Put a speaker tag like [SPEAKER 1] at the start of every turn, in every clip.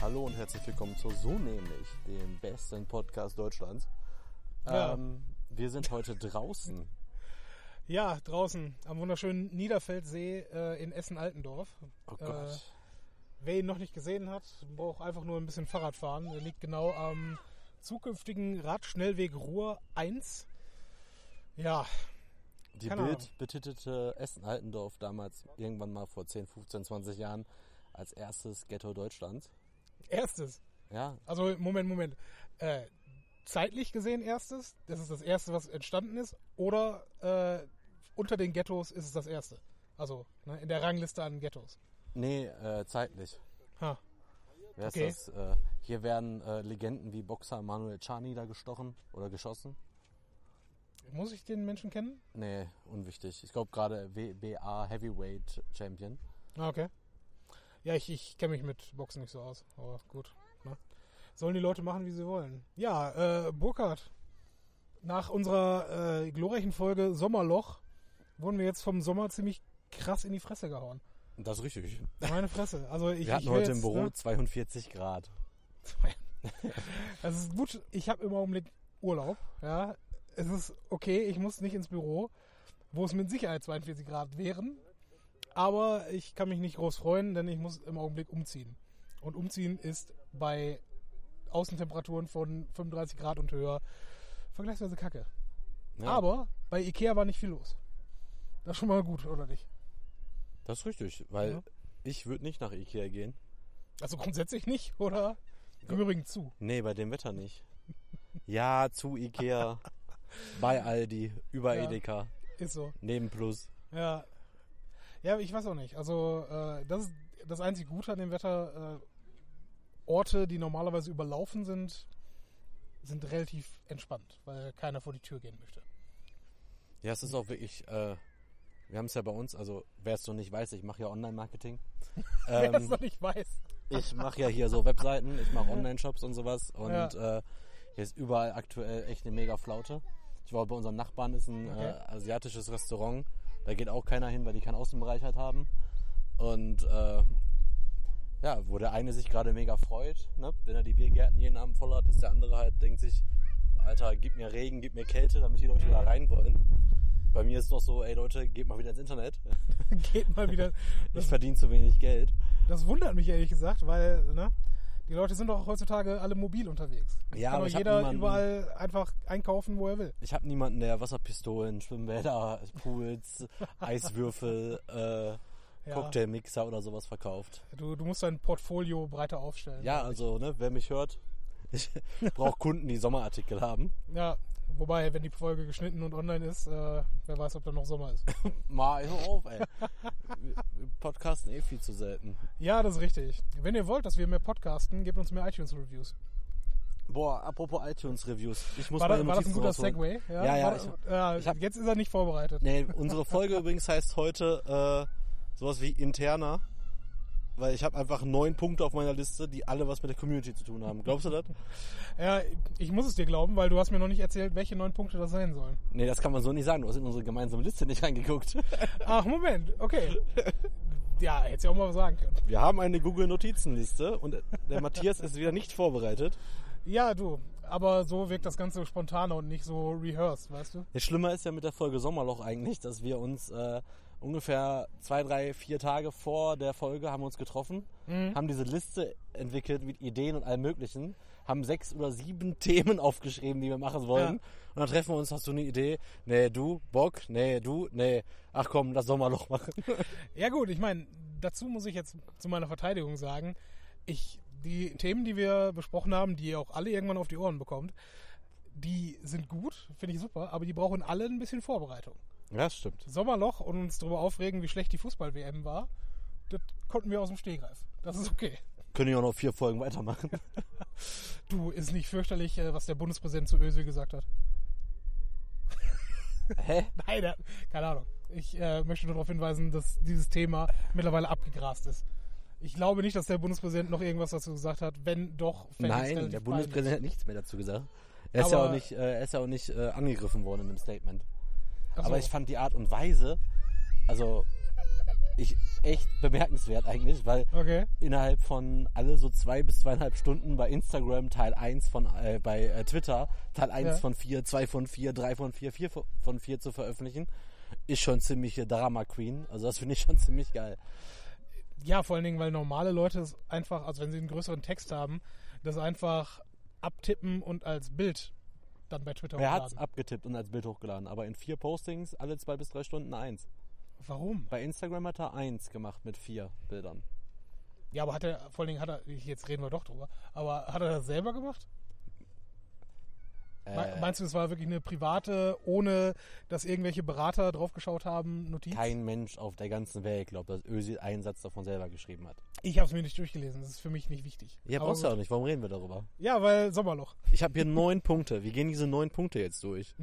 [SPEAKER 1] Hallo und herzlich willkommen zu So nämlich, dem besten Podcast Deutschlands.
[SPEAKER 2] Ja.
[SPEAKER 1] Ähm, wir sind heute draußen.
[SPEAKER 2] Ja, draußen am wunderschönen Niederfeldsee äh, in Essen-Altendorf.
[SPEAKER 1] Oh
[SPEAKER 2] Äh,
[SPEAKER 1] Gott.
[SPEAKER 2] Wer ihn noch nicht gesehen hat, braucht einfach nur ein bisschen Fahrrad fahren. Er liegt genau am zukünftigen Radschnellweg Ruhr 1. Ja,
[SPEAKER 1] Die
[SPEAKER 2] keine
[SPEAKER 1] Bild
[SPEAKER 2] Ahnung.
[SPEAKER 1] betitelte Essen-Altendorf damals irgendwann mal vor 10, 15, 20 Jahren als erstes Ghetto Deutschlands.
[SPEAKER 2] erstes.
[SPEAKER 1] Ja,
[SPEAKER 2] Also, Moment, Moment. Äh, zeitlich gesehen erstes. Das ist das erste, was entstanden ist. Oder äh, unter den Ghettos ist es das erste. Also, ne, in der Rangliste an Ghettos.
[SPEAKER 1] nee, äh, zeitlich.
[SPEAKER 2] Ha.
[SPEAKER 1] Wer
[SPEAKER 2] Okay.
[SPEAKER 1] ist das? Äh, hier werden äh, Legenden wie Boxer Manuel Czani da gestochen oder geschossen.
[SPEAKER 2] Muss ich den Menschen kennen?
[SPEAKER 1] Nee, unwichtig. Ich glaube gerade WBA Heavyweight Champion.
[SPEAKER 2] Ah, okay. Ja, ich, ich kenne mich mit Boxen nicht so aus, aber gut. Ne? Sollen die Leute machen, wie sie wollen. Ja, äh, Burkhard, nach unserer äh, glorreichen Folge Sommerloch wurden wir jetzt vom Sommer ziemlich krass in die Fresse gehauen.
[SPEAKER 1] Das ist richtig.
[SPEAKER 2] Meine Fresse. Also ich,
[SPEAKER 1] Wir
[SPEAKER 2] ich
[SPEAKER 1] hatten
[SPEAKER 2] will
[SPEAKER 1] heute
[SPEAKER 2] jetzt,
[SPEAKER 1] im Büro
[SPEAKER 2] Ne?
[SPEAKER 1] 42 Grad.
[SPEAKER 2] Es ist gut, ich habe im Augenblick Urlaub. Ja, es ist okay, ich muss nicht ins Büro, wo es mit Sicherheit 42 Grad wären. Aber ich kann mich nicht groß freuen, denn ich muss im Augenblick umziehen. Und umziehen ist bei Außentemperaturen von 35 Grad und höher vergleichsweise kacke.
[SPEAKER 1] Ja,
[SPEAKER 2] Aber bei Ikea war nicht viel los. Das ist schon mal gut, oder nicht?
[SPEAKER 1] Das ist richtig, weil
[SPEAKER 2] Ja.
[SPEAKER 1] ich würde nicht nach Ikea gehen.
[SPEAKER 2] Also grundsätzlich nicht, oder? Im Übrigen zu.
[SPEAKER 1] Nee, bei dem Wetter nicht. Ja, zu Ikea, bei Aldi, über
[SPEAKER 2] Ja.
[SPEAKER 1] Edeka,
[SPEAKER 2] Ist so.
[SPEAKER 1] neben Plus.
[SPEAKER 2] Ja. Ja, ich weiß auch nicht. Also, äh, das ist das einzige Gute an dem Wetter. Äh, Orte, die normalerweise überlaufen sind, sind relativ entspannt, weil keiner vor die Tür gehen möchte.
[SPEAKER 1] Ja, es ist auch wirklich, äh, wir haben es ja bei uns, also wer es noch nicht weiß, ich mache ja Online-Marketing.
[SPEAKER 2] Wer das
[SPEAKER 1] Ähm,
[SPEAKER 2] noch nicht weiß.
[SPEAKER 1] ich mache ja hier so Webseiten, ich mache Online-Shops und sowas und
[SPEAKER 2] Ja.
[SPEAKER 1] äh, hier ist überall aktuell echt eine mega Flaute. Ich war bei unserem Nachbarn, ist ein
[SPEAKER 2] Okay.
[SPEAKER 1] äh, asiatisches Restaurant, da geht auch keiner hin, weil die keinen Außenbereich halt haben. Und äh, ja, wo der eine sich gerade mega freut, ne? wenn er die Biergärten jeden Abend voll hat, ist der andere halt, denkt sich, Alter, gib mir Regen, gib mir Kälte, damit die Leute wieder rein wollen. Bei mir ist es noch so, ey Leute, geht mal wieder ins Internet.
[SPEAKER 2] Geht mal wieder.
[SPEAKER 1] Ich
[SPEAKER 2] Das,
[SPEAKER 1] verdiene zu wenig Geld.
[SPEAKER 2] das wundert mich ehrlich gesagt, weil, ne? Die Leute sind doch heutzutage alle mobil unterwegs.
[SPEAKER 1] Ja,
[SPEAKER 2] Kann
[SPEAKER 1] aber
[SPEAKER 2] doch
[SPEAKER 1] ich hab
[SPEAKER 2] jeder
[SPEAKER 1] niemanden-
[SPEAKER 2] überall einfach einkaufen, wo er will.
[SPEAKER 1] Ich habe niemanden, der Wasserpistolen, Schwimmbäder, Pools, Eiswürfel, äh,
[SPEAKER 2] Ja.
[SPEAKER 1] Cocktailmixer oder sowas verkauft.
[SPEAKER 2] Du, du musst dein Portfolio breiter aufstellen.
[SPEAKER 1] Ja, also, ne, wer mich hört, ich brauche Kunden, die Sommerartikel haben.
[SPEAKER 2] Ja, wobei, wenn die Folge geschnitten und online ist, äh, wer weiß, ob da noch Sommer ist.
[SPEAKER 1] Mal hör auf, ey. Wir wir podcasten eh viel zu selten.
[SPEAKER 2] Ja, das ist richtig. Wenn ihr wollt, dass wir mehr podcasten, gebt uns mehr iTunes-Reviews.
[SPEAKER 1] Boah, apropos iTunes-Reviews. Ich muss
[SPEAKER 2] War,
[SPEAKER 1] meine
[SPEAKER 2] da, war das ein
[SPEAKER 1] Notizen
[SPEAKER 2] guter
[SPEAKER 1] rausholen.
[SPEAKER 2] Segway?
[SPEAKER 1] Ja, ja,
[SPEAKER 2] War das- ja,
[SPEAKER 1] ich hab-
[SPEAKER 2] jetzt ist er nicht vorbereitet.
[SPEAKER 1] Nee, unsere Folge übrigens heißt heute äh, sowas wie interner, weil ich habe einfach neun Punkte auf meiner Liste, die alle was mit der Community zu tun haben. Glaubst du das?
[SPEAKER 2] Ja, ich muss es dir glauben, weil du hast mir noch nicht erzählt, welche neun Punkte das sein sollen.
[SPEAKER 1] Nee, das kann man so nicht sagen. Du hast in unsere gemeinsame Liste nicht reingeguckt.
[SPEAKER 2] Ach, Moment, okay. Ja, hätte ich auch mal was sagen können.
[SPEAKER 1] Wir haben eine Google-Notizenliste und der Matthias ist wieder nicht vorbereitet.
[SPEAKER 2] Ja, du, aber so wirkt das Ganze spontaner und nicht so rehearsed, weißt du?
[SPEAKER 1] Das Schlimme ist ja mit der Folge Sommerloch eigentlich, dass wir uns äh, ungefähr zwei, drei, vier Tage vor der Folge haben wir uns getroffen, haben diese Liste entwickelt mit Ideen und allem Möglichen, haben sechs oder sieben Themen aufgeschrieben, die wir machen wollen.
[SPEAKER 2] Ja.
[SPEAKER 1] Und dann treffen wir uns, hast du eine Idee? Nee, du, Bock? Nee, du, nee. Ach komm, lass Sommerloch machen.
[SPEAKER 2] Ja gut, ich meine, dazu muss ich jetzt zu meiner Verteidigung sagen, ich die Themen, die wir besprochen haben, die ihr auch alle irgendwann auf die Ohren bekommt, die sind gut, finde ich super, aber die brauchen alle ein bisschen Vorbereitung.
[SPEAKER 1] Ja, stimmt.
[SPEAKER 2] Sommerloch und uns darüber aufregen, wie schlecht die Fußball-WM war, das konnten wir aus dem Stehgreif. Das ist okay.
[SPEAKER 1] Können ja auch noch vier Folgen weitermachen.
[SPEAKER 2] Du, ist nicht fürchterlich, äh, was der Bundespräsident zu Özil gesagt hat.
[SPEAKER 1] Hä?
[SPEAKER 2] Nein, der- keine Ahnung. Ich äh, möchte nur darauf hinweisen, dass dieses Thema mittlerweile abgegrast ist. Ich glaube nicht, dass der Bundespräsident noch irgendwas dazu gesagt hat. Wenn doch, fände ich's
[SPEAKER 1] Nein,
[SPEAKER 2] relativ
[SPEAKER 1] der
[SPEAKER 2] peinlich.
[SPEAKER 1] Bundespräsident hat nichts mehr dazu gesagt. Er ist ja
[SPEAKER 2] Aber-
[SPEAKER 1] auch nicht, äh, er ist ja auch nicht äh, angegriffen worden in dem Statement.
[SPEAKER 2] Ach so.
[SPEAKER 1] Aber ich fand die Art und Weise, also ich echt bemerkenswert eigentlich, weil
[SPEAKER 2] Okay.
[SPEAKER 1] innerhalb von alle so zwei bis zweieinhalb Stunden bei Instagram Teil 1 von, äh, bei äh, Twitter Teil 1
[SPEAKER 2] Ja.
[SPEAKER 1] von 4, 2 von 4, 3 von 4, 4 von 4 zu veröffentlichen, ist schon ziemliche Drama Queen. Also das finde ich schon ziemlich geil.
[SPEAKER 2] Ja, vor allen Dingen, weil normale Leute es einfach, also wenn sie einen größeren Text haben, das einfach abtippen und als Bild dann bei Twitter
[SPEAKER 1] Wer hat's
[SPEAKER 2] hochladen.
[SPEAKER 1] abgetippt und als Bild hochgeladen? Aber in vier Postings alle zwei bis drei Stunden eins.
[SPEAKER 2] Warum?
[SPEAKER 1] Bei Instagram hat er eins gemacht mit vier Bildern.
[SPEAKER 2] Ja, aber hat er, vor allen Dingen hat er, jetzt reden wir doch drüber, aber hat er das selber gemacht? Me-
[SPEAKER 1] Äh,
[SPEAKER 2] Meinst du, es war wirklich eine private, ohne dass irgendwelche Berater draufgeschaut haben, Notiz?
[SPEAKER 1] kein Mensch auf der ganzen Welt glaubt, dass Özil einen Satz davon selber geschrieben hat.
[SPEAKER 2] Ich habe es mir nicht durchgelesen, das ist für mich nicht wichtig.
[SPEAKER 1] Ja,
[SPEAKER 2] Aber
[SPEAKER 1] brauchst du
[SPEAKER 2] gut.
[SPEAKER 1] auch nicht. Warum reden wir darüber?
[SPEAKER 2] Ja, weil Sommerloch.
[SPEAKER 1] Ich habe hier neun Punkte. Wir gehen diese neun Punkte jetzt durch.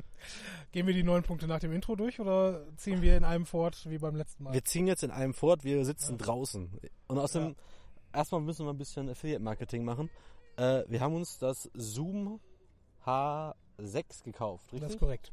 [SPEAKER 2] Gehen wir die neun Punkte nach dem Intro durch oder ziehen wir in einem fort wie beim letzten Mal?
[SPEAKER 1] Wir ziehen jetzt in einem fort. Wir sitzen draußen. Und außerdem, erstmal müssen wir ein bisschen Affiliate-Marketing machen. Äh, wir haben uns das Zoom H6 gekauft,
[SPEAKER 2] das ist
[SPEAKER 1] richtig?
[SPEAKER 2] korrekt.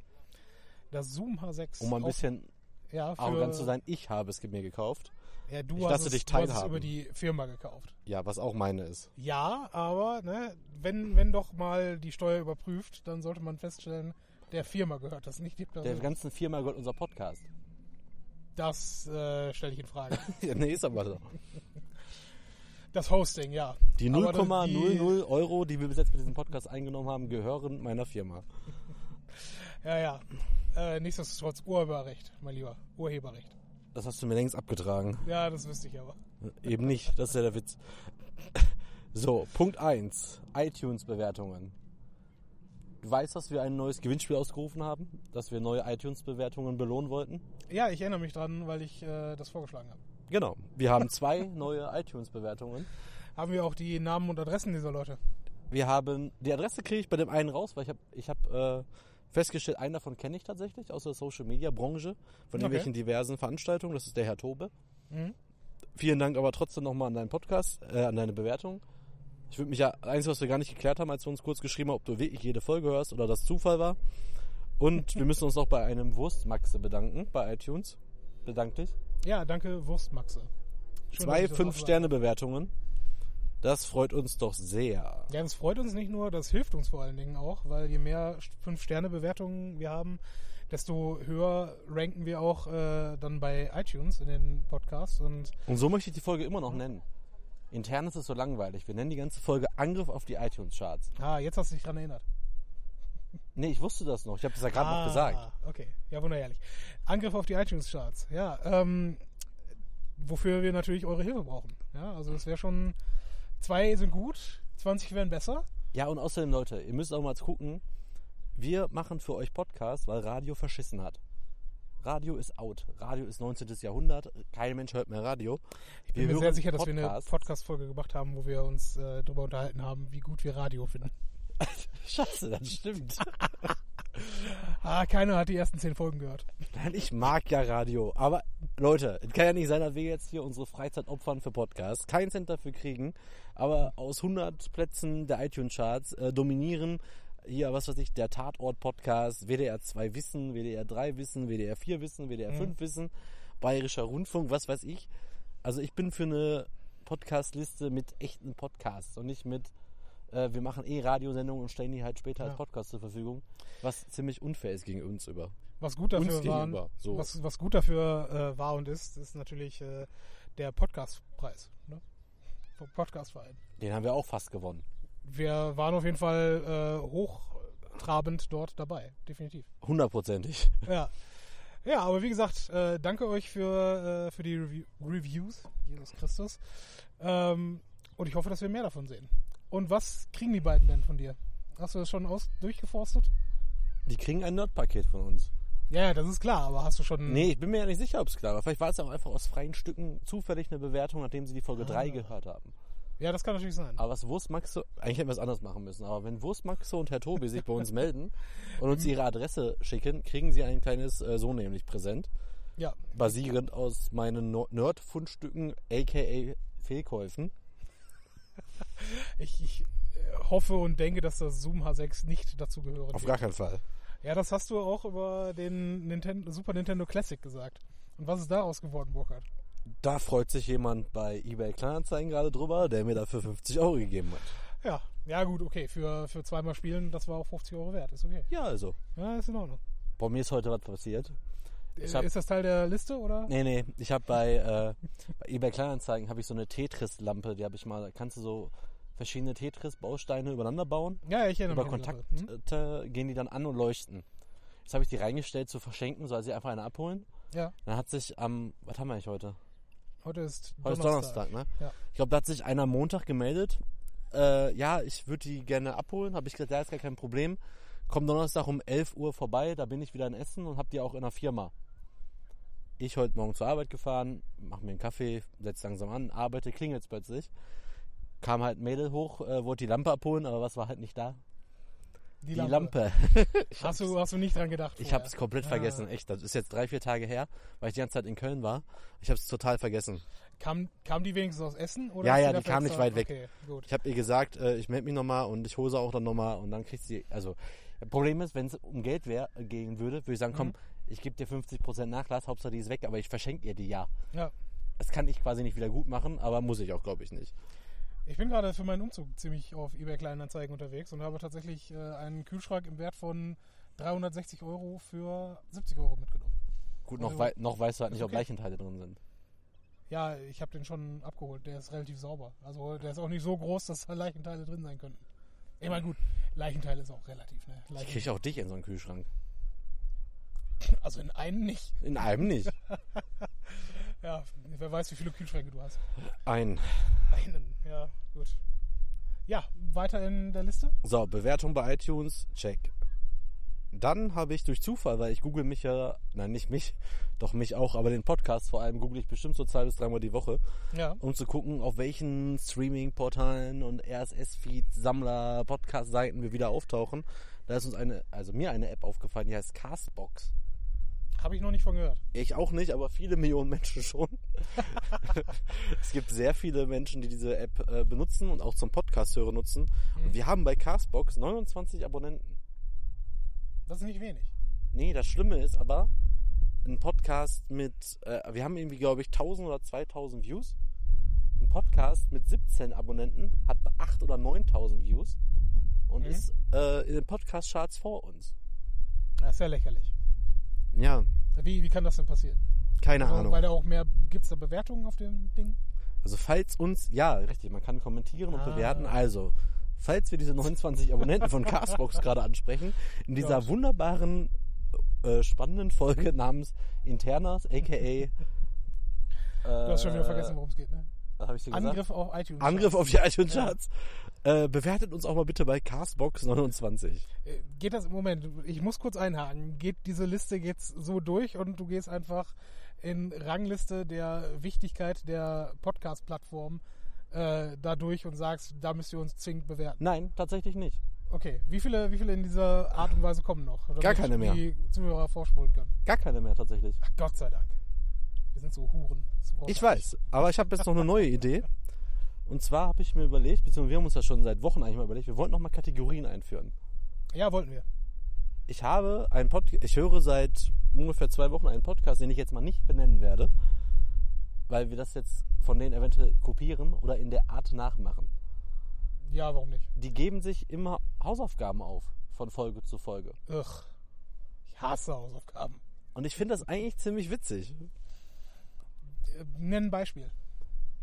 [SPEAKER 2] Das Zoom H6.
[SPEAKER 1] Um mal ein
[SPEAKER 2] auf-
[SPEAKER 1] bisschen
[SPEAKER 2] ja, für,
[SPEAKER 1] arrogant zu sein, ich habe es mir gekauft.
[SPEAKER 2] Ja, du,
[SPEAKER 1] Ich
[SPEAKER 2] hast
[SPEAKER 1] lasse
[SPEAKER 2] es,
[SPEAKER 1] dich
[SPEAKER 2] du hast es
[SPEAKER 1] teilhaben.
[SPEAKER 2] über die Firma gekauft.
[SPEAKER 1] Ja, was auch meine ist.
[SPEAKER 2] Ja, aber ne, wenn, wenn doch mal die Steuer überprüft, dann sollte man feststellen, der Firma gehört das, nicht Also die
[SPEAKER 1] Der
[SPEAKER 2] Person.
[SPEAKER 1] ganzen Firma gehört unser Podcast.
[SPEAKER 2] Das äh, stelle ich in Frage.
[SPEAKER 1] Ja, nee, ist aber so.
[SPEAKER 2] Das Hosting, ja.
[SPEAKER 1] Die
[SPEAKER 2] Aber das- die-
[SPEAKER 1] 0,00 Euro, die wir bis jetzt mit diesem Podcast eingenommen haben, gehören meiner Firma.
[SPEAKER 2] Ja, ja. Äh, nichtsdestotrotz Urheberrecht, mein Lieber. Urheberrecht.
[SPEAKER 1] Das hast du mir längst abgetragen.
[SPEAKER 2] Ja, das wüsste ich aber.
[SPEAKER 1] Eben nicht, das ist ja der Witz. So, Punkt 1. iTunes-Bewertungen. Du weißt, dass wir ein neues Gewinnspiel ausgerufen haben, dass wir neue iTunes-Bewertungen belohnen wollten?
[SPEAKER 2] Ja, ich erinnere mich dran, weil ich äh, das vorgeschlagen habe.
[SPEAKER 1] Genau. Wir haben zwei neue iTunes-Bewertungen.
[SPEAKER 2] Haben wir auch die Namen und Adressen dieser Leute?
[SPEAKER 1] Wir haben, die Adresse kriege ich bei dem einen raus, weil ich habe ich hab, äh, festgestellt, einen davon kenne ich tatsächlich aus der Social-Media-Branche, von
[SPEAKER 2] Okay.
[SPEAKER 1] irgendwelchen diversen Veranstaltungen. Das ist der Herr Tobe.
[SPEAKER 2] Mhm.
[SPEAKER 1] Vielen Dank aber trotzdem nochmal an deinen Podcast, äh, an deine Bewertung. Ich würde mich ja, eins, was wir gar nicht geklärt haben, als wir uns kurz geschrieben haben, ob du wirklich jede Folge hörst oder das Zufall war. Und wir müssen uns noch bei einem Wurstmaxe bedanken, bei iTunes. Bedank dich.
[SPEAKER 2] Ja, danke, Wurstmaxe. Schön, dass
[SPEAKER 1] Zwei
[SPEAKER 2] ich das auch sagen darf.
[SPEAKER 1] 5-Sterne-Bewertungen. Das freut uns doch sehr.
[SPEAKER 2] Ja, das freut uns nicht nur, das hilft uns vor allen Dingen auch, weil je mehr 5-Sterne-Bewertungen wir haben, desto höher ranken wir auch äh, dann bei iTunes in den Podcasts. Und
[SPEAKER 1] Und so möchte ich die Folge immer noch nennen. Intern ist es so langweilig. Wir nennen die ganze Folge Angriff auf die iTunes-Charts.
[SPEAKER 2] ah, jetzt hast du dich dran erinnert.
[SPEAKER 1] Nee, ich wusste das noch. Ich habe es ja gerade
[SPEAKER 2] ah,
[SPEAKER 1] noch gesagt.
[SPEAKER 2] Okay, ja, wunderherrlich. Angriff auf die iTunes-Charts, ja. Ähm, wofür wir natürlich eure Hilfe brauchen. Ja, also es wäre schon, zwei sind gut, 20 wären besser.
[SPEAKER 1] Ja, und außerdem, Leute, ihr müsst auch mal gucken. Wir machen für euch Podcast, weil Radio verschissen hat. Radio ist out. Radio ist 19. Jahrhundert. Kein Mensch hört mehr Radio.
[SPEAKER 2] Ich bin mir sehr
[SPEAKER 1] hören
[SPEAKER 2] sicher, dass wir eine
[SPEAKER 1] Podcasts.
[SPEAKER 2] Podcast-Folge gemacht haben, wo wir uns äh, darüber unterhalten haben, wie gut wir Radio finden.
[SPEAKER 1] Scheiße, das stimmt.
[SPEAKER 2] Ah, keiner hat die ersten zehn Folgen gehört.
[SPEAKER 1] Nein, ich mag ja Radio. Aber Leute, es kann ja nicht sein, dass wir jetzt hier unsere Freizeit opfern für Podcasts, keinen Cent dafür kriegen, aber aus 100 Plätzen der iTunes-Charts äh, dominieren hier, was weiß ich, der Tatort-Podcast, WDR 2 Wissen, WDR 3 Wissen, WDR 4 Wissen, WDR 5 Wissen, Bayerischer Rundfunk, was weiß ich. Also ich bin für eine Podcast-Liste mit echten Podcasts und nicht mit, äh, wir machen eh Radiosendungen und stellen die halt später
[SPEAKER 2] Ja.
[SPEAKER 1] als Podcast zur Verfügung, was ziemlich unfair ist gegen uns über.
[SPEAKER 2] Was gut
[SPEAKER 1] Uns
[SPEAKER 2] dafür waren,
[SPEAKER 1] gegenüber, so.
[SPEAKER 2] was, was gut dafür äh, war und ist, ist natürlich äh, der Podcastpreis. Ne? Vom Podcastverein.
[SPEAKER 1] Den haben wir auch fast gewonnen.
[SPEAKER 2] Wir waren auf jeden Fall äh, hochtrabend dort dabei, definitiv.
[SPEAKER 1] Hundertprozentig.
[SPEAKER 2] Ja. Ja, aber wie gesagt, äh, danke euch für, äh, für die Review Reviews, Jesus Christus. Ähm, und ich hoffe, dass wir mehr davon sehen. Und was kriegen die beiden denn von dir? Hast du das schon aus durchgeforstet?
[SPEAKER 1] Die kriegen ein Nerd-Paket von uns.
[SPEAKER 2] Ja, ja, das ist klar, aber hast du schon.
[SPEAKER 1] Nee, ich bin mir ja nicht sicher, ob es klar war. Vielleicht war es auch einfach aus freien Stücken zufällig eine Bewertung, nachdem sie die Folge 3 gehört haben.
[SPEAKER 2] Ja, das kann natürlich sein.
[SPEAKER 1] Aber was Wurstmaxe, eigentlich hätten wir es anders machen müssen, aber wenn Wurstmaxe und Herr Tobi sich bei uns melden und uns ihre Adresse schicken, kriegen sie ein kleines äh, so nämlich Präsent,
[SPEAKER 2] Ja,
[SPEAKER 1] basierend aus meinen no Nerd-Fundstücken, aka Fehlkäufen.
[SPEAKER 2] Ich, ich äh, hoffe und denke, dass das Zoom H6 nicht dazu gehören wird.
[SPEAKER 1] keinen Fall.
[SPEAKER 2] Ja, das hast du auch über den Ninten- Super Nintendo Classic gesagt. Und was ist daraus geworden, Burkhard?
[SPEAKER 1] Da freut sich jemand bei eBay Kleinanzeigen gerade drüber, der mir dafür 50 Euro gegeben hat.
[SPEAKER 2] Ja, ja gut, okay. Für, für zweimal spielen, das war auch 50 Euro wert. Ist okay.
[SPEAKER 1] Ja, also.
[SPEAKER 2] Ja, ist in Ordnung.
[SPEAKER 1] Bei mir ist heute was passiert. Ich hab-
[SPEAKER 2] ist das Teil der Liste oder?
[SPEAKER 1] Nee, nee, ich habe bei, äh, bei eBay Kleinanzeigen habe ich so eine Tetris-Lampe, die habe ich mal, kannst du so verschiedene Tetris-Bausteine übereinander bauen.
[SPEAKER 2] Ja, ich Hm? erinnere
[SPEAKER 1] Über
[SPEAKER 2] mich. an die Sache.
[SPEAKER 1] Kontakte gehen die dann an und leuchten. Jetzt habe ich die reingestellt zu verschenken, soll sie einfach eine abholen.
[SPEAKER 2] Hm? Ja,
[SPEAKER 1] Dann hat sich am, was haben wir eigentlich heute?
[SPEAKER 2] heute ist Donnerstag.
[SPEAKER 1] Heute ist Donnerstag, ne?
[SPEAKER 2] Ja.
[SPEAKER 1] Ich glaube, da hat sich einer Montag gemeldet. Äh, ja, ich würde die gerne abholen. Habe ich gesagt, ja, ist gar kein Problem. Komm Donnerstag um 11 Uhr vorbei, da bin ich wieder in Essen und habe die auch in der Firma. Ich heute Morgen zur Arbeit gefahren, mache mir einen Kaffee, setz langsam an, arbeite, klingelt's plötzlich. Kam halt ein Mädel hoch, äh, wollte die Lampe abholen, aber was war halt nicht da? Die
[SPEAKER 2] Die Lampe.
[SPEAKER 1] Lampe. Ich
[SPEAKER 2] Hast,
[SPEAKER 1] hab's-
[SPEAKER 2] du, hast du nicht dran gedacht?
[SPEAKER 1] ich
[SPEAKER 2] vorher?
[SPEAKER 1] habe es komplett
[SPEAKER 2] Ah.
[SPEAKER 1] vergessen, echt. Das ist jetzt drei, vier Tage her, weil ich die ganze Zeit in Köln war. Ich habe es total vergessen.
[SPEAKER 2] Kam, kam die wenigstens aus Essen? Oder
[SPEAKER 1] Ja,
[SPEAKER 2] ist
[SPEAKER 1] ja,
[SPEAKER 2] dafür
[SPEAKER 1] die kam nicht
[SPEAKER 2] extra-
[SPEAKER 1] weit weg.
[SPEAKER 2] Okay, gut.
[SPEAKER 1] Ich habe ihr gesagt, äh, ich melde mich nochmal und ich hole sie auch dann nochmal und dann kriegt sie. Also, das Problem ist, wenn es um Geld wär, gehen würde, würde ich sagen, komm, ich gebe dir 50% Nachlass, Hauptsache die ist weg, aber ich verschenke ihr die ja.
[SPEAKER 2] Ja.
[SPEAKER 1] Das kann ich quasi nicht wieder gut machen, aber muss ich auch, glaube ich, nicht.
[SPEAKER 2] Ich bin gerade für meinen Umzug ziemlich auf eBay Kleinanzeigen unterwegs und habe tatsächlich äh, einen Kühlschrank im Wert von 360 Euro für 70 Euro mitgenommen.
[SPEAKER 1] Gut,
[SPEAKER 2] Also,
[SPEAKER 1] noch, wei noch weißt du halt
[SPEAKER 2] ist
[SPEAKER 1] nicht, ob
[SPEAKER 2] okay.
[SPEAKER 1] Leichenteile drin sind.
[SPEAKER 2] Ja, ich habe den schon abgeholt. Der ist relativ sauber. Also der ist auch nicht so groß, dass da Leichenteile drin sein könnten. Ich meine, gut, Leichenteile ist auch relativ, ne?
[SPEAKER 1] Ich
[SPEAKER 2] Leichen,
[SPEAKER 1] kriege auch dich in so einen Kühlschrank.
[SPEAKER 2] also in einen nicht.
[SPEAKER 1] In einem nicht.
[SPEAKER 2] Ja, wer weiß, wie viele Kühlschränke du hast.
[SPEAKER 1] Ein.
[SPEAKER 2] Einen, ja, gut. Ja, weiter in der Liste.
[SPEAKER 1] So, Bewertung bei iTunes, check. Dann habe ich durch Zufall, weil ich google mich ja, nein, nicht mich, doch mich auch, aber den Podcast vor allem google ich bestimmt so zwei bis dreimal die Woche.
[SPEAKER 2] Ja.
[SPEAKER 1] um zu gucken, auf welchen Streaming-Portalen und RSS-Feed, Sammler, Podcast-Seiten wir wieder auftauchen. Da ist uns eine, also mir eine App aufgefallen, die heißt Castbox.
[SPEAKER 2] Habe ich noch nicht von gehört.
[SPEAKER 1] Ich auch nicht, aber viele Millionen Menschen schon. es gibt sehr viele Menschen, die diese App äh, benutzen und auch zum Podcast hören nutzen. Und wir haben bei Castbox 29 Abonnenten.
[SPEAKER 2] Das ist nicht wenig.
[SPEAKER 1] Nee, das Schlimme ist aber, ein Podcast mit, äh, wir haben irgendwie, glaube ich, 1000 oder 2000 Views. Ein Podcast mit 17 Abonnenten hat 8 oder 9000 Views und
[SPEAKER 2] Mhm.
[SPEAKER 1] ist äh, in den Podcast-Charts vor uns.
[SPEAKER 2] Das ist ja lächerlich.
[SPEAKER 1] Ja,
[SPEAKER 2] Wie, wie kann das denn passieren?
[SPEAKER 1] keine
[SPEAKER 2] Also, Weil
[SPEAKER 1] Ahnung.
[SPEAKER 2] da auch mehr, gibt es da Bewertungen auf dem Ding?
[SPEAKER 1] Also, falls uns, ja, richtig, man kann kommentieren und
[SPEAKER 2] Ah.
[SPEAKER 1] bewerten. Also, falls wir diese 29 Abonnenten von Castbox gerade ansprechen, in dieser
[SPEAKER 2] Ja. Mhm.
[SPEAKER 1] wunderbaren, äh, spannenden Folge namens Internas, a.k.a.
[SPEAKER 2] Du hast schon wieder vergessen, worum es geht, ne?
[SPEAKER 1] Was habe ich dir gesagt?
[SPEAKER 2] Angriff auf iTunes.
[SPEAKER 1] Angriff auf die iTunes Charts. Äh, bewertet uns auch mal bitte bei Castbox 29.
[SPEAKER 2] Äh, Geht das, Moment, ich muss kurz einhaken. Geht diese Liste jetzt so durch und du gehst einfach in Rangliste der Wichtigkeit der Podcast-Plattform äh, da durch und sagst, da müsst ihr uns zwingend bewerten.
[SPEAKER 1] Nein, tatsächlich nicht.
[SPEAKER 2] Okay, wie viele, wie viele in dieser Art und Weise kommen noch? Damit
[SPEAKER 1] Gar keine mehr.
[SPEAKER 2] Die Zuhörer vorspulen können.
[SPEAKER 1] Gar keine mehr tatsächlich.
[SPEAKER 2] Ach, Gott sei Dank. Wir sind so Huren. So
[SPEAKER 1] Ich weiß, aber ich habe jetzt noch eine neue Idee. Und zwar habe ich mir überlegt, beziehungsweise wir haben uns das schon seit Wochen eigentlich mal überlegt, wir wollten nochmal Kategorien einführen.
[SPEAKER 2] Ja, wollten wir.
[SPEAKER 1] Ich habe einen Podcast, ich höre seit ungefähr zwei Wochen einen Podcast, den ich jetzt mal nicht benennen werde, weil wir das jetzt von denen eventuell kopieren oder in der Art nachmachen.
[SPEAKER 2] Ja, warum nicht?
[SPEAKER 1] Die geben sich immer Hausaufgaben auf, von Folge zu Folge.
[SPEAKER 2] Ugh. Ich hasse Hausaufgaben.
[SPEAKER 1] Und ich finde das eigentlich ziemlich witzig.
[SPEAKER 2] Äh, Nenn ein Beispiel.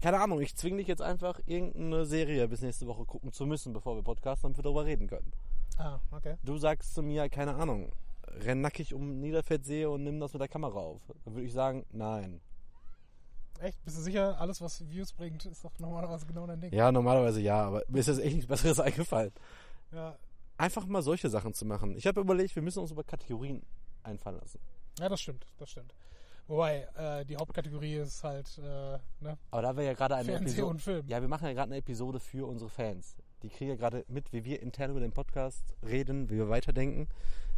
[SPEAKER 1] keine Ahnung, ich zwinge dich jetzt einfach, irgendeine Serie bis nächste Woche gucken zu müssen, bevor wir podcasten, damit wir darüber reden können.
[SPEAKER 2] Ah, okay.
[SPEAKER 1] Du sagst zu mir, keine Ahnung, renn nackig um Niederfeldsee und nimm das mit der Kamera auf. Dann würde ich sagen, nein.
[SPEAKER 2] Echt? Bist du sicher, alles, was Views bringt, ist doch normalerweise genau dein Ding?
[SPEAKER 1] Ja, normalerweise ja, aber mir ist jetzt echt nichts Besseres eingefallen.
[SPEAKER 2] Ja,
[SPEAKER 1] Einfach mal solche Sachen zu machen. Ich habe überlegt, wir müssen uns über Kategorien einfallen lassen.
[SPEAKER 2] ja das stimmt, das stimmt. Wobei, äh, die Hauptkategorie ist halt, äh, ne?
[SPEAKER 1] Aber da wir ja gerade eine
[SPEAKER 2] Fernsehen
[SPEAKER 1] Episode.
[SPEAKER 2] und Film.
[SPEAKER 1] Ja, wir machen ja gerade eine Episode für unsere Fans. Die kriegen ja gerade mit, wie wir intern über den Podcast reden, wie wir weiterdenken.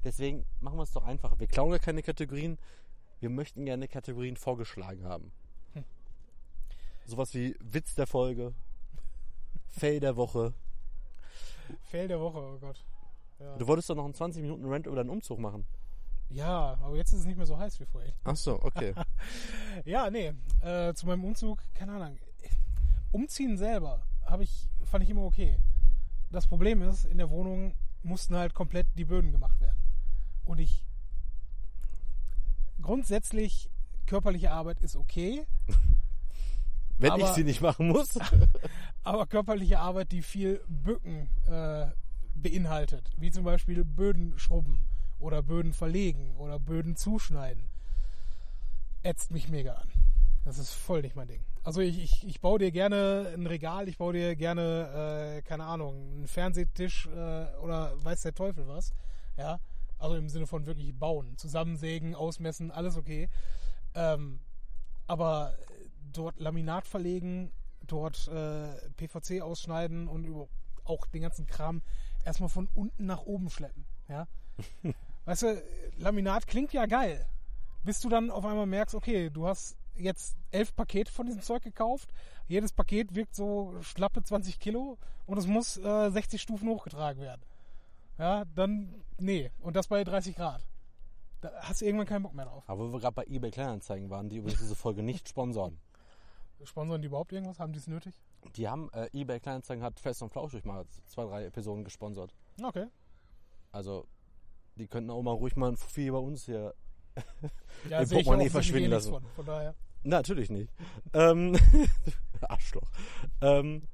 [SPEAKER 1] Deswegen machen wir es doch einfach. Wir klauen ja keine Kategorien. Wir möchten gerne Kategorien vorgeschlagen haben.
[SPEAKER 2] Hm.
[SPEAKER 1] Sowas wie Witz der Folge, Fail der Woche.
[SPEAKER 2] Fail der Woche, oh Gott. Ja.
[SPEAKER 1] Du wolltest doch noch einen 20 Minuten Rant über deinen Umzug machen.
[SPEAKER 2] Ja, aber jetzt ist es nicht mehr so heiß wie vorher.
[SPEAKER 1] Ach so, okay.
[SPEAKER 2] Ja, nee, äh, zu meinem Umzug, keine Ahnung. Umziehen selber habe ich, fand ich immer okay. Das Problem ist, in der Wohnung mussten halt komplett die Böden gemacht werden. Und ich grundsätzlich körperliche Arbeit ist okay,
[SPEAKER 1] Wenn ich
[SPEAKER 2] Aber-
[SPEAKER 1] sie nicht machen muss.
[SPEAKER 2] aber körperliche Arbeit, die viel Bücken äh, beinhaltet, wie zum Beispiel Böden schrubben oder Böden verlegen oder Böden zuschneiden, ätzt mich mega an. Das ist voll nicht mein Ding. Also ich, ich, ich baue dir gerne ein Regal, ich baue dir gerne, äh, keine Ahnung, einen Fernsehtisch äh, oder weiß der Teufel was. Ja, also im Sinne von wirklich bauen, zusammensägen, ausmessen, alles okay. Ähm, aber dort Laminat verlegen, dort äh, PVC ausschneiden und über, auch den ganzen Kram erstmal von unten nach oben schleppen. Ja? weißt du, Laminat klingt ja geil. Bis du dann auf einmal merkst, okay, du hast jetzt elf Pakete von diesem Zeug gekauft. Jedes Paket wirkt so schlappe 20 Kilo und es muss äh, 60 Stufen hochgetragen werden. Ja, dann, nee. Und das bei 30 Grad. Da hast du irgendwann keinen Bock mehr drauf.
[SPEAKER 1] Aber wo wir gerade bei eBay Kleinanzeigen waren, die übrigens diese Folge nicht sponsoren.
[SPEAKER 2] Sponsoren die überhaupt irgendwas? Haben die es nötig?
[SPEAKER 1] Die haben, äh, eBay Kleinanzeigen hat Fest und Flauschig mal zwei, drei Episoden gesponsert.
[SPEAKER 2] Okay.
[SPEAKER 1] Also, die könnten auch mal ruhig mal ein Fuffi bei uns hier.
[SPEAKER 2] Ja,
[SPEAKER 1] Den
[SPEAKER 2] sehe ich
[SPEAKER 1] Pokémon nie
[SPEAKER 2] offensichtlich
[SPEAKER 1] verschwinden
[SPEAKER 2] eh nichts
[SPEAKER 1] lassen.
[SPEAKER 2] Von, von daher.
[SPEAKER 1] Natürlich nicht. Ähm, Arschloch. Ähm,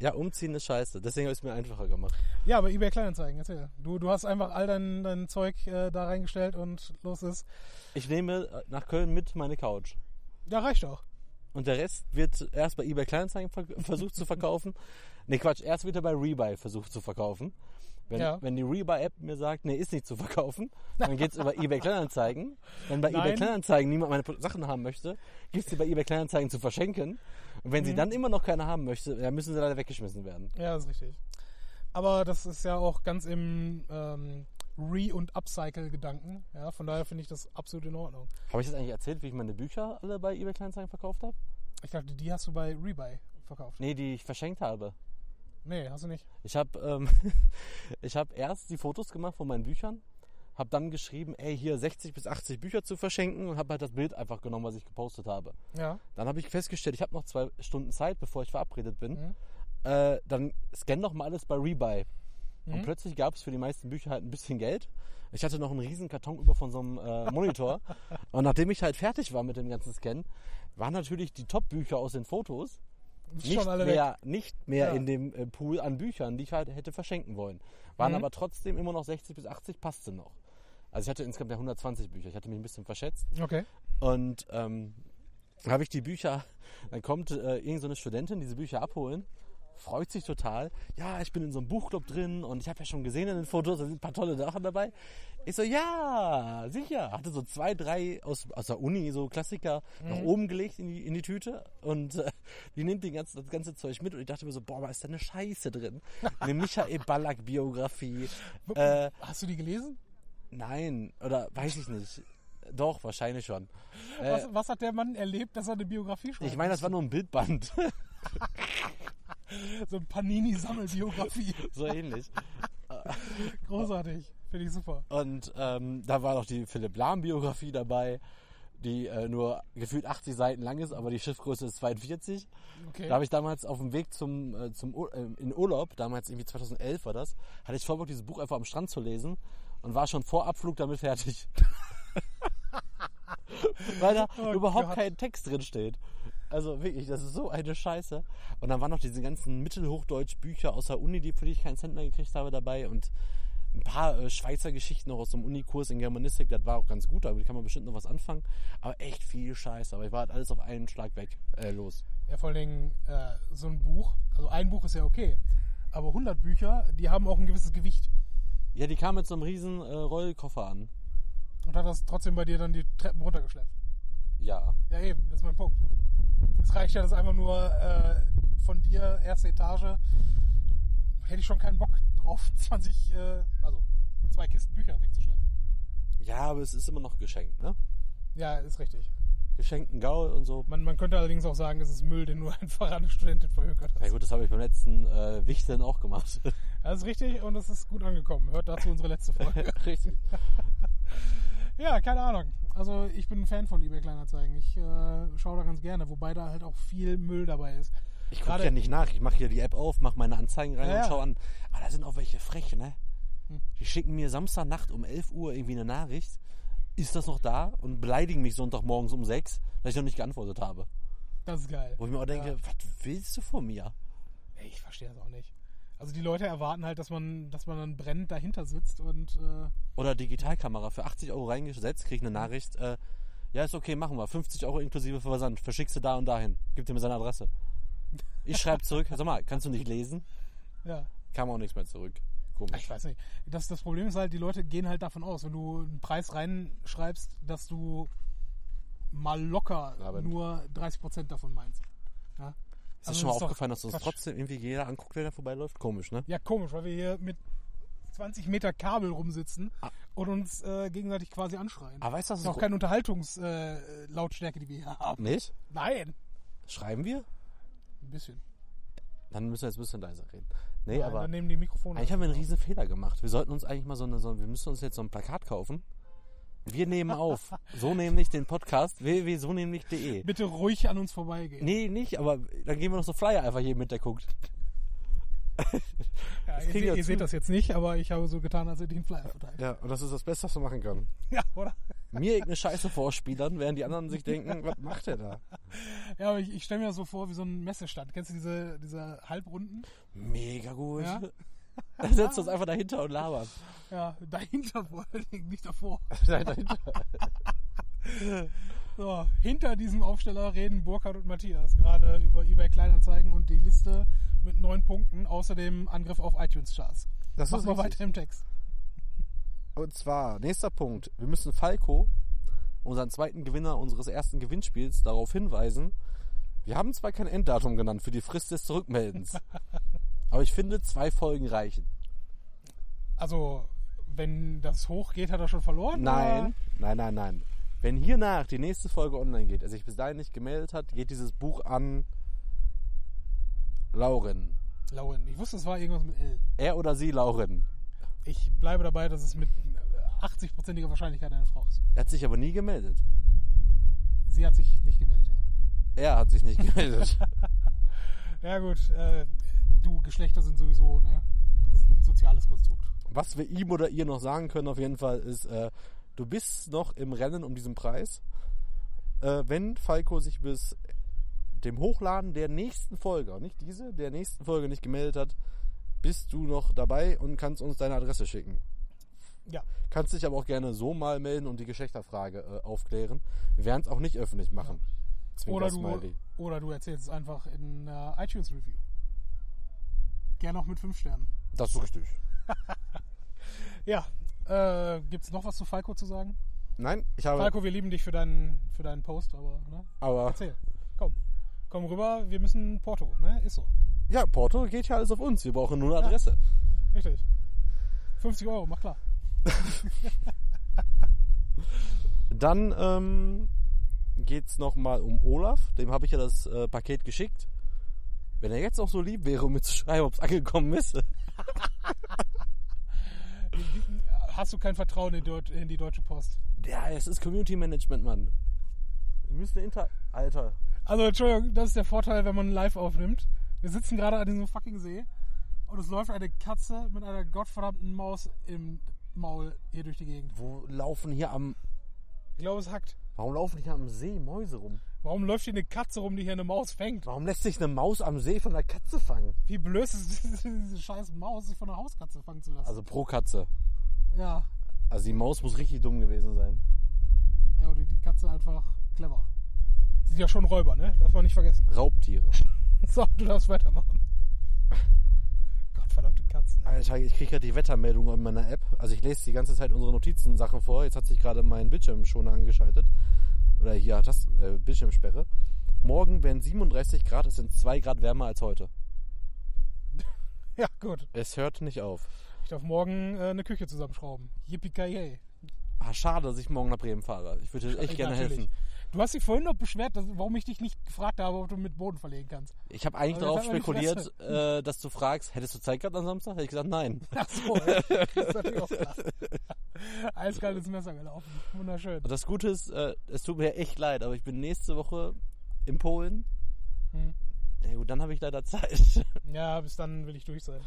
[SPEAKER 1] ja, umziehen ist scheiße. Deswegen habe ich es mir einfacher gemacht.
[SPEAKER 2] Ja, aber eBay Kleinanzeigen, erzähl. Du, du hast einfach all dein, dein Zeug äh, da reingestellt und los ist.
[SPEAKER 1] Ich nehme äh, nach Köln mit meine Couch.
[SPEAKER 2] Ja, reicht doch.
[SPEAKER 1] Und der Rest wird erst bei eBay Kleinanzeigen ver versucht zu verkaufen. Nee, Quatsch, erst wird er bei Rebuy versucht zu verkaufen. Wenn,
[SPEAKER 2] Ja.
[SPEAKER 1] wenn die Rebuy-App mir sagt, nee, ist nicht zu verkaufen, dann geht's über eBay Kleinanzeigen. Wenn bei eBay
[SPEAKER 2] Nein.
[SPEAKER 1] Kleinanzeigen niemand meine Pro- Sachen haben möchte, gibt's die bei eBay Kleinanzeigen zu verschenken. Und
[SPEAKER 2] Mhm.
[SPEAKER 1] wenn sie dann immer noch keine haben möchte, dann müssen sie leider weggeschmissen werden.
[SPEAKER 2] Ja, das ist richtig. Aber das ist ja auch ganz im ähm, Re- und Upcycle-Gedanken. Ja, von daher finde ich das absolut in Ordnung.
[SPEAKER 1] Habe ich das eigentlich erzählt, wie ich meine Bücher alle bei eBay Kleinanzeigen verkauft habe?
[SPEAKER 2] Ich dachte, die hast du bei Rebuy verkauft.
[SPEAKER 1] Nee, die ich verschenkt habe.
[SPEAKER 2] Nee, hast du nicht.
[SPEAKER 1] Ich habe ähm, ich hab erst die Fotos gemacht von meinen Büchern, habe dann geschrieben, ey, hier 60 bis 80 Bücher zu verschenken und habe halt das Bild einfach genommen, was ich gepostet habe.
[SPEAKER 2] Ja.
[SPEAKER 1] Dann habe ich festgestellt, ich habe noch zwei Stunden Zeit, bevor ich verabredet bin.
[SPEAKER 2] Mhm.
[SPEAKER 1] Äh, dann scan doch mal alles bei Rebuy.
[SPEAKER 2] Mhm.
[SPEAKER 1] Und plötzlich gab es für die meisten Bücher halt ein bisschen Geld. Ich hatte noch einen riesen Karton über von so einem äh, Monitor. und nachdem ich halt fertig war mit dem ganzen Scan, waren natürlich die Top-Bücher aus den Fotos nicht
[SPEAKER 2] Schon alle weg.
[SPEAKER 1] mehr, nicht mehr
[SPEAKER 2] Ja.
[SPEAKER 1] in dem äh, Pool an Büchern, die ich halt hätte verschenken wollen. Waren
[SPEAKER 2] Mhm.
[SPEAKER 1] aber trotzdem immer noch 60 bis 80, passte noch. Also ich hatte insgesamt ja 120 Bücher, ich hatte mich ein bisschen verschätzt.
[SPEAKER 2] Okay.
[SPEAKER 1] Und ähm, habe ich die Bücher, dann kommt äh, irgendeine so eine Studentin, diese Bücher abholen, freut sich total. Ja, ich bin in so einem Buchclub drin und ich habe ja schon gesehen in den Fotos, da sind ein paar tolle Sachen dabei. Ich so, ja, sicher. Hatte so zwei, drei aus, aus der Uni, so Klassiker, nach oben gelegt in die, in die Tüte und äh, die nimmt den ganzen, das ganze Zeug mit und ich dachte mir so, boah, was ist da eine Scheiße drin? Eine Michael Ballack-Biografie. äh,
[SPEAKER 2] hast du die gelesen?
[SPEAKER 1] nein, oder weiß ich nicht. Doch, wahrscheinlich schon. Äh,
[SPEAKER 2] was, was hat der Mann erlebt, dass er eine Biografie schreibt?
[SPEAKER 1] ich meine, das war nur ein Bildband,
[SPEAKER 2] so eine Panini-Sammelbiografie.
[SPEAKER 1] so ähnlich.
[SPEAKER 2] Großartig. Finde ich super.
[SPEAKER 1] Und ähm, da war noch die Philipp Lahm-Biografie dabei, die äh, nur gefühlt 80 Seiten lang ist, aber die Schiffgröße ist 42.
[SPEAKER 2] Okay.
[SPEAKER 1] Da habe ich damals auf dem Weg zum, äh, zum Ur ähm, in Urlaub, damals irgendwie 2011 war das, hatte ich voll Bock, dieses Buch einfach am Strand zu lesen und war schon vor Abflug damit fertig. Weil da
[SPEAKER 2] Oh
[SPEAKER 1] überhaupt
[SPEAKER 2] Gott.
[SPEAKER 1] kein Text drin steht. Also wirklich, das ist so eine Scheiße. Und dann waren noch diese ganzen Mittelhochdeutsch-Bücher aus der Uni, die für die ich keinen Cent mehr gekriegt habe, dabei und ein paar äh, Schweizer Geschichten noch aus dem Unikurs in Germanistik. Das war auch ganz gut, damit kann man bestimmt noch was anfangen. Aber echt viel Scheiße. Aber ich war halt alles auf einen Schlag weg äh, los.
[SPEAKER 2] Ja, vor allen Dingen äh, so ein Buch, also ein Buch ist ja okay, aber 100 Bücher, die haben auch ein gewisses Gewicht.
[SPEAKER 1] Ja, die kam mit so einem riesen äh, Rollkoffer an.
[SPEAKER 2] Und hat das trotzdem bei dir dann die Treppen runtergeschleppt.
[SPEAKER 1] Ja.
[SPEAKER 2] Ja, eben, das ist mein Punkt. Es reicht ja, dass einfach nur äh, von dir, erste Etage, hätte ich schon keinen Bock drauf, 20, äh, also zwei Kisten Bücher wegzuschleppen.
[SPEAKER 1] Ja, aber es ist immer noch geschenkt, ne?
[SPEAKER 2] Ja, ist richtig.
[SPEAKER 1] Geschenkten Gaul und so.
[SPEAKER 2] Man, man könnte allerdings auch sagen, es ist Müll, den nur einfach an eine Studentin verhökert
[SPEAKER 1] Ja
[SPEAKER 2] hast.
[SPEAKER 1] gut, das habe ich beim letzten äh, Wichteln auch gemacht.
[SPEAKER 2] Das ist richtig und es ist gut angekommen. Hört dazu unsere letzte Folge.
[SPEAKER 1] Richtig.
[SPEAKER 2] Ja, keine Ahnung. Also ich bin ein Fan von eBay Kleinanzeigen. Ich äh, schaue da ganz gerne, wobei da halt auch viel Müll dabei ist.
[SPEAKER 1] Ich gucke
[SPEAKER 2] Gerade-
[SPEAKER 1] ja nicht nach. Ich mache hier die App auf, mache meine Anzeigen rein
[SPEAKER 2] Ja,
[SPEAKER 1] und
[SPEAKER 2] ja.
[SPEAKER 1] schau an. Ah, da sind auch welche frech, ne?
[SPEAKER 2] Hm.
[SPEAKER 1] Die schicken mir Samstagnacht um 11 Uhr irgendwie eine Nachricht. Ist das noch da? Und beleidigen mich Sonntagmorgens um 6, dass ich noch nicht geantwortet habe.
[SPEAKER 2] Das ist geil.
[SPEAKER 1] Wo ich mir auch denke,
[SPEAKER 2] Ja.
[SPEAKER 1] was willst du von mir?
[SPEAKER 2] Ey, ich verstehe das auch nicht. Also die Leute erwarten halt, dass man, dass man dann brennend dahinter sitzt und äh,
[SPEAKER 1] Oder Digitalkamera für 80 Euro reingesetzt, krieg eine
[SPEAKER 2] Hm.
[SPEAKER 1] Nachricht. Äh, ja, ist okay, machen wir. 50 Euro inklusive Versand. Verschickst du da und dahin. Gib dir mir seine Adresse. Ich schreibe zurück. Sag mal, kannst du nicht lesen?
[SPEAKER 2] ja.
[SPEAKER 1] Kam auch nichts mehr zurück.
[SPEAKER 2] Ich
[SPEAKER 1] Komisch.
[SPEAKER 2] weiß nicht. Das, das Problem ist halt, die Leute gehen halt davon aus, wenn du einen Preis reinschreibst, dass du mal locker
[SPEAKER 1] Abend.
[SPEAKER 2] nur 30% davon meinst. Ja?
[SPEAKER 1] Ist das
[SPEAKER 2] Also
[SPEAKER 1] schon mal
[SPEAKER 2] das ist doch
[SPEAKER 1] aufgefallen, dass uns
[SPEAKER 2] Quatsch.
[SPEAKER 1] trotzdem irgendwie jeder anguckt, wer da vorbeiläuft? Komisch, ne?
[SPEAKER 2] ja, komisch, weil wir hier mit 20 Meter Kabel rumsitzen
[SPEAKER 1] Ah.
[SPEAKER 2] und uns äh, gegenseitig quasi anschreien.
[SPEAKER 1] Aber weißt du, was
[SPEAKER 2] das
[SPEAKER 1] das
[SPEAKER 2] ist auch keine Unterhaltungslautstärke, äh, Lautstärke, die wir hier haben.
[SPEAKER 1] Nicht?
[SPEAKER 2] Nein,
[SPEAKER 1] Schreiben wir?
[SPEAKER 2] ein bisschen.
[SPEAKER 1] Dann müssen wir jetzt ein bisschen leiser reden. Nee,
[SPEAKER 2] Nein,
[SPEAKER 1] aber
[SPEAKER 2] dann nehmen die Mikrofone.
[SPEAKER 1] eigentlich haben wir einen riesen Fehler gemacht. Wir sollten uns eigentlich mal so eine, so, wir müssen uns jetzt so ein Plakat kaufen. Wir nehmen auf. so nämlich den Podcast www.sonämlich.de.
[SPEAKER 2] Bitte ruhig an uns vorbeigehen.
[SPEAKER 1] Nee, nicht, aber dann geben wir noch so Flyer einfach jedem mit, der guckt.
[SPEAKER 2] ja, ihr
[SPEAKER 1] kriegen
[SPEAKER 2] se-
[SPEAKER 1] wir
[SPEAKER 2] ihr
[SPEAKER 1] zu.
[SPEAKER 2] seht das jetzt nicht, aber ich habe so getan, als hätte ich den Flyer verteilt.
[SPEAKER 1] Ja, und das ist das Beste, was wir machen können.
[SPEAKER 2] Ja, oder?
[SPEAKER 1] Mir irgendeine Scheiße vorspielern, während die anderen sich denken, was macht der da?
[SPEAKER 2] Ja, aber ich, ich stelle mir das so vor wie so ein Messestand. Kennst du diese, diese Halbrunden?
[SPEAKER 1] Mega gut.
[SPEAKER 2] Ja.
[SPEAKER 1] Dann setzt uns einfach dahinter und labern.
[SPEAKER 2] Ja, dahinter vor allen Dingen, nicht davor.
[SPEAKER 1] dahinter.
[SPEAKER 2] So, hinter diesem Aufsteller reden Burkhard und Matthias gerade über eBay Kleinanzeigen und die Liste mit neun Punkten, außerdem Angriff auf iTunes-Charts.
[SPEAKER 1] Das
[SPEAKER 2] Mach
[SPEAKER 1] ist
[SPEAKER 2] mal
[SPEAKER 1] richtig.
[SPEAKER 2] weiter im Text.
[SPEAKER 1] Und zwar, nächster Punkt. Wir müssen Falco, unseren zweiten Gewinner unseres ersten Gewinnspiels, darauf hinweisen. Wir haben zwar kein Enddatum genannt für die Frist des Zurückmeldens, aber ich finde, zwei Folgen reichen.
[SPEAKER 2] Also, wenn das hochgeht, hat er schon verloren?
[SPEAKER 1] Nein, nein, nein, nein. Wenn hiernach die nächste Folge online geht, er sich bis dahin nicht gemeldet hat, geht dieses Buch an Lauren.
[SPEAKER 2] oder? Lauren, ich wusste, es war irgendwas mit L.
[SPEAKER 1] Er oder sie, Lauren.
[SPEAKER 2] Ich bleibe dabei, dass es mit 80%iger Wahrscheinlichkeit eine Frau ist.
[SPEAKER 1] Er hat sich aber nie gemeldet.
[SPEAKER 2] Sie hat sich nicht gemeldet. Ja.
[SPEAKER 1] Er hat sich nicht gemeldet.
[SPEAKER 2] Ja gut, äh, du, Geschlechter sind sowieso ne, soziales Konstrukt.
[SPEAKER 1] Was wir ihm oder ihr noch sagen können auf jeden Fall ist, äh, du bist noch im Rennen um diesen Preis. Äh, wenn Falco sich bis dem Hochladen der nächsten Folge, nicht diese, der nächsten Folge nicht gemeldet hat, bist du noch dabei und kannst uns deine Adresse schicken.
[SPEAKER 2] Ja,
[SPEAKER 1] Kannst dich aber auch gerne so mal melden und die Geschlechterfrage äh, aufklären. Wir werden es auch nicht öffentlich machen. Zwinker
[SPEAKER 2] oder du,
[SPEAKER 1] Smiley.
[SPEAKER 2] oder du erzählst es einfach in einer iTunes-Review. Gerne auch mit 5 Sternen.
[SPEAKER 1] Das ist richtig.
[SPEAKER 2] Ja, äh, gibt es noch was zu Falco zu sagen?
[SPEAKER 1] Nein, ich habe.
[SPEAKER 2] Falco, wir lieben dich für deinen, für deinen Post, aber ne?
[SPEAKER 1] aber
[SPEAKER 2] erzähl, komm. Komm rüber, wir müssen Porto, ne? Ist so.
[SPEAKER 1] ja, Porto geht ja alles auf uns. Wir brauchen nur eine Adresse.
[SPEAKER 2] Richtig. 50 Euro, mach klar.
[SPEAKER 1] Dann ähm, geht es nochmal um Olaf. Dem habe ich ja das äh, Paket geschickt. Wenn er jetzt auch so lieb wäre, um mir zu schreiben, ob es angekommen ist.
[SPEAKER 2] Hast du kein Vertrauen in, Deut in die Deutsche Post?
[SPEAKER 1] Ja, es ist Community Management, Mann. Wir müssen inter... Alter.
[SPEAKER 2] Also, Entschuldigung, das ist der Vorteil, wenn man live aufnimmt. Wir sitzen gerade an diesem fucking See und es läuft eine Katze mit einer gottverdammten Maus im Maul hier durch die Gegend.
[SPEAKER 1] Wo laufen hier am...
[SPEAKER 2] Ich glaube, es hackt.
[SPEAKER 1] Warum laufen hier am See Mäuse rum?
[SPEAKER 2] Warum läuft hier eine Katze rum, die hier eine Maus fängt?
[SPEAKER 1] Warum lässt sich eine Maus am See von einer Katze fangen?
[SPEAKER 2] Wie blöd ist es, diese scheiß Maus sich von einer Hauskatze fangen zu lassen?
[SPEAKER 1] Also pro Katze.
[SPEAKER 2] ja.
[SPEAKER 1] Also die Maus muss richtig dumm gewesen sein.
[SPEAKER 2] ja, oder die Katze einfach clever. Sind ja schon Räuber, ne? Darf man nicht vergessen.
[SPEAKER 1] Raubtiere.
[SPEAKER 2] So, du darfst weitermachen. Gottverdammte Katzen. ey.
[SPEAKER 1] Alter, ich kriege ja die Wettermeldung in meiner App. Also ich lese die ganze Zeit unsere Notizen-Sachen vor. Jetzt hat sich gerade mein Bildschirmschoner angeschaltet. Oder hier hat das äh, Bildschirmsperre. Morgen werden 37 Grad, es sind 2 Grad wärmer als heute.
[SPEAKER 2] Ja, gut.
[SPEAKER 1] Es hört nicht auf.
[SPEAKER 2] Ich darf morgen äh, eine Küche zusammenschrauben. Yippie
[SPEAKER 1] Ah, schade, dass ich morgen nach Bremen fahre. Ich würde dir echt gerne
[SPEAKER 2] Natürlich.
[SPEAKER 1] helfen.
[SPEAKER 2] Du hast dich vorhin noch beschwert, dass, warum ich dich nicht gefragt habe, ob du mit Boden verlegen kannst.
[SPEAKER 1] Ich habe eigentlich
[SPEAKER 2] Aber
[SPEAKER 1] darauf
[SPEAKER 2] jetzt hat man die
[SPEAKER 1] spekuliert, äh, dass du fragst, hättest du Zeit gehabt am Samstag? Hätte ich gesagt, nein.
[SPEAKER 2] Ach so, ja. das ist natürlich auch klar. Eiskalt ins Messer gelaufen. Wunderschön.
[SPEAKER 1] Und das Gute ist, äh, es tut mir echt leid, aber ich bin nächste Woche in Polen.
[SPEAKER 2] Hm.
[SPEAKER 1] Ja gut, dann habe ich leider Zeit.
[SPEAKER 2] Ja, bis dann will ich durch sein.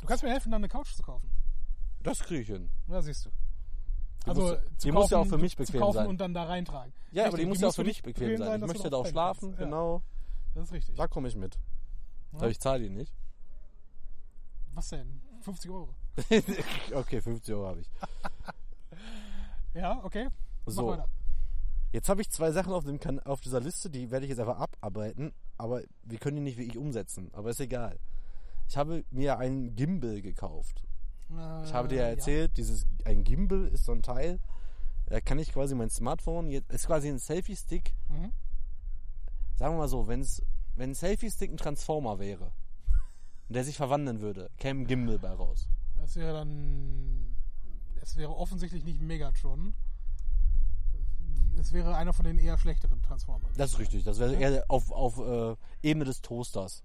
[SPEAKER 2] Du kannst mir helfen, dann eine Couch zu kaufen.
[SPEAKER 1] Das kriege ich hin.
[SPEAKER 2] Ja, siehst du.
[SPEAKER 1] Die
[SPEAKER 2] Also,
[SPEAKER 1] muss-
[SPEAKER 2] zu
[SPEAKER 1] die muss ja
[SPEAKER 2] kaufen-
[SPEAKER 1] auch für mich
[SPEAKER 2] zu
[SPEAKER 1] bequem
[SPEAKER 2] kaufen
[SPEAKER 1] sein.
[SPEAKER 2] und dann da reintragen.
[SPEAKER 1] Ja, aber
[SPEAKER 2] Richtig,
[SPEAKER 1] die muss ja auch
[SPEAKER 2] für
[SPEAKER 1] für
[SPEAKER 2] dich
[SPEAKER 1] dich bequem sein. Ich
[SPEAKER 2] dass du
[SPEAKER 1] möchte da
[SPEAKER 2] drauf
[SPEAKER 1] auch
[SPEAKER 2] pennen
[SPEAKER 1] schlafen,
[SPEAKER 2] kannst.
[SPEAKER 1] genau.
[SPEAKER 2] Ja, das ist richtig.
[SPEAKER 1] Da komme ich mit. Aber ich zahle die nicht.
[SPEAKER 2] Was denn? 50 Euro.
[SPEAKER 1] okay, 50 Euro habe ich.
[SPEAKER 2] Ja, okay. Mach
[SPEAKER 1] So.
[SPEAKER 2] weiter.
[SPEAKER 1] Jetzt habe ich zwei Sachen auf, dem kan auf dieser Liste, die werde ich jetzt einfach abarbeiten, aber wir können die nicht wirklich umsetzen. Aber ist egal. Ich habe mir einen Gimbal gekauft. Ich habe dir ja
[SPEAKER 2] Äh,
[SPEAKER 1] erzählt, dieses ein Gimbal ist so ein Teil, da kann ich quasi mein Smartphone, jetzt ist quasi ein Selfie-Stick,
[SPEAKER 2] Mhm.
[SPEAKER 1] sagen wir mal so, wenn's, wenn ein Selfie-Stick ein Transformer wäre und der sich verwandeln würde, käme ein Gimbal bei raus.
[SPEAKER 2] Das wäre dann. Es wäre offensichtlich nicht Megatron. Es wäre einer von den eher schlechteren Transformers.
[SPEAKER 1] Das ist richtig, das wäre eher auf, auf äh, Ebene des Toasters.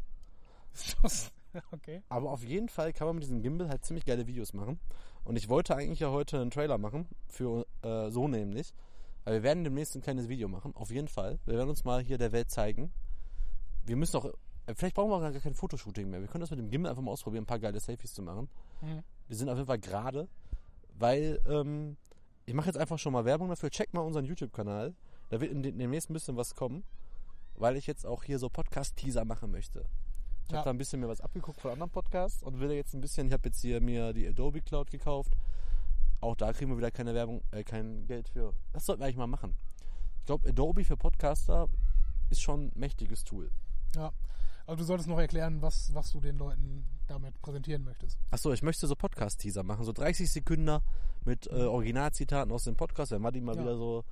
[SPEAKER 2] okay.
[SPEAKER 1] Aber auf jeden Fall kann man mit diesem Gimbal halt ziemlich geile Videos machen. Und ich wollte eigentlich ja heute einen Trailer machen, für äh, so nämlich. Weil wir werden demnächst ein kleines Video machen, auf jeden Fall. Wir werden uns mal hier der Welt zeigen. Wir müssen auch, äh, vielleicht brauchen wir auch gar kein Fotoshooting mehr. Wir können das mit dem Gimbal einfach mal ausprobieren, ein paar geile Selfies zu machen.
[SPEAKER 2] Mhm.
[SPEAKER 1] Wir sind auf jeden Fall gerade, weil ähm, ich mache jetzt einfach schon mal Werbung dafür. Check mal unseren YouTube-Kanal. Da wird in, den- demnächst ein bisschen was kommen, weil ich jetzt auch hier so Podcast-Teaser machen möchte. Ich
[SPEAKER 2] Ja.
[SPEAKER 1] habe da ein bisschen mir was abgeguckt von anderen Podcasts und will jetzt ein bisschen, ich habe jetzt hier mir die Adobe Cloud gekauft. Auch da kriegen wir wieder keine Werbung, äh, kein Geld für. Das sollten wir eigentlich mal machen. Ich glaube, Adobe für Podcaster ist schon ein mächtiges Tool.
[SPEAKER 2] Ja. Aber du solltest noch erklären, was, was du den Leuten damit präsentieren möchtest.
[SPEAKER 1] Achso, ich möchte so Podcast-Teaser machen, so 30 Sekünder mit äh, Originalzitaten aus dem Podcast, wenn Matti mal
[SPEAKER 2] Ja.
[SPEAKER 1] wieder so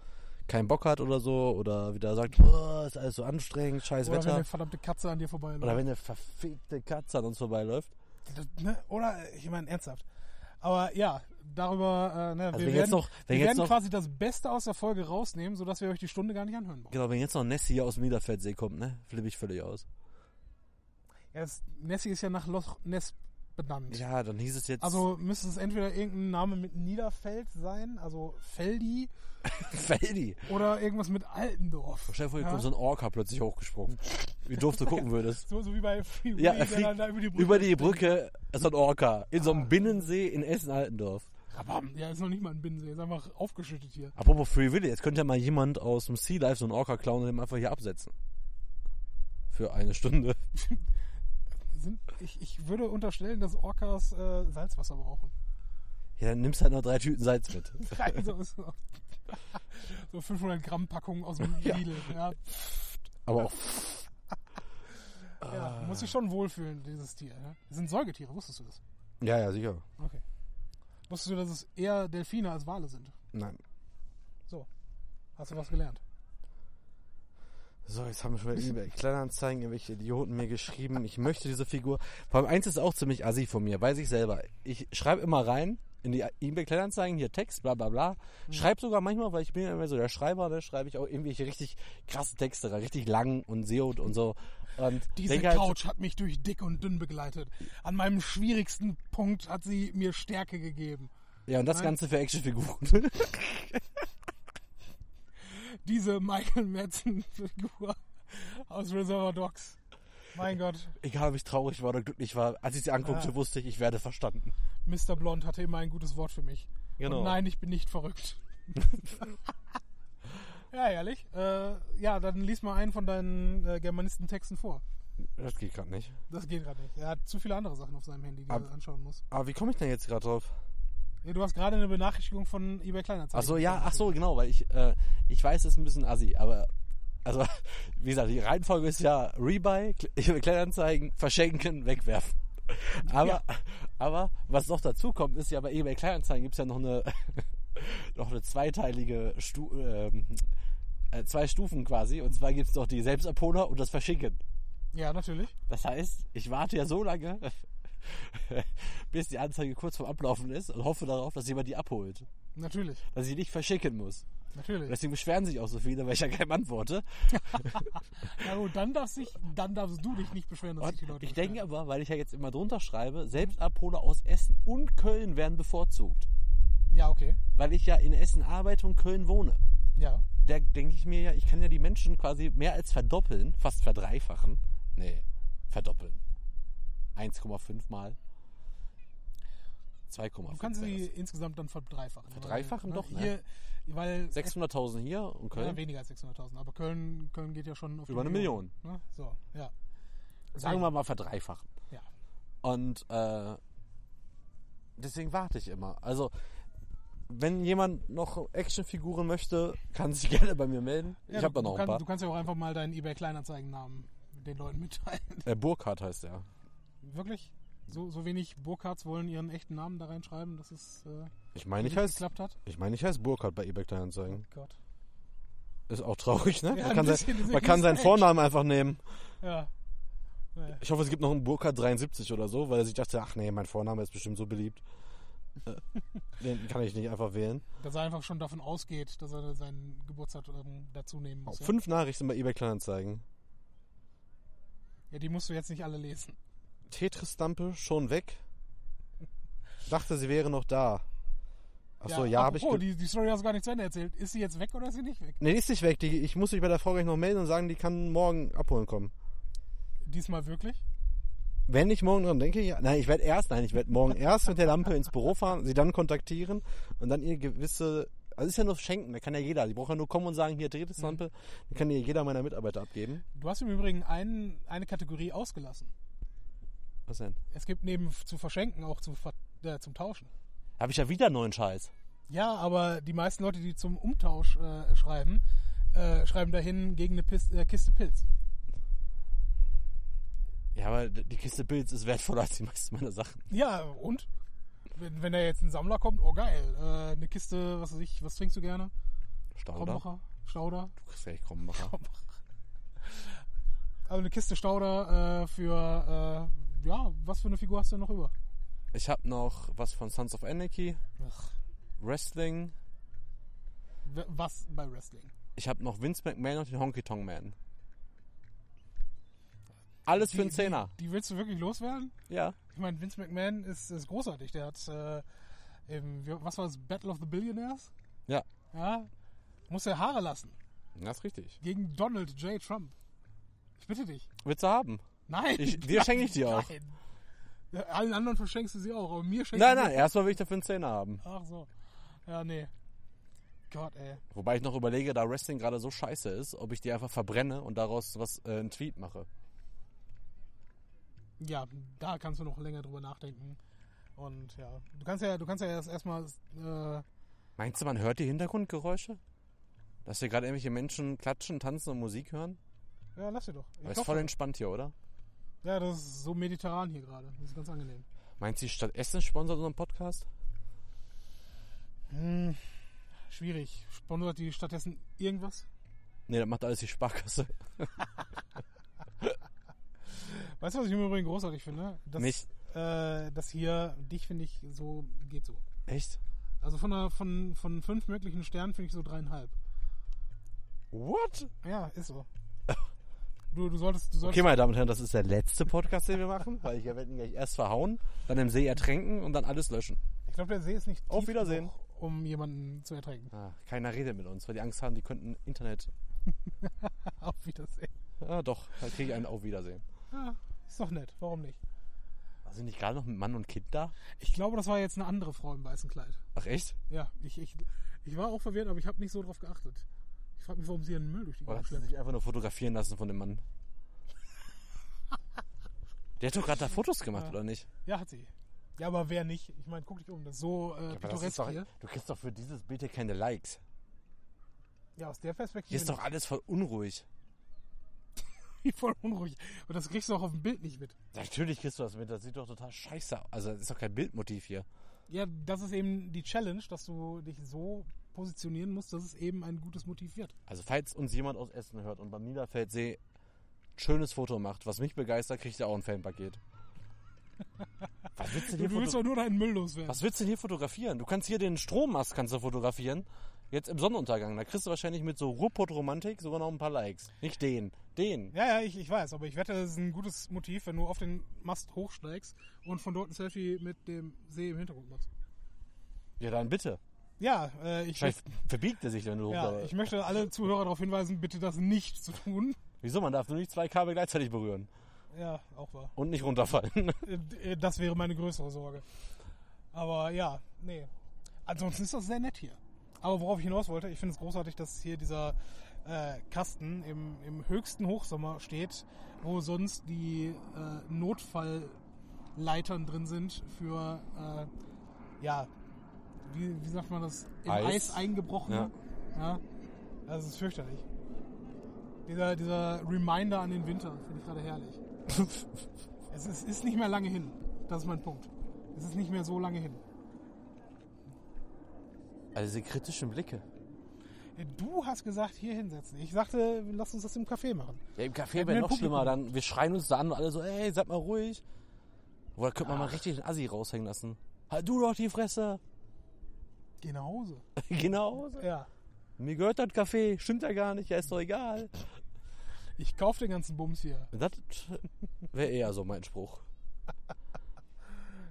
[SPEAKER 1] keinen Bock hat oder so oder wieder sagt, "Boah, ist alles so anstrengend, scheiß
[SPEAKER 2] Oder wenn
[SPEAKER 1] Wetter.
[SPEAKER 2] eine verdammte Katze an dir vorbeiläuft.
[SPEAKER 1] oder wenn eine verfickte Katze an uns vorbeiläuft.
[SPEAKER 2] Das, ne? Oder, ich meine, ernsthaft. Aber ja, darüber, äh, ne,
[SPEAKER 1] Also wenn
[SPEAKER 2] wir werden,
[SPEAKER 1] jetzt noch, wenn
[SPEAKER 2] wir
[SPEAKER 1] jetzt
[SPEAKER 2] werden
[SPEAKER 1] noch,
[SPEAKER 2] quasi das Beste aus der Folge rausnehmen, sodass wir euch die Stunde gar nicht anhören brauchen.
[SPEAKER 1] genau, wenn jetzt noch Nessie hier aus dem Niederfeldsee kommt, ne, flippe ich völlig aus.
[SPEAKER 2] Ja, das, Nessie ist ja nach Loch Ness benannt.
[SPEAKER 1] Ja, dann hieß es jetzt,
[SPEAKER 2] Also müsste es entweder irgendein Name mit Niederfeld sein, also Feldi,
[SPEAKER 1] Feldi.
[SPEAKER 2] oder irgendwas mit Altendorf.
[SPEAKER 1] Stell dir vor, hier
[SPEAKER 2] Ja?
[SPEAKER 1] kommt so ein Orca plötzlich hochgesprungen. Wie doof du gucken würdest.
[SPEAKER 2] so, so wie bei Freeway,
[SPEAKER 1] Ja, er
[SPEAKER 2] der
[SPEAKER 1] fliegt
[SPEAKER 2] dann da über die Brücke.
[SPEAKER 1] über die Brücke ist so ein Orca. In so einem Binnensee in Essen-Altendorf.
[SPEAKER 2] Rabam. Ja, ist noch nicht mal ein Binnensee, ist einfach aufgeschüttet hier.
[SPEAKER 1] Apropos Free Willy, jetzt könnte ja mal jemand aus dem Sea Life so einen Orca klauen und den einfach hier absetzen. Für eine Stunde.
[SPEAKER 2] Sind, ich, ich würde unterstellen, dass Orcas äh, Salzwasser brauchen.
[SPEAKER 1] Ja, dann nimmst halt noch drei Tüten Salz mit.
[SPEAKER 2] Also, so, so 500 Gramm Packung aus dem Lidl. Ja.
[SPEAKER 1] Aber auch
[SPEAKER 2] Ja, Muss sich schon wohlfühlen, dieses Tier. Ne? Das sind Säugetiere, wusstest du das?
[SPEAKER 1] Ja, ja, sicher.
[SPEAKER 2] Okay. Wusstest du, dass es eher Delfine als Wale sind?
[SPEAKER 1] Nein.
[SPEAKER 2] So. Hast du was gelernt?
[SPEAKER 1] So, jetzt haben wir schon wieder über Kleinanzeigen irgendwelche Idioten mir geschrieben. Ich möchte diese Figur. Vor allem eins ist auch ziemlich assi von mir, weiß ich selber. Ich schreibe immer rein in die eBay Kleinanzeigen hier Text, bla bla bla. Schreib sogar manchmal, weil ich bin ja immer so der Schreiber, ne, schreibe ich auch irgendwelche richtig krasse Texte, rein, richtig lang und SEO und so. Und
[SPEAKER 2] Diese
[SPEAKER 1] denke halt,
[SPEAKER 2] Couch hat mich durch dick und dünn begleitet. An meinem schwierigsten Punkt hat sie mir Stärke gegeben.
[SPEAKER 1] Ja, und das
[SPEAKER 2] Nein.
[SPEAKER 1] Ganze für Actionfiguren.
[SPEAKER 2] Diese Michael Madsen-Figur aus Reservoir Dogs. Mein Gott,
[SPEAKER 1] Egal, ob ich traurig war oder glücklich war, als ich sie anguckte,
[SPEAKER 2] Ja.
[SPEAKER 1] wusste ich, ich werde verstanden.
[SPEAKER 2] Mr. Blond hatte immer ein gutes Wort für mich.
[SPEAKER 1] Genau.
[SPEAKER 2] Und nein, ich bin nicht verrückt. ja, ehrlich. Äh, ja, dann lies mal einen von deinen äh, Germanisten-Texten vor.
[SPEAKER 1] Das geht gerade nicht.
[SPEAKER 2] Das geht gerade nicht. Er hat zu viele andere Sachen auf seinem Handy, die
[SPEAKER 1] Ab-
[SPEAKER 2] er anschauen muss.
[SPEAKER 1] Aber wie komme ich denn jetzt gerade drauf?
[SPEAKER 2] Ja, du hast gerade eine Benachrichtigung von eBay Kleinanzeigen.
[SPEAKER 1] Ach so, ja, ach so, genau, weil ich, äh, ich weiß, es ist ein bisschen assi, aber, also, wie gesagt, die Reihenfolge ist ja Rebuy, Kle- eBay Kleinanzeigen, verschenken, wegwerfen. Aber, aber, was noch dazu kommt, ist ja, bei eBay Kleinanzeigen gibt es ja noch eine, noch eine zweiteilige Stu ähm, äh, zwei Stufen quasi. Und zwar gibt es noch die Selbstabholer und das Verschicken.
[SPEAKER 2] Ja, natürlich.
[SPEAKER 1] Das heißt, ich warte ja so lange, bis die Anzeige kurz vorm Ablaufen ist und hoffe darauf, dass jemand die abholt.
[SPEAKER 2] Natürlich.
[SPEAKER 1] Dass ich die nicht verschicken muss.
[SPEAKER 2] Natürlich.
[SPEAKER 1] Deswegen beschweren sich auch so viele, weil ich ja keinem antworte.
[SPEAKER 2] Na gut, dann darfst, dich, dann darfst du dich nicht beschweren, dass
[SPEAKER 1] Und
[SPEAKER 2] sich die Leute
[SPEAKER 1] ich
[SPEAKER 2] beschweren.
[SPEAKER 1] denke aber, weil ich ja jetzt immer drunter schreibe, Selbstabholer aus Essen und Köln werden bevorzugt.
[SPEAKER 2] Ja, okay.
[SPEAKER 1] weil ich ja in Essen arbeite und Köln wohne.
[SPEAKER 2] Ja.
[SPEAKER 1] Da denke ich mir ja, ich kann ja die Menschen quasi mehr als verdoppeln, fast verdreifachen. Nee, verdoppeln. 1,5 mal. 2,5.
[SPEAKER 2] Du kannst
[SPEAKER 1] wäre
[SPEAKER 2] sie
[SPEAKER 1] das.
[SPEAKER 2] insgesamt dann verdreifachen.
[SPEAKER 1] Verdreifachen
[SPEAKER 2] weil,
[SPEAKER 1] doch, ne?
[SPEAKER 2] Hier, weil
[SPEAKER 1] 600.000 hier und
[SPEAKER 2] Ja,
[SPEAKER 1] Köln.
[SPEAKER 2] weniger als 600.000, aber Köln, Köln geht ja schon auf
[SPEAKER 1] Über
[SPEAKER 2] die
[SPEAKER 1] eine
[SPEAKER 2] Ne? So, ja.
[SPEAKER 1] sagen wir mal verdreifachen.
[SPEAKER 2] Ja.
[SPEAKER 1] Und äh, deswegen warte ich immer. Also, wenn jemand noch Actionfiguren möchte, kann sich gerne bei mir melden.
[SPEAKER 2] Ja,
[SPEAKER 1] ich habe da noch
[SPEAKER 2] du
[SPEAKER 1] ein
[SPEAKER 2] kannst-
[SPEAKER 1] paar.
[SPEAKER 2] Du kannst ja auch einfach mal deinen eBay Kleinanzeigennamen den Leuten mitteilen.
[SPEAKER 1] Äh, Burkhardt heißt er.
[SPEAKER 2] Wirklich? So, so wenig Burkhards wollen ihren echten Namen da reinschreiben, dass es äh,
[SPEAKER 1] Ich meine, ich
[SPEAKER 2] nicht
[SPEAKER 1] heiße
[SPEAKER 2] geklappt hat?
[SPEAKER 1] ich mein, ich heiß Burkhardt bei eBay Kleinanzeigen.
[SPEAKER 2] Gott.
[SPEAKER 1] Ist auch traurig, ne?
[SPEAKER 2] Ja,
[SPEAKER 1] Man
[SPEAKER 2] ein
[SPEAKER 1] kann,
[SPEAKER 2] bisschen,
[SPEAKER 1] sein,
[SPEAKER 2] deswegen
[SPEAKER 1] man kann
[SPEAKER 2] ist
[SPEAKER 1] seinen
[SPEAKER 2] es
[SPEAKER 1] Vornamen einfach nehmen.
[SPEAKER 2] Ja. Naja.
[SPEAKER 1] Ich hoffe, es gibt noch einen Burkhardt 73 oder so, weil er sich dachte, ach nee, mein Vorname ist bestimmt so beliebt. Äh, Den kann ich nicht einfach wählen.
[SPEAKER 2] Dass er einfach schon davon ausgeht, dass er seinen Geburtstag dazu nehmen muss. Ja?
[SPEAKER 1] Fünf Nachrichten bei eBay Kleinanzeigen.
[SPEAKER 2] ja, die musst du jetzt nicht alle lesen.
[SPEAKER 1] Tetris-Stampe schon weg. Dachte, sie wäre noch da. Achso, ja, habe ich.
[SPEAKER 2] apropos,
[SPEAKER 1] ge-
[SPEAKER 2] die, die Story hast du gar nicht zu Ende erzählt. Ist sie jetzt weg oder ist sie nicht weg?
[SPEAKER 1] Nee, die ist nicht weg. Die, ich muss mich bei der Frau gleich noch melden und sagen, die kann morgen abholen kommen.
[SPEAKER 2] Diesmal wirklich?
[SPEAKER 1] Wenn ich morgen dran denke, ja. Nein, ich werde erst, nein, ich werde morgen erst mit der Lampe ins Büro fahren, sie dann kontaktieren und dann ihr gewisse. Also ist ja nur Schenken, da kann ja jeder. Die braucht ja nur kommen und sagen, hier dreht das Lampe, dann kann ihr jeder meiner Mitarbeiter abgeben.
[SPEAKER 2] Du hast im Übrigen einen, eine Kategorie ausgelassen.
[SPEAKER 1] Was denn?
[SPEAKER 2] Es gibt neben zu verschenken auch zu, ver- äh, zum Tauschen.
[SPEAKER 1] Habe ich ja wieder neuen Scheiß.
[SPEAKER 2] Ja, aber die meisten Leute, die zum Umtausch äh, schreiben, äh, schreiben dahin gegen eine Pis äh, Kiste Pilz.
[SPEAKER 1] Ja, aber die Kiste Pilz ist wertvoller als die meisten meiner Sachen.
[SPEAKER 2] Ja, und? Wenn, wenn da jetzt ein Sammler kommt, oh geil, äh, eine Kiste, was weiß ich, was trinkst du gerne?
[SPEAKER 1] Stauder.
[SPEAKER 2] Krombacher? Stauder?
[SPEAKER 1] Du kriegst gleich Krombacher.
[SPEAKER 2] Also eine Kiste Stauder äh, für, äh, ja, was für eine Figur hast du denn noch über?
[SPEAKER 1] Ich habe noch was von Sons of Anarchy,
[SPEAKER 2] Ach,
[SPEAKER 1] Wrestling.
[SPEAKER 2] w- was bei Wrestling?
[SPEAKER 1] Ich habe noch Vince McMahon und den Honky Tonk Man. Alles für einen Zehner.
[SPEAKER 2] Die willst du wirklich loswerden?
[SPEAKER 1] Ja.
[SPEAKER 2] Ich meine, Vince McMahon ist, ist großartig. Der hat, äh, im, wie- was war das, Battle of the Billionaires?
[SPEAKER 1] Ja.
[SPEAKER 2] Ja. Muss er Haare lassen.
[SPEAKER 1] Das ist richtig.
[SPEAKER 2] Gegen Donald J. Trump. Ich bitte dich.
[SPEAKER 1] Willst du haben?
[SPEAKER 2] Nein.
[SPEAKER 1] Ich- dir schenke ich die auch.
[SPEAKER 2] Nein. Ja, Allen anderen verschenkst du sie auch, aber mir schenkst
[SPEAKER 1] Nein,
[SPEAKER 2] du
[SPEAKER 1] nein, erstmal will ich dafür einen Zehner haben.
[SPEAKER 2] Ach so. Ja, nee. Gott, ey.
[SPEAKER 1] Wobei ich noch überlege, da Wrestling gerade so scheiße ist, ob ich die einfach verbrenne und daraus was, äh, einen Tweet mache.
[SPEAKER 2] Ja, da kannst du noch länger drüber nachdenken. Und ja, du kannst ja, du kannst ja erst erstmal äh,
[SPEAKER 1] Meinst du, man hört die Hintergrundgeräusche? Dass hier gerade irgendwelche Menschen klatschen, tanzen und Musik hören?
[SPEAKER 2] ja, lass dir doch. Ich
[SPEAKER 1] Aber ist
[SPEAKER 2] hoffe-
[SPEAKER 1] voll entspannt hier, oder?
[SPEAKER 2] ja, das ist so mediterran hier gerade. Das ist ganz angenehm.
[SPEAKER 1] Meinst du, die Stadt Essen sponsert unseren Podcast?
[SPEAKER 2] Hm, schwierig. Sponsert die stattdessen irgendwas?
[SPEAKER 1] Nee, das macht alles die Sparkasse.
[SPEAKER 2] Weißt du, was ich im Übrigen großartig finde? Das,
[SPEAKER 1] Nicht.
[SPEAKER 2] Äh, das hier, dich finde ich so, geht so.
[SPEAKER 1] Echt?
[SPEAKER 2] Also von, einer, von, von fünf möglichen Sternen finde ich so dreieinhalb.
[SPEAKER 1] What?
[SPEAKER 2] Ja, ist so. Du, du solltest, du solltest.
[SPEAKER 1] Okay, meine Damen und Herren, das ist der letzte Podcast, den wir machen, weil ich werde ihn gleich erst verhauen, dann im See ertränken und dann alles löschen.
[SPEAKER 2] Ich glaube, der See ist nicht
[SPEAKER 1] Auf
[SPEAKER 2] tief
[SPEAKER 1] Wiedersehen.
[SPEAKER 2] genug, um jemanden zu ertränken.
[SPEAKER 1] Ah, keiner redet mit uns, weil die Angst haben, die könnten Internet.
[SPEAKER 2] Auf Wiedersehen.
[SPEAKER 1] Ah, doch, dann kriege ich einen auf Wiedersehen.
[SPEAKER 2] Ja, ist doch nett. Warum nicht?
[SPEAKER 1] War sie nicht gerade noch mit Mann und Kind da?
[SPEAKER 2] Ich glaube, das war jetzt eine andere Frau im weißen Kleid.
[SPEAKER 1] Ach, echt?
[SPEAKER 2] Ja, ich, ich, ich war auch verwirrt, aber ich habe nicht so drauf geachtet. Ich frage mich, warum sie ihren Müll durch die
[SPEAKER 1] Oder
[SPEAKER 2] Gegend
[SPEAKER 1] hat sie
[SPEAKER 2] schleppt.
[SPEAKER 1] sich einfach nur fotografieren lassen von dem Mann? Der hat doch gerade da Fotos gemacht, oder nicht?
[SPEAKER 2] Ja, hat sie. Ja, aber wer nicht? Ich meine, guck dich um, das ist so äh,
[SPEAKER 1] Aber das
[SPEAKER 2] pittoresk
[SPEAKER 1] ist doch,
[SPEAKER 2] hier.
[SPEAKER 1] du kriegst doch für dieses Bild hier keine Likes.
[SPEAKER 2] Ja, genau. aus der Perspektive
[SPEAKER 1] Hier ist doch
[SPEAKER 2] nicht.
[SPEAKER 1] alles voll unruhig.
[SPEAKER 2] Ich bin voll unruhig. Und das kriegst du auch auf dem Bild nicht mit.
[SPEAKER 1] Natürlich kriegst du das mit, das sieht doch total scheiße aus. Also, das ist doch kein Bildmotiv hier.
[SPEAKER 2] Ja, das ist eben die Challenge, dass du dich so positionieren musst, dass es eben ein gutes Motiv wird.
[SPEAKER 1] Also falls uns jemand aus Essen hört und beim Niederfeldsee schönes Foto macht, was mich begeistert, kriegt er auch ein Fanpaket. Was willst du
[SPEAKER 2] Du,
[SPEAKER 1] denn
[SPEAKER 2] du
[SPEAKER 1] hier,
[SPEAKER 2] willst
[SPEAKER 1] foto
[SPEAKER 2] doch nur deinen Müll loswerden.
[SPEAKER 1] was willst du denn hier fotografieren? Du kannst hier den Strommast kannst du fotografieren. Jetzt im Sonnenuntergang. Da kriegst du wahrscheinlich mit so Ruhrpott-Romantik sogar noch ein paar Likes. Nicht den. Den.
[SPEAKER 2] Ja, ja, ich, ich weiß, aber ich wette, das ist ein gutes Motiv, wenn du auf den Mast hochsteigst und von dort ein Selfie mit dem See im Hintergrund machst.
[SPEAKER 1] Ja, dann bitte.
[SPEAKER 2] Ja, äh, ich,
[SPEAKER 1] Wahrscheinlich verbiegt er sich, wenn du
[SPEAKER 2] ja,
[SPEAKER 1] hochläufst.
[SPEAKER 2] ich möchte alle Zuhörer darauf hinweisen, bitte das nicht zu tun.
[SPEAKER 1] Wieso? Man darf nur nicht zwei Kabel gleichzeitig berühren
[SPEAKER 2] Ja, auch wahr.
[SPEAKER 1] und nicht runterfallen.
[SPEAKER 2] Äh, Das wäre meine größere Sorge. Aber ja, nee. Ansonsten ist das sehr nett hier. Aber worauf ich hinaus wollte, ich finde es großartig, dass hier dieser äh, Kasten im, im höchsten Hochsommer steht, wo sonst die äh, Notfallleitern drin sind für, äh, ja, wie, wie sagt man das, im Eis,
[SPEAKER 1] Eis.
[SPEAKER 2] eingebrochen. Ja.
[SPEAKER 1] Ja.
[SPEAKER 2] Also es ist fürchterlich. Dieser, dieser Reminder an den Winter finde ich gerade herrlich. Es ist, ist nicht mehr lange hin. Das ist mein Punkt. Es ist nicht mehr so lange hin.
[SPEAKER 1] Also diese kritischen Blicke.
[SPEAKER 2] Äh, Du hast gesagt, hier hinsetzen. Ich sagte, lass uns das im Café machen.
[SPEAKER 1] Ja, im Café
[SPEAKER 2] mehr
[SPEAKER 1] wäre noch
[SPEAKER 2] Publikum.
[SPEAKER 1] schlimmer. Dann, wir schreien uns da an und alle so, ey, seid mal ruhig. Oder könnte man mal richtig den Assi raushängen lassen. Halt du doch die Fresse.
[SPEAKER 2] Geh nach Hause.
[SPEAKER 1] genau.
[SPEAKER 2] Ja.
[SPEAKER 1] Mir gehört das Café. Stimmt ja gar nicht. Ja, ist doch egal.
[SPEAKER 2] Ich kaufe den ganzen Bums hier.
[SPEAKER 1] Das wäre eher so mein Spruch.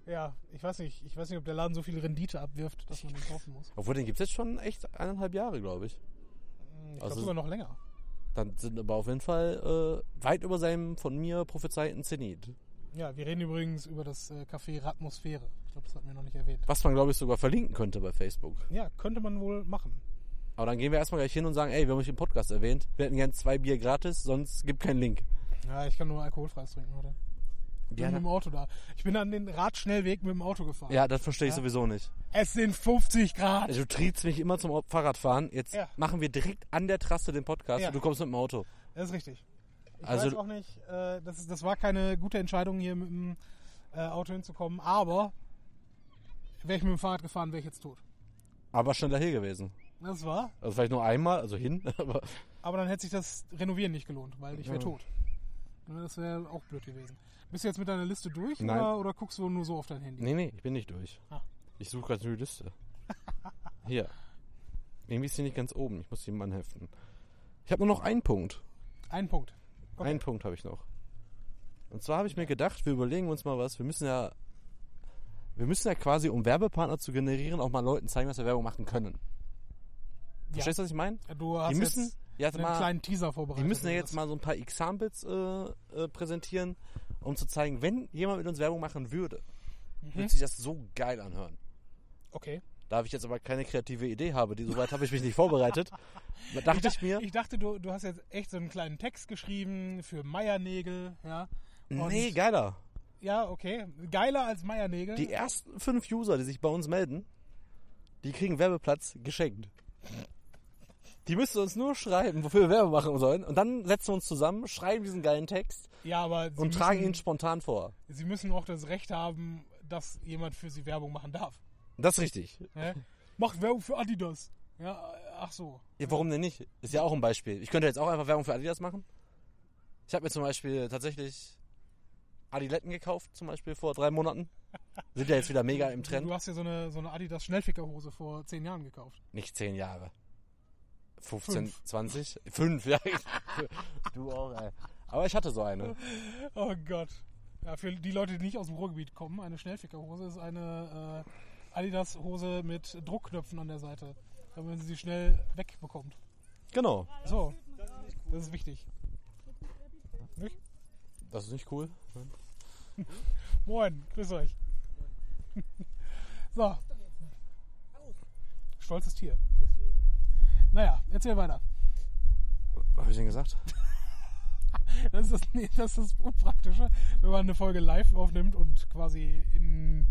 [SPEAKER 2] Ja, ich weiß nicht. Ich weiß nicht, ob der Laden so viel Rendite abwirft, dass man den kaufen muss.
[SPEAKER 1] Obwohl, den gibt's jetzt schon echt eineinhalb Jahre, glaube ich.
[SPEAKER 2] Ich glaube
[SPEAKER 1] Also-
[SPEAKER 2] sogar noch länger.
[SPEAKER 1] Dann sind aber auf jeden Fall äh, weit über seinem von mir prophezeiten Zenit.
[SPEAKER 2] Ja, wir reden übrigens über das äh, Café Ratmosphäre. Ich glaube, das hatten wir noch nicht erwähnt.
[SPEAKER 1] Was man, glaube ich, sogar verlinken könnte bei Facebook.
[SPEAKER 2] Ja, könnte man wohl machen.
[SPEAKER 1] Aber dann gehen wir erstmal gleich hin und sagen, ey, wir haben euch im Podcast erwähnt. Wir hätten gern zwei Bier gratis, sonst gibt keinen Link.
[SPEAKER 2] Ja, ich kann nur alkoholfreies trinken heute. Ich bin mit dem Auto da. Ich bin an den Radschnellweg mit dem Auto gefahren.
[SPEAKER 1] Ja, das verstehe ich sowieso nicht.
[SPEAKER 2] Es sind 50 Grad.
[SPEAKER 1] Also, du triebst mich immer zum Fahrradfahren. Jetzt
[SPEAKER 2] Ja.
[SPEAKER 1] machen wir direkt an der Trasse den Podcast
[SPEAKER 2] Ja.
[SPEAKER 1] und du kommst mit dem Auto.
[SPEAKER 2] Das ist richtig. Ich
[SPEAKER 1] Also-
[SPEAKER 2] weiß auch nicht, äh, das, ist, das war keine gute Entscheidung, hier mit dem äh, Auto hinzukommen, aber wäre ich mit dem Fahrrad gefahren, wäre ich jetzt tot.
[SPEAKER 1] Aber schneller hier gewesen.
[SPEAKER 2] Das war,
[SPEAKER 1] Also vielleicht nur einmal, also hin, aber
[SPEAKER 2] aber dann hätte sich das Renovieren nicht gelohnt, weil ich wäre
[SPEAKER 1] Ja.
[SPEAKER 2] tot. Ne, Das wäre auch blöd gewesen. Bist du jetzt mit deiner Liste durch
[SPEAKER 1] Nein.
[SPEAKER 2] oder, oder guckst du nur so auf dein Handy?
[SPEAKER 1] Nee, nee, ich bin nicht durch.
[SPEAKER 2] Ah.
[SPEAKER 1] Ich suche gerade eine Liste. Hier. Irgendwie ist sie nicht ganz oben. Ich muss sie mal anheften. Ich habe nur noch einen Punkt.
[SPEAKER 2] Ein Punkt. Okay.
[SPEAKER 1] Einen Punkt habe ich noch. Und zwar habe ich mir gedacht, wir überlegen uns mal was. Wir müssen ja. Wir müssen ja quasi, um Werbepartner zu generieren, auch mal Leuten zeigen, dass wir Werbung machen können. Verstehst du, was ich meine?
[SPEAKER 2] Du hast
[SPEAKER 1] Die müssen
[SPEAKER 2] jetzt
[SPEAKER 1] ja,
[SPEAKER 2] einen
[SPEAKER 1] mal,
[SPEAKER 2] kleinen Teaser
[SPEAKER 1] die
[SPEAKER 2] vorbereitet.
[SPEAKER 1] müssen ja
[SPEAKER 2] oder
[SPEAKER 1] jetzt
[SPEAKER 2] was?
[SPEAKER 1] mal so ein paar Examples äh, äh, präsentieren, um zu zeigen, wenn jemand mit uns Werbung machen würde,
[SPEAKER 2] Mhm.
[SPEAKER 1] würde sich das so geil anhören.
[SPEAKER 2] Okay.
[SPEAKER 1] Da ich jetzt aber keine kreative Idee habe, die soweit habe ich mich nicht vorbereitet, dachte ich mir,
[SPEAKER 2] Ich dachte, du, du hast jetzt echt so einen kleinen Text geschrieben für Meiernägel, ja. Und-
[SPEAKER 1] nee, geiler.
[SPEAKER 2] Ja, okay. Geiler als Meiernägel.
[SPEAKER 1] Die ersten fünf User, die sich bei uns melden, die kriegen Werbeplatz geschenkt. Die müssen uns nur schreiben, wofür wir Werbe machen sollen. Und dann setzen wir uns zusammen, schreiben diesen geilen Text
[SPEAKER 2] ja, aber sie
[SPEAKER 1] und
[SPEAKER 2] müssen,
[SPEAKER 1] tragen ihn spontan vor.
[SPEAKER 2] sie müssen auch das Recht haben, dass jemand für sie Werbung machen darf.
[SPEAKER 1] Das ist richtig.
[SPEAKER 2] Ne? Macht Werbung für Adidas. Ja, äh, ach so.
[SPEAKER 1] Ja, warum denn nicht? Ist ja auch ein Beispiel. Ich könnte jetzt auch einfach Werbung für Adidas machen. Ich habe mir zum Beispiel tatsächlich Adiletten gekauft, zum Beispiel vor drei Monaten. Sind ja jetzt wieder mega im Trend.
[SPEAKER 2] Du hast ja so eine, so eine Adidas Schnellfickerhose vor zehn Jahren gekauft.
[SPEAKER 1] Nicht zehn Jahre. 15,
[SPEAKER 2] Fünf.
[SPEAKER 1] 20? Fünf, ja. du auch, ey. Aber ich hatte so eine.
[SPEAKER 2] Oh Gott. Ja, für die Leute, die nicht aus dem Ruhrgebiet kommen, eine Schnellfickerhose ist eine äh, Adidas Hose mit Druckknöpfen an der Seite, damit man sie schnell wegbekommt.
[SPEAKER 1] Genau.
[SPEAKER 2] So. Das ist wichtig. Nicht?
[SPEAKER 1] Das ist nicht cool.
[SPEAKER 2] Moin, grüß euch. so. Stolzes Tier. Naja, erzähl weiter.
[SPEAKER 1] Was habe ich denn gesagt?
[SPEAKER 2] Das ist das, nee, das ist das Unpraktische, wenn man eine Folge live aufnimmt und quasi in,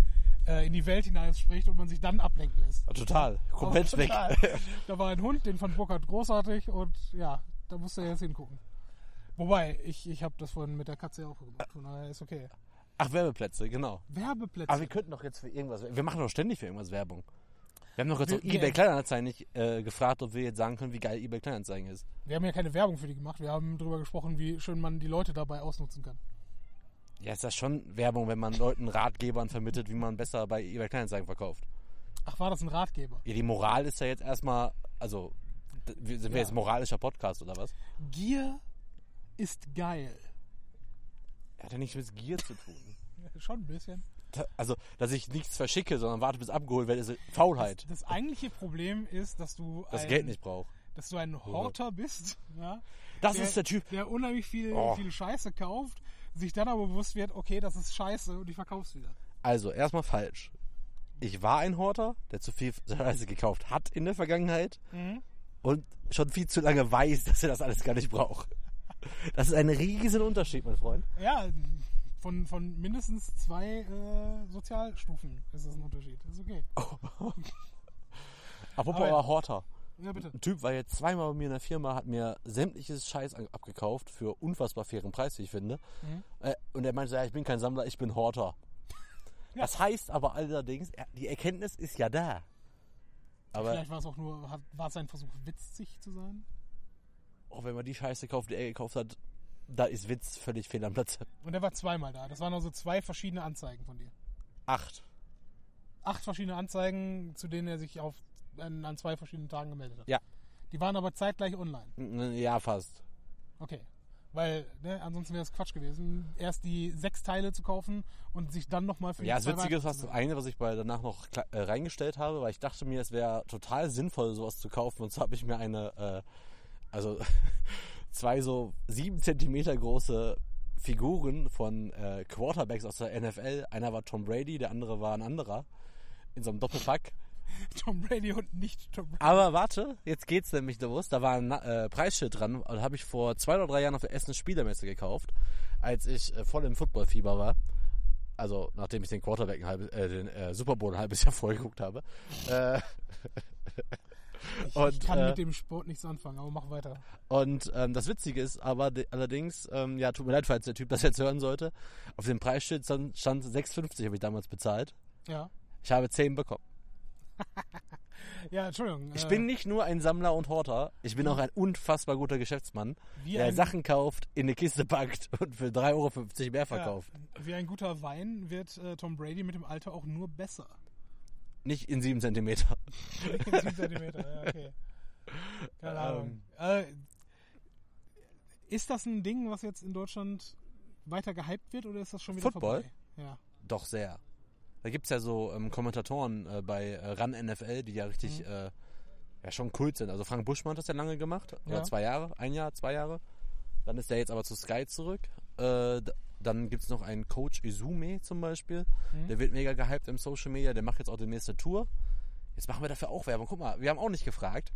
[SPEAKER 2] äh, in die Welt hinein spricht und man sich dann ablenken lässt.
[SPEAKER 1] Total. Komplett
[SPEAKER 2] Aber
[SPEAKER 1] weg.
[SPEAKER 2] total. Da war ein Hund, den fand Burkhardt großartig und ja, da musste er jetzt hingucken. Wobei, ich, ich habe das vorhin mit der Katze ja auch gemacht, von daher ist okay.
[SPEAKER 1] Ach, Werbeplätze, genau.
[SPEAKER 2] Werbeplätze.
[SPEAKER 1] Aber wir könnten doch jetzt für irgendwas. Wir machen doch ständig für irgendwas Werbung. Wir haben doch jetzt
[SPEAKER 2] Wir-
[SPEAKER 1] auf eBay
[SPEAKER 2] wir-
[SPEAKER 1] Kleinanzeigen nicht äh, gefragt, ob wir jetzt sagen können, wie geil eBay Kleinanzeigen ist.
[SPEAKER 2] Wir haben ja keine Werbung für die gemacht. Wir haben darüber gesprochen, wie schön man die Leute dabei ausnutzen kann.
[SPEAKER 1] Ja, ist das schon Werbung, wenn man Leuten Ratgebern vermittelt, wie man besser bei eBay Kleinanzeigen verkauft.
[SPEAKER 2] Ach, war das ein Ratgeber?
[SPEAKER 1] Ja, die Moral ist ja jetzt erstmal, also d- wir- sind wir
[SPEAKER 2] Ja.
[SPEAKER 1] jetzt moralischer Podcast oder was?
[SPEAKER 2] Gier ist geil.
[SPEAKER 1] Hat ja nichts mit Gier zu tun.
[SPEAKER 2] Schon ein bisschen.
[SPEAKER 1] also, dass ich nichts verschicke, sondern warte, bis abgeholt werde, ist Faulheit.
[SPEAKER 2] Das eigentliche Problem ist, dass du
[SPEAKER 1] Halt. Das
[SPEAKER 2] ein,
[SPEAKER 1] Geld nicht brauche.
[SPEAKER 2] dass du ein Horter bist, ja,
[SPEAKER 1] Das ist der Typ.
[SPEAKER 2] der unheimlich viel,
[SPEAKER 1] Oh.
[SPEAKER 2] viel Scheiße kauft, sich dann aber bewusst wird, okay, das ist Scheiße und ich verkauf's wieder.
[SPEAKER 1] Also, erstmal falsch. Ich war ein Horter, der zu viel Scheiße gekauft hat in der Vergangenheit und schon viel zu lange weiß, dass er das alles gar nicht braucht. Das ist ein riesen Unterschied, mein Freund.
[SPEAKER 2] Ja, von, von mindestens zwei äh, Sozialstufen ist das ein Unterschied. Ist okay.
[SPEAKER 1] Oh. Apropos
[SPEAKER 2] Aber-
[SPEAKER 1] aber Horter.
[SPEAKER 2] Ja, bitte.
[SPEAKER 1] Ein Typ war jetzt zweimal bei mir in der Firma, hat mir sämtliches Scheiß an- abgekauft für unfassbar fairen Preis, wie ich finde. Äh, und er meinte, ja, ich bin kein Sammler, ich bin Horter. Das heißt aber allerdings, er- die Erkenntnis ist ja da. Aber
[SPEAKER 2] Vielleicht war es auch nur, hat- war es ein Versuch, witzig zu sein?
[SPEAKER 1] auch wenn man die Scheiße kauft, die er gekauft hat, da ist Witz völlig fehl am Platz.
[SPEAKER 2] Und er war zweimal da. Das waren also zwei verschiedene Anzeigen von dir.
[SPEAKER 1] Acht.
[SPEAKER 2] Acht verschiedene Anzeigen, zu denen er sich auf, an, an zwei verschiedenen Tagen gemeldet hat.
[SPEAKER 1] Ja.
[SPEAKER 2] Die waren aber zeitgleich online.
[SPEAKER 1] N- Ja, fast.
[SPEAKER 2] Okay. Weil, ne, ansonsten wäre es Quatsch gewesen, erst die sechs Teile zu kaufen und sich dann nochmal für
[SPEAKER 1] Ja,
[SPEAKER 2] die
[SPEAKER 1] das
[SPEAKER 2] zwei
[SPEAKER 1] Witzige ist,
[SPEAKER 2] weiteren
[SPEAKER 1] was
[SPEAKER 2] zu
[SPEAKER 1] das
[SPEAKER 2] melden.
[SPEAKER 1] eine, was ich bei danach noch kla- äh, reingestellt habe, weil ich dachte mir, es wäre total sinnvoll, sowas zu kaufen. Und so habe ich mir eine, äh, also zwei so sieben Zentimeter große Figuren von äh, Quarterbacks aus der NFL. Einer war Tom Brady, der andere war ein anderer. In so einem Doppelpack.
[SPEAKER 2] Tom Brady und nicht Tom Brady.
[SPEAKER 1] Aber warte, jetzt geht's nämlich los. Da war ein äh, Preisschild dran. Und habe ich vor zwei oder drei Jahren auf der Essen Spielermesse gekauft, als ich äh, voll im Footballfieber war. Also, nachdem ich den Quarterback, ein halbes, äh, den äh, Super Bowl ein halbes Jahr vorgeguckt habe. Äh,
[SPEAKER 2] ich
[SPEAKER 1] und,
[SPEAKER 2] kann
[SPEAKER 1] äh,
[SPEAKER 2] mit dem Sport nichts anfangen, aber mach weiter.
[SPEAKER 1] Und ähm, das Witzige ist aber de- allerdings, ähm, ja, tut mir leid, falls der Typ das jetzt hören sollte, auf dem Preisschild stand, stand 6,50 habe ich damals bezahlt.
[SPEAKER 2] Ja.
[SPEAKER 1] Ich habe 10 bekommen.
[SPEAKER 2] Ja, Mhm. Entschuldigung.
[SPEAKER 1] Ich
[SPEAKER 2] äh,
[SPEAKER 1] bin nicht nur ein Sammler und Horter, ich bin auch ein unfassbar guter Geschäftsmann,
[SPEAKER 2] Wie
[SPEAKER 1] der
[SPEAKER 2] ein-
[SPEAKER 1] Sachen kauft, in eine Kiste packt und für 3,50 Euro mehr verkauft.
[SPEAKER 2] Ja, wie ein guter Wein wird äh, Tom Brady mit dem Alter auch nur besser.
[SPEAKER 1] Nicht in 7 Zentimeter.
[SPEAKER 2] 7 Zentimeter, ja, okay.
[SPEAKER 1] Ähm.
[SPEAKER 2] Keine Ahnung. Äh, ist das ein Ding, was jetzt in Deutschland weiter gehypt wird oder ist das schon wieder
[SPEAKER 1] Football?
[SPEAKER 2] vorbei? Ja.
[SPEAKER 1] Doch sehr. Da gibt es ja so ähm, Kommentatoren äh, bei äh, RAN NFL, die ja
[SPEAKER 2] Mhm.
[SPEAKER 1] richtig äh, ja, schon kult sind. Also Frank Buschmann hat das ja lange gemacht.
[SPEAKER 2] Ja.
[SPEAKER 1] Oder zwei Jahre, ein Jahr, zwei Jahre. Dann ist der jetzt aber zu Sky zurück. Äh, d- dann gibt es noch einen Coach Izume zum Beispiel.
[SPEAKER 2] Mhm.
[SPEAKER 1] Der wird mega gehypt im Social Media. Der macht jetzt auch demnächst eine Tour. Jetzt machen wir dafür auch Werbung. Guck mal, wir haben auch nicht gefragt.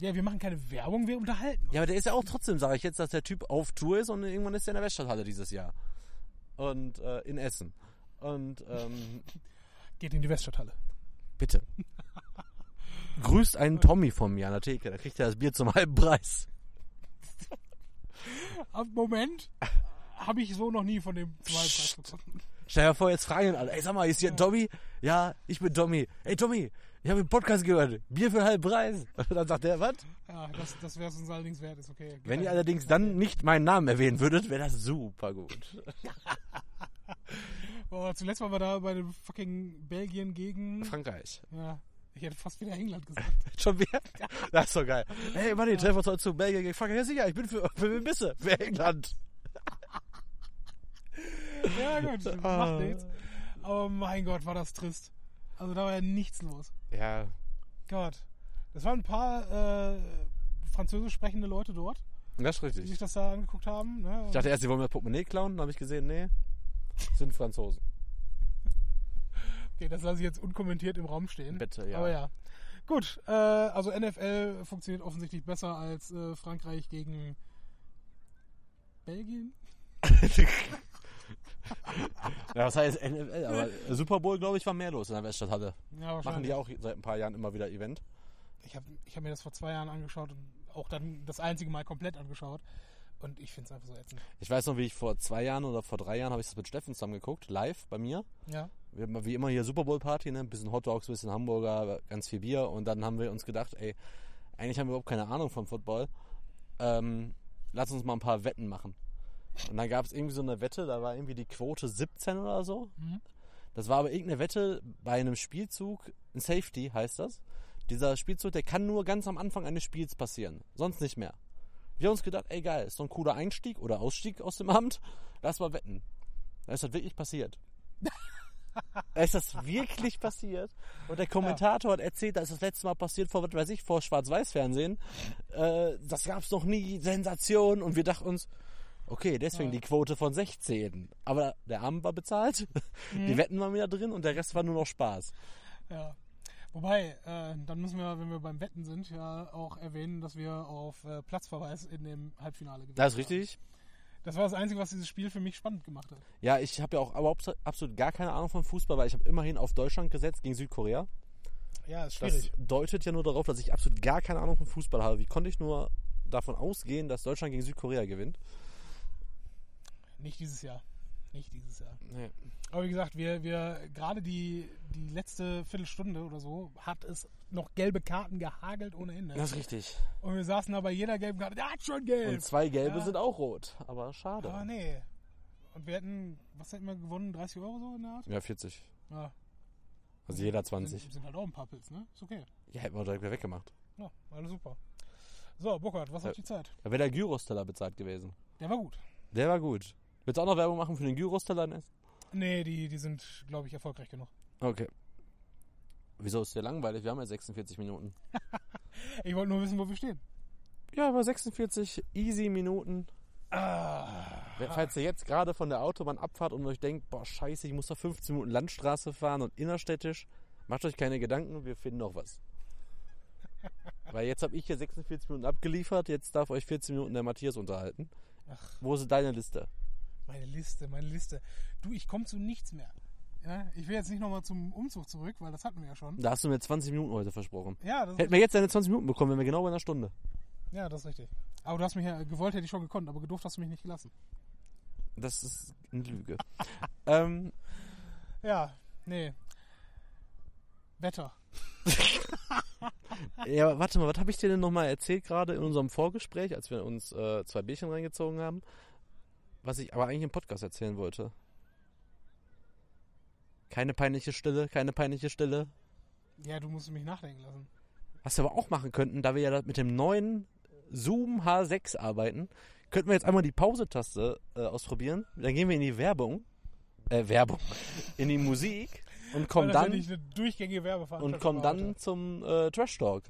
[SPEAKER 2] Ja, wir machen keine Werbung, wir unterhalten uns.
[SPEAKER 1] Ja, aber der ist ja auch trotzdem, sage ich jetzt, dass der Typ auf Tour ist und irgendwann ist er in der Weststadthalle dieses Jahr. Und äh, in Essen. Und ähm,
[SPEAKER 2] Geht in die Weststadthalle.
[SPEAKER 1] Bitte. Grüßt einen Tommy von mir an der Theke, dann kriegt er das Bier zum halben Preis.
[SPEAKER 2] Ab Äh, Moment habe ich so noch nie von dem Wahlpreis bekommen.
[SPEAKER 1] Stell dir vor, jetzt fragen ihn alle, ey, sag mal, ist hier ein Tommy? Ja, ich bin Tommy. Ey, Tommy, ich habe den Podcast gehört, Bier für halben Preis. Und dann sagt er, was?
[SPEAKER 2] Ja, das, das wäre es uns allerdings wert, ist okay. Geht
[SPEAKER 1] Wenn ihr
[SPEAKER 2] dahin.
[SPEAKER 1] allerdings dann nicht meinen Namen erwähnen würdet, wäre das super gut.
[SPEAKER 2] Boah, Oh, zuletzt waren wir da bei dem fucking Belgien gegen.
[SPEAKER 1] Frankreich.
[SPEAKER 2] Ja, ich hätte fast wieder England gesagt.
[SPEAKER 1] Schon wieder? Das ist doch geil. Ey, Manni, treffen wir uns heute zu Belgien gegen Frankreich. Ja, sicher, ich bin für, für wen bist du? Für England.
[SPEAKER 2] ja, gut,
[SPEAKER 1] Ah.
[SPEAKER 2] macht nichts. Aber mein Gott, war das trist. Also da war ja nichts los.
[SPEAKER 1] Ja,
[SPEAKER 2] Gott. Das waren ein paar äh, französisch sprechende Leute dort,
[SPEAKER 1] das ist
[SPEAKER 2] die
[SPEAKER 1] richtig.
[SPEAKER 2] sich das da angeguckt haben. Ne?
[SPEAKER 1] Ich dachte erst, sie wollen mir das Portemonnaie klauen, dann habe ich gesehen, nee, sind Franzosen.
[SPEAKER 2] Okay, das lasse ich jetzt unkommentiert im Raum stehen.
[SPEAKER 1] Bitte, ja.
[SPEAKER 2] Aber Oh, ja. Gut, äh, also NFL funktioniert offensichtlich besser als äh, Frankreich gegen Belgien.
[SPEAKER 1] Ja, was heißt NFL? Aber Super Bowl, glaube ich, war mehr los in der Weststadthalle.
[SPEAKER 2] Ja, wahrscheinlich.
[SPEAKER 1] Machen die auch seit ein paar Jahren immer wieder Event.
[SPEAKER 2] Ich habe ich hab mir das vor zwei Jahren angeschaut und auch dann das einzige Mal komplett angeschaut. Und ich finde es einfach so ätzend.
[SPEAKER 1] Ich weiß noch, wie ich vor zwei Jahren oder vor drei Jahren habe ich das mit Steffen zusammen geguckt, live bei mir.
[SPEAKER 2] Ja.
[SPEAKER 1] Wir haben wie immer hier Super Bowl Party, ne? ein bisschen Hot Dogs, ein bisschen Hamburger, ganz viel Bier. Und dann haben wir uns gedacht, ey, eigentlich haben wir überhaupt keine Ahnung von Football. Ähm, lass uns mal ein paar Wetten machen. Und dann gab es irgendwie so eine Wette, da war irgendwie die Quote 17 oder so. Das war aber irgendeine Wette bei einem Spielzug, ein Safety heißt das. Dieser Spielzug, der kann nur ganz am Anfang eines Spiels passieren, sonst nicht mehr. Wir haben uns gedacht, ey geil, ist so ein cooler Einstieg oder Ausstieg aus dem Amt, lass mal wetten. Da ist das wirklich passiert. ist das wirklich passiert? Und der Kommentator hat erzählt, das ist das letzte Mal passiert vor, was weiß ich, vor Schwarz-Weiß-Fernsehen. Äh, das gab's noch nie, Sensation. Und wir dachten uns, okay, deswegen die Quote von 16. Aber der Abend war bezahlt, die Wetten waren wieder drin und der Rest war nur noch Spaß.
[SPEAKER 2] Ja. Wobei, äh, dann müssen wir, wenn wir beim Wetten sind, ja auch erwähnen, dass wir auf äh, Platzverweis in dem Halbfinale gewinnen.
[SPEAKER 1] Das ist richtig.
[SPEAKER 2] Das war das Einzige, was dieses Spiel für mich spannend gemacht hat.
[SPEAKER 1] Ja, ich habe ja auch überhaupt absolut gar keine Ahnung von Fußball, weil ich habe immerhin auf Deutschland gesetzt gegen Südkorea.
[SPEAKER 2] Ja, ist
[SPEAKER 1] Das
[SPEAKER 2] schwierig.
[SPEAKER 1] deutet ja nur darauf, dass ich absolut gar keine Ahnung vom Fußball habe. Wie konnte ich nur davon ausgehen, dass Deutschland gegen Südkorea gewinnt?
[SPEAKER 2] Nicht dieses Jahr. Nicht dieses Jahr. Aber wie gesagt, wir, wir gerade die, die letzte Viertelstunde oder so hat es noch gelbe Karten gehagelt ohne Ende.
[SPEAKER 1] Das ist richtig.
[SPEAKER 2] Und wir saßen da bei jeder gelben Karte, der hat schon
[SPEAKER 1] Und
[SPEAKER 2] gelb.
[SPEAKER 1] zwei gelbe
[SPEAKER 2] Ja.
[SPEAKER 1] sind auch rot. Aber schade.
[SPEAKER 2] Aber nee. Und wir hätten, was hätten wir gewonnen? 30 Euro so in der Art?
[SPEAKER 1] Ja, 40.
[SPEAKER 2] Ja.
[SPEAKER 1] Also jeder
[SPEAKER 2] Sind,
[SPEAKER 1] 20.
[SPEAKER 2] sind halt auch ein paar Pilz, ne? Ist okay.
[SPEAKER 1] Ja, hätten wir direkt wieder weggemacht.
[SPEAKER 2] Ja, alles super. So, Burkhard, was
[SPEAKER 1] Ja.
[SPEAKER 2] hat die Zeit?
[SPEAKER 1] Da wäre der Gyros-Teller bezahlt gewesen.
[SPEAKER 2] Der war gut.
[SPEAKER 1] Der war gut. Willst du auch noch Werbung machen für den Gyros-Teller? in Essen?
[SPEAKER 2] Nee, die, die sind, glaube ich, erfolgreich genug.
[SPEAKER 1] Okay. Wieso ist der langweilig? Wir haben ja 46 Minuten.
[SPEAKER 2] Ich wollte nur wissen, wo wir stehen.
[SPEAKER 1] Ja, aber 46 easy Minuten. Wer- Falls ihr jetzt gerade von der Autobahn abfahrt und euch denkt, boah, scheiße, ich muss doch 15 Minuten Landstraße fahren und innerstädtisch, macht euch keine Gedanken, wir finden noch was. Weil jetzt habe ich hier 46 Minuten abgeliefert, jetzt darf euch 14 Minuten der Matthias unterhalten. Wo ist deine Liste?
[SPEAKER 2] Meine Liste, meine Liste. Du, ich komme zu nichts mehr. Ja, ich will jetzt nicht nochmal zum Umzug zurück, weil das hatten wir ja schon.
[SPEAKER 1] Da hast du mir 20 Minuten heute versprochen.
[SPEAKER 2] Ja, das,
[SPEAKER 1] Hätten wir jetzt deine 20 Minuten bekommen, wären wir genau bei einer Stunde.
[SPEAKER 2] ja, das ist richtig. Aber du hast mich ja äh, gewollt, hätte ich schon gekonnt, aber gedurft hast du mich nicht gelassen.
[SPEAKER 1] Das ist eine Lüge. ähm,
[SPEAKER 2] Ja, nee. Wetter.
[SPEAKER 1] ja, aber warte mal, was habe ich dir denn nochmal erzählt gerade in unserem Vorgespräch, als wir uns äh, zwei Bierchen reingezogen haben, was ich aber eigentlich im Podcast erzählen wollte? Keine peinliche Stille, keine peinliche Stille.
[SPEAKER 2] Ja, du musst mich nachdenken lassen.
[SPEAKER 1] Was wir aber auch machen könnten, da wir ja mit dem neuen Zoom H6 arbeiten, könnten wir jetzt einmal die Pause-Taste äh, ausprobieren. Dann gehen wir in die Werbung, äh, Werbung, in die Musik und kommen
[SPEAKER 2] Weil das ja
[SPEAKER 1] dann,
[SPEAKER 2] nicht eine durchgängige Werbeveranstaltung
[SPEAKER 1] und kommen
[SPEAKER 2] war
[SPEAKER 1] dann
[SPEAKER 2] heute.
[SPEAKER 1] zum äh, Trash Talk.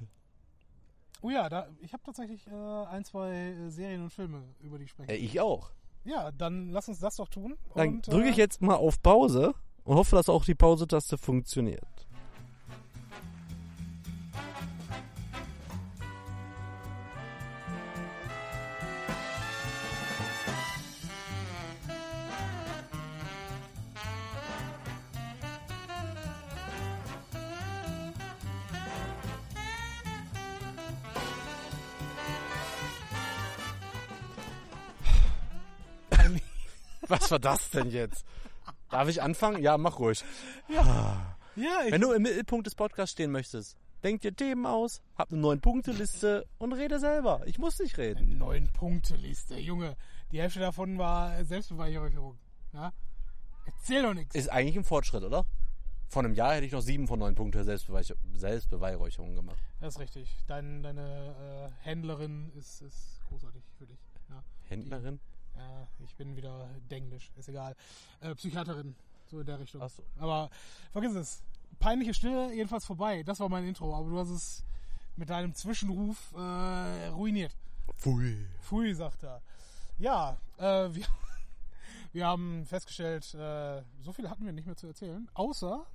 [SPEAKER 2] Oh ja, da, ich habe tatsächlich äh, ein, zwei äh, Serien und Filme, über die ich spreche.
[SPEAKER 1] Äh, ich auch.
[SPEAKER 2] Ja, dann lass uns das doch tun.
[SPEAKER 1] Dann
[SPEAKER 2] Und,
[SPEAKER 1] drücke ich
[SPEAKER 2] äh,
[SPEAKER 1] jetzt mal auf Pause und hoffe, dass auch die Pause-Taste funktioniert. Was war das denn jetzt? Darf ich anfangen? Ja, mach ruhig.
[SPEAKER 2] Ja, ich,
[SPEAKER 1] Wenn du im Mittelpunkt des Podcasts stehen möchtest, denk dir Themen aus, hab eine neun Punkteliste und rede selber. Ich muss nicht reden.
[SPEAKER 2] neun Punkte Liste, Junge. Die Hälfte davon war Selbstbeweihräucherung. Ja? Erzähl doch nichts.
[SPEAKER 1] Ist eigentlich ein Fortschritt, oder? Vor einem Jahr hätte ich noch sieben von neun Punkte Selbstbeweich Selbstbeweihräucherungen gemacht.
[SPEAKER 2] Das ist richtig. Dein, deine äh, Händlerin ist, ist großartig für dich. Ja.
[SPEAKER 1] Händlerin?
[SPEAKER 2] Ja, ich bin wieder Denglisch, ist egal. Äh, Psychiaterin, so in der Richtung.
[SPEAKER 1] Ach so.
[SPEAKER 2] Aber vergiss es. Peinliche Stille, jedenfalls vorbei. Das war mein Intro, aber du hast es mit deinem Zwischenruf äh, ruiniert.
[SPEAKER 1] Pfui.
[SPEAKER 2] Pfui, sagt er. Ja, äh, wir, wir haben festgestellt, äh, so viel hatten wir nicht mehr zu erzählen, außer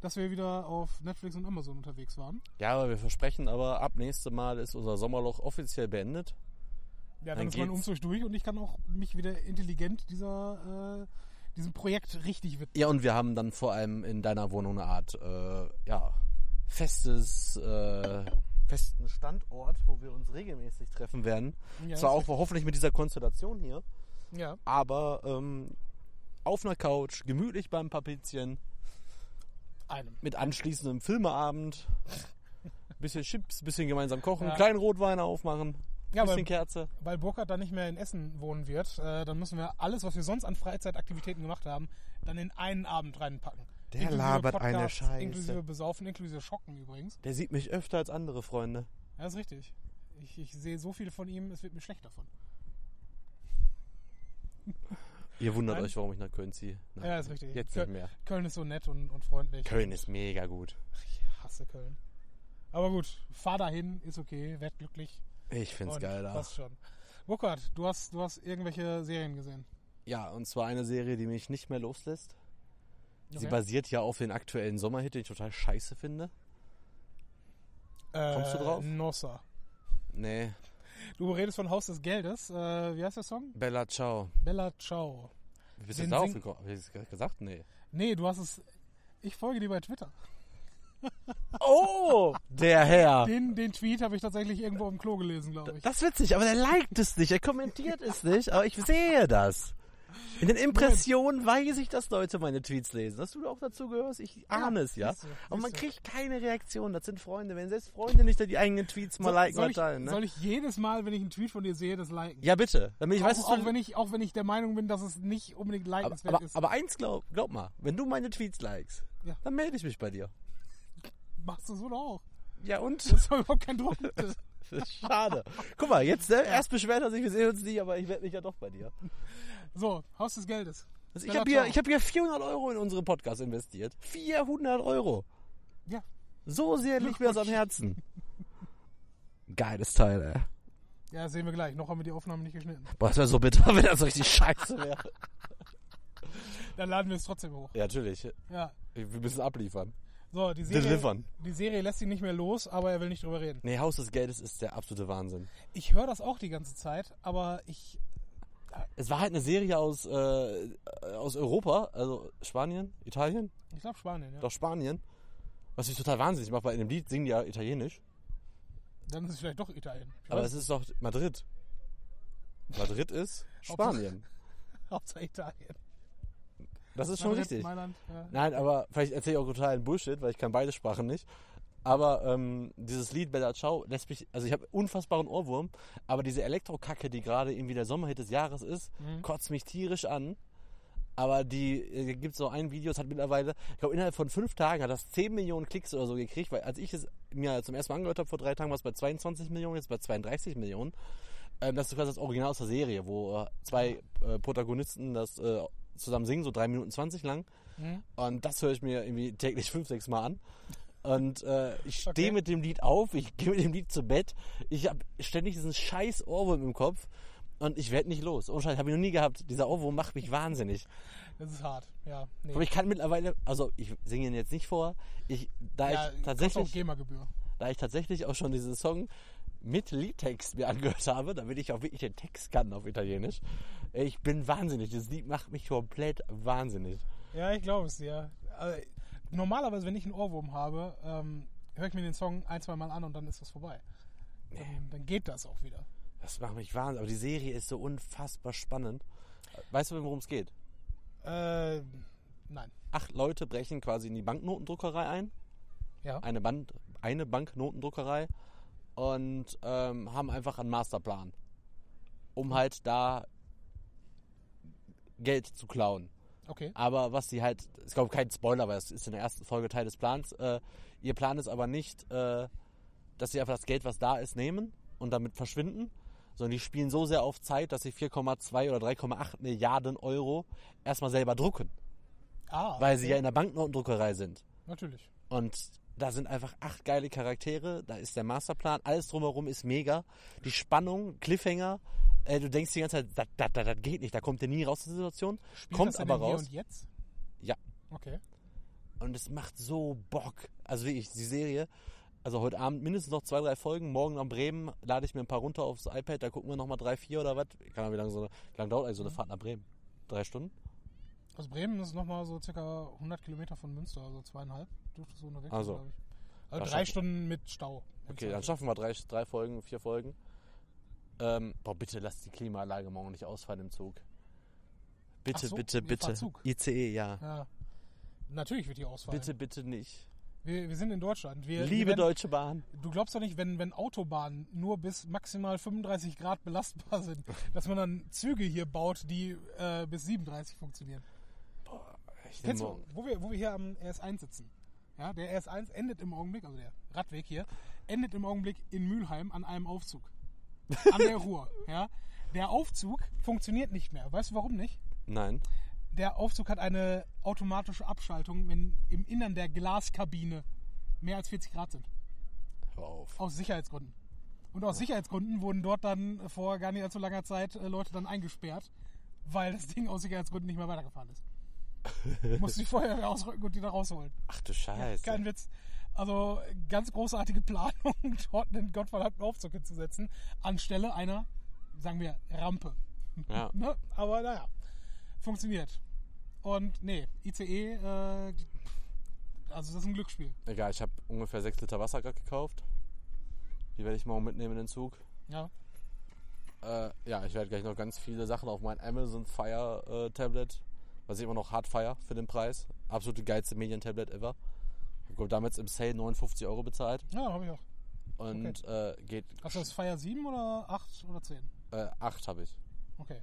[SPEAKER 2] dass wir wieder auf Netflix und Amazon unterwegs waren.
[SPEAKER 1] Ja, aber wir versprechen aber, ab nächstem Mal ist unser Sommerloch offiziell beendet.
[SPEAKER 2] Ja,
[SPEAKER 1] Dann
[SPEAKER 2] dann ist mein
[SPEAKER 1] geht's.
[SPEAKER 2] Umzug durch und ich kann auch mich wieder intelligent dieser, äh, diesem Projekt richtig widmen.
[SPEAKER 1] Ja, und wir haben dann vor allem in deiner Wohnung eine Art, äh, ja, festes, äh, festen Standort, wo wir uns regelmäßig treffen werden.
[SPEAKER 2] Ja,
[SPEAKER 1] Zwar auch
[SPEAKER 2] das-
[SPEAKER 1] hoffentlich mit dieser Konstellation hier,
[SPEAKER 2] Ja.
[SPEAKER 1] aber ähm, auf einer Couch, gemütlich beim Papitzchen,
[SPEAKER 2] einem.
[SPEAKER 1] mit anschließendem Filmeabend, bisschen Chips, bisschen gemeinsam kochen,
[SPEAKER 2] Ja.
[SPEAKER 1] kleinen Rotwein aufmachen,
[SPEAKER 2] Ja,
[SPEAKER 1] bisschen
[SPEAKER 2] weil-
[SPEAKER 1] Kerze.
[SPEAKER 2] Weil Burkhard dann nicht mehr in Essen wohnen wird, äh, dann müssen wir alles, was wir sonst an Freizeitaktivitäten gemacht haben, dann in einen Abend reinpacken.
[SPEAKER 1] Der labert eine Scheiße.
[SPEAKER 2] Inklusive Besaufen, inklusive Schocken übrigens.
[SPEAKER 1] Der sieht mich öfter als andere Freunde.
[SPEAKER 2] Ja, ist richtig. Ich, ich sehe so viel von ihm, es wird mir schlecht davon.
[SPEAKER 1] Ihr wundert
[SPEAKER 2] Nein.
[SPEAKER 1] euch, warum ich nach Köln ziehe. Nein,
[SPEAKER 2] Ja, ist richtig.
[SPEAKER 1] Jetzt
[SPEAKER 2] Kö-
[SPEAKER 1] nicht mehr.
[SPEAKER 2] Köln ist so nett und, und freundlich.
[SPEAKER 1] Köln ist mega gut.
[SPEAKER 2] Ich hasse Köln. Aber gut, fahr dahin, ist okay, werd glücklich.
[SPEAKER 1] Ich find's
[SPEAKER 2] und
[SPEAKER 1] geil da.
[SPEAKER 2] Passt schon. Burkhard, du hast, du hast irgendwelche Serien gesehen.
[SPEAKER 1] Ja, und zwar eine Serie, die mich nicht mehr loslässt. Sie
[SPEAKER 2] Okay.
[SPEAKER 1] basiert ja auf den aktuellen Sommerhit, den ich total scheiße finde.
[SPEAKER 2] Äh,
[SPEAKER 1] kommst du drauf?
[SPEAKER 2] Nossa.
[SPEAKER 1] Nee,
[SPEAKER 2] Du redest von Haus des Geldes. Äh, wie heißt der Song?
[SPEAKER 1] Bella Ciao.
[SPEAKER 2] Bella Ciao.
[SPEAKER 1] Wie bist du
[SPEAKER 2] Den
[SPEAKER 1] da
[SPEAKER 2] sing-
[SPEAKER 1] aufgekommen? Hab ich das gerade gesagt? Nee.
[SPEAKER 2] Nee, du hast es. Ich folge dir bei Twitter.
[SPEAKER 1] Oh, der Herr.
[SPEAKER 2] Den, den Tweet habe ich tatsächlich irgendwo im Klo gelesen, glaube ich.
[SPEAKER 1] Das ist witzig, aber der liked es nicht, er kommentiert es nicht, aber ich sehe das. In den Impressionen weiß ich, dass Leute meine Tweets lesen. Dass du auch dazu gehörst, ich ahne es, ja.
[SPEAKER 2] siehst du,
[SPEAKER 1] aber man
[SPEAKER 2] siehst du.
[SPEAKER 1] kriegt keine Reaktion, das sind Freunde. Wenn selbst Freunde nicht die eigenen Tweets mal liken
[SPEAKER 2] soll,
[SPEAKER 1] oder
[SPEAKER 2] ich,
[SPEAKER 1] teilen, ne?
[SPEAKER 2] soll ich jedes Mal, wenn ich einen Tweet von dir sehe, das liken?
[SPEAKER 1] Ja, bitte. Damit ich weiß,
[SPEAKER 2] auch,
[SPEAKER 1] dass
[SPEAKER 2] auch,
[SPEAKER 1] du...
[SPEAKER 2] wenn ich, auch wenn ich der Meinung bin, dass es nicht unbedingt
[SPEAKER 1] Aber,
[SPEAKER 2] likenswert
[SPEAKER 1] aber,
[SPEAKER 2] ist.
[SPEAKER 1] aber eins, glaub, glaub mal, wenn du meine Tweets likest,
[SPEAKER 2] Ja.
[SPEAKER 1] dann melde ich mich bei dir.
[SPEAKER 2] Machst du so doch auch.
[SPEAKER 1] Ja, und?
[SPEAKER 2] Das war überhaupt kein Druck. Das-
[SPEAKER 1] Das ist schade. Guck mal, jetzt ne, erst beschwert er sich, wir sehen uns nie, aber ich werde mich ja doch bei dir.
[SPEAKER 2] So, Haus des Geldes.
[SPEAKER 1] Also ich
[SPEAKER 2] Bella
[SPEAKER 1] habe hier,
[SPEAKER 2] Ciao.
[SPEAKER 1] ich hab hier 400 Euro in unseren Podcast investiert. 400 Euro.
[SPEAKER 2] Ja.
[SPEAKER 1] So sehr liegt mir das am Herzen. Geiles Teil, ey.
[SPEAKER 2] Ja, sehen wir gleich. Noch haben wir die Aufnahme nicht geschnitten.
[SPEAKER 1] Boah, das wäre so bitter, wenn das richtig scheiße wäre.
[SPEAKER 2] Dann laden wir es trotzdem hoch.
[SPEAKER 1] ja, natürlich.
[SPEAKER 2] Ja.
[SPEAKER 1] Wir müssen abliefern.
[SPEAKER 2] So, die Serie,
[SPEAKER 1] Delivern.
[SPEAKER 2] die Serie lässt ihn nicht mehr los, aber er will nicht drüber reden.
[SPEAKER 1] Nee, Haus des Geldes ist der absolute Wahnsinn.
[SPEAKER 2] Ich höre das auch die ganze Zeit, aber ich.
[SPEAKER 1] Es war halt eine Serie aus, äh, aus Europa, also Spanien, Italien,
[SPEAKER 2] Ich glaube Spanien, ja.
[SPEAKER 1] doch Spanien. Was ich total wahnsinnig mache, weil in dem Lied singen die ja Italienisch.
[SPEAKER 2] Dann ist es vielleicht doch Italien. Ich
[SPEAKER 1] Aber
[SPEAKER 2] weiß,
[SPEAKER 1] es ist doch Madrid. Madrid ist Spanien.
[SPEAKER 2] Hauptsache Italien.
[SPEAKER 1] Das ist schon
[SPEAKER 2] Madrid,
[SPEAKER 1] richtig.
[SPEAKER 2] Mailand, ja.
[SPEAKER 1] Nein, aber vielleicht erzähle ich auch totalen Bullshit, weil ich kann beide Sprachen nicht. Aber ähm, dieses Lied Bella Ciao lässt mich, also ich habe unfassbaren Ohrwurm, aber diese Elektrokacke, die gerade irgendwie der Sommerhit des Jahres ist, kotzt mich tierisch an. Aber die, äh, gibt so ein Video, es hat mittlerweile, ich glaube innerhalb von fünf Tagen hat das 10 Millionen Klicks oder so gekriegt, weil als ich es mir zum ersten Mal angehört habe vor drei Tagen, war es bei 22 Millionen, jetzt bei 32 Millionen. Ähm, das ist quasi das Original aus der Serie, wo äh, zwei äh, Protagonisten das äh, zusammen singen, so drei Minuten 20 lang.
[SPEAKER 2] Mhm.
[SPEAKER 1] Und das höre ich mir irgendwie täglich fünf, sechs Mal an. Und äh, ich stehe
[SPEAKER 2] Okay.
[SPEAKER 1] mit dem Lied auf, ich gehe mit dem Lied zu Bett. Ich habe ständig diesen scheiß Ohrwurm im Kopf und ich werde nicht los. Oh Scheiß, habe ich noch nie gehabt. Dieser Ohrwurm macht mich wahnsinnig.
[SPEAKER 2] Das ist hart, ja. Nee.
[SPEAKER 1] Aber ich kann mittlerweile, also ich singe ihn jetzt nicht vor. Ich, da,
[SPEAKER 2] ja,
[SPEAKER 1] ich
[SPEAKER 2] kostet Auch
[SPEAKER 1] tatsächlich,
[SPEAKER 2] GEMA-Gebühr.
[SPEAKER 1] da ich tatsächlich auch schon diesen Song mit Liedtext mir angehört habe, damit ich auch wirklich den Text kann auf Italienisch. Ich bin wahnsinnig. Dieses Lied macht mich komplett wahnsinnig.
[SPEAKER 2] Ja, ich glaube es dir. Also, normalerweise, wenn ich einen Ohrwurm habe, ähm, höre ich mir den Song ein, zwei Mal an und dann ist das vorbei. Dann, dann geht das auch wieder.
[SPEAKER 1] Das macht mich wahnsinnig. Aber die Serie ist so unfassbar spannend. Weißt du, worum es geht?
[SPEAKER 2] Äh, nein.
[SPEAKER 1] Acht Leute brechen quasi in die Banknotendruckerei ein.
[SPEAKER 2] Ja.
[SPEAKER 1] Eine, Band, eine Banknotendruckerei. Und ähm, haben einfach einen Masterplan. Um halt da Geld zu klauen.
[SPEAKER 2] Okay.
[SPEAKER 1] Aber was sie halt, ich glaube kein Spoiler, weil es ist in der ersten Folge Teil des Plans. Äh, ihr Plan ist aber nicht, äh, dass sie einfach das Geld, was da ist, nehmen und damit verschwinden, sondern die spielen so sehr auf Zeit, dass sie 4,2 oder 3,8 Milliarden Euro erstmal selber drucken,
[SPEAKER 2] Ah,
[SPEAKER 1] weil sie
[SPEAKER 2] okay.
[SPEAKER 1] ja in der Banknotendruckerei sind.
[SPEAKER 2] Natürlich.
[SPEAKER 1] Und da sind einfach acht geile Charaktere, da ist der Masterplan, alles drumherum ist mega. Die Spannung, Cliffhanger, äh, du denkst die ganze Zeit, das, das, das, das geht nicht, da kommt der nie raus aus der Situation,
[SPEAKER 2] Spielt
[SPEAKER 1] kommt
[SPEAKER 2] das denn
[SPEAKER 1] aber
[SPEAKER 2] in Hier
[SPEAKER 1] raus.
[SPEAKER 2] und jetzt?
[SPEAKER 1] Ja.
[SPEAKER 2] Okay.
[SPEAKER 1] Und es macht so Bock. Also wirklich, die Serie. Also heute Abend mindestens noch zwei, drei Folgen. Morgen nach Bremen lade ich mir ein paar runter aufs iPad. Da gucken wir nochmal drei, vier oder was. Keine Ahnung, wie lange so eine, wie lange dauert eigentlich
[SPEAKER 2] Mhm.
[SPEAKER 1] so eine Fahrt nach Bremen? Drei Stunden?
[SPEAKER 2] Aus Bremen ist es nochmal so circa 100 Kilometer von Münster, also zweieinhalb. Dürftest du unterwegs
[SPEAKER 1] Also.
[SPEAKER 2] sein, glaub ich.
[SPEAKER 1] Da
[SPEAKER 2] Also drei
[SPEAKER 1] schaffen-
[SPEAKER 2] Stunden mit Stau. im
[SPEAKER 1] Okay, dann
[SPEAKER 2] Zweifel.
[SPEAKER 1] schaffen wir drei, drei Folgen, vier Folgen. Ähm, boah, bitte lasst die Klimaanlage morgen nicht ausfallen im Zug. Bitte,
[SPEAKER 2] Ach so,
[SPEAKER 1] bitte,
[SPEAKER 2] ihr
[SPEAKER 1] bitte.
[SPEAKER 2] fahrt Zug.
[SPEAKER 1] ICE, ja.
[SPEAKER 2] Ja. Natürlich wird die ausfallen.
[SPEAKER 1] Bitte, bitte nicht.
[SPEAKER 2] Wir, wir sind in Deutschland. Wir,
[SPEAKER 1] Liebe
[SPEAKER 2] wir werden,
[SPEAKER 1] Deutsche Bahn.
[SPEAKER 2] Du glaubst doch nicht, wenn, wenn Autobahnen nur bis maximal 35 Grad belastbar sind, dass man dann Züge hier baut, die äh, bis 37 funktionieren.
[SPEAKER 1] Ich
[SPEAKER 2] Kennst
[SPEAKER 1] morgen.
[SPEAKER 2] du, wo wir, wo wir hier am RS1 sitzen? Ja, der RS1 endet im Augenblick, also der Radweg hier, endet im Augenblick in Mülheim an einem Aufzug. An der Ruhr. Ja? Der Aufzug funktioniert nicht mehr. Weißt du warum nicht?
[SPEAKER 1] Nein.
[SPEAKER 2] Der Aufzug hat eine automatische Abschaltung, wenn im Innern der Glaskabine mehr als 40 Grad sind.
[SPEAKER 1] Hör auf.
[SPEAKER 2] Aus Sicherheitsgründen. Und aus Sicherheitsgründen wurden dort dann vor gar nicht allzu langer Zeit äh, Leute dann eingesperrt, weil das Ding aus Sicherheitsgründen nicht mehr weitergefahren ist. Musste die Feuerwehr ausrücken und die da rausholen.
[SPEAKER 1] Ach du Scheiße.
[SPEAKER 2] Kein Witz. Also ganz großartige Planung, dort einen gottverdammten Aufzug hinzusetzen, anstelle einer, sagen wir, Rampe.
[SPEAKER 1] Ja.
[SPEAKER 2] Ne? Aber naja, funktioniert. Und nee, ICE, äh, also das ist ein Glücksspiel.
[SPEAKER 1] Egal, ich habe ungefähr 6 Liter Wasser gerade gekauft. Die werde ich morgen mitnehmen in den Zug.
[SPEAKER 2] Ja.
[SPEAKER 1] Äh, ja, ich werde gleich noch ganz viele Sachen auf mein Amazon Fire äh, Tablet, was ich immer noch Hardfire für den Preis, absolute geilste Medientablet ever. Ich habe damals im Sale 59 Euro bezahlt
[SPEAKER 2] Ja, habe ich auch.
[SPEAKER 1] und äh, geht
[SPEAKER 2] Hast du das Fire 7 oder 8 oder 10?
[SPEAKER 1] äh, 8 habe ich.
[SPEAKER 2] Okay.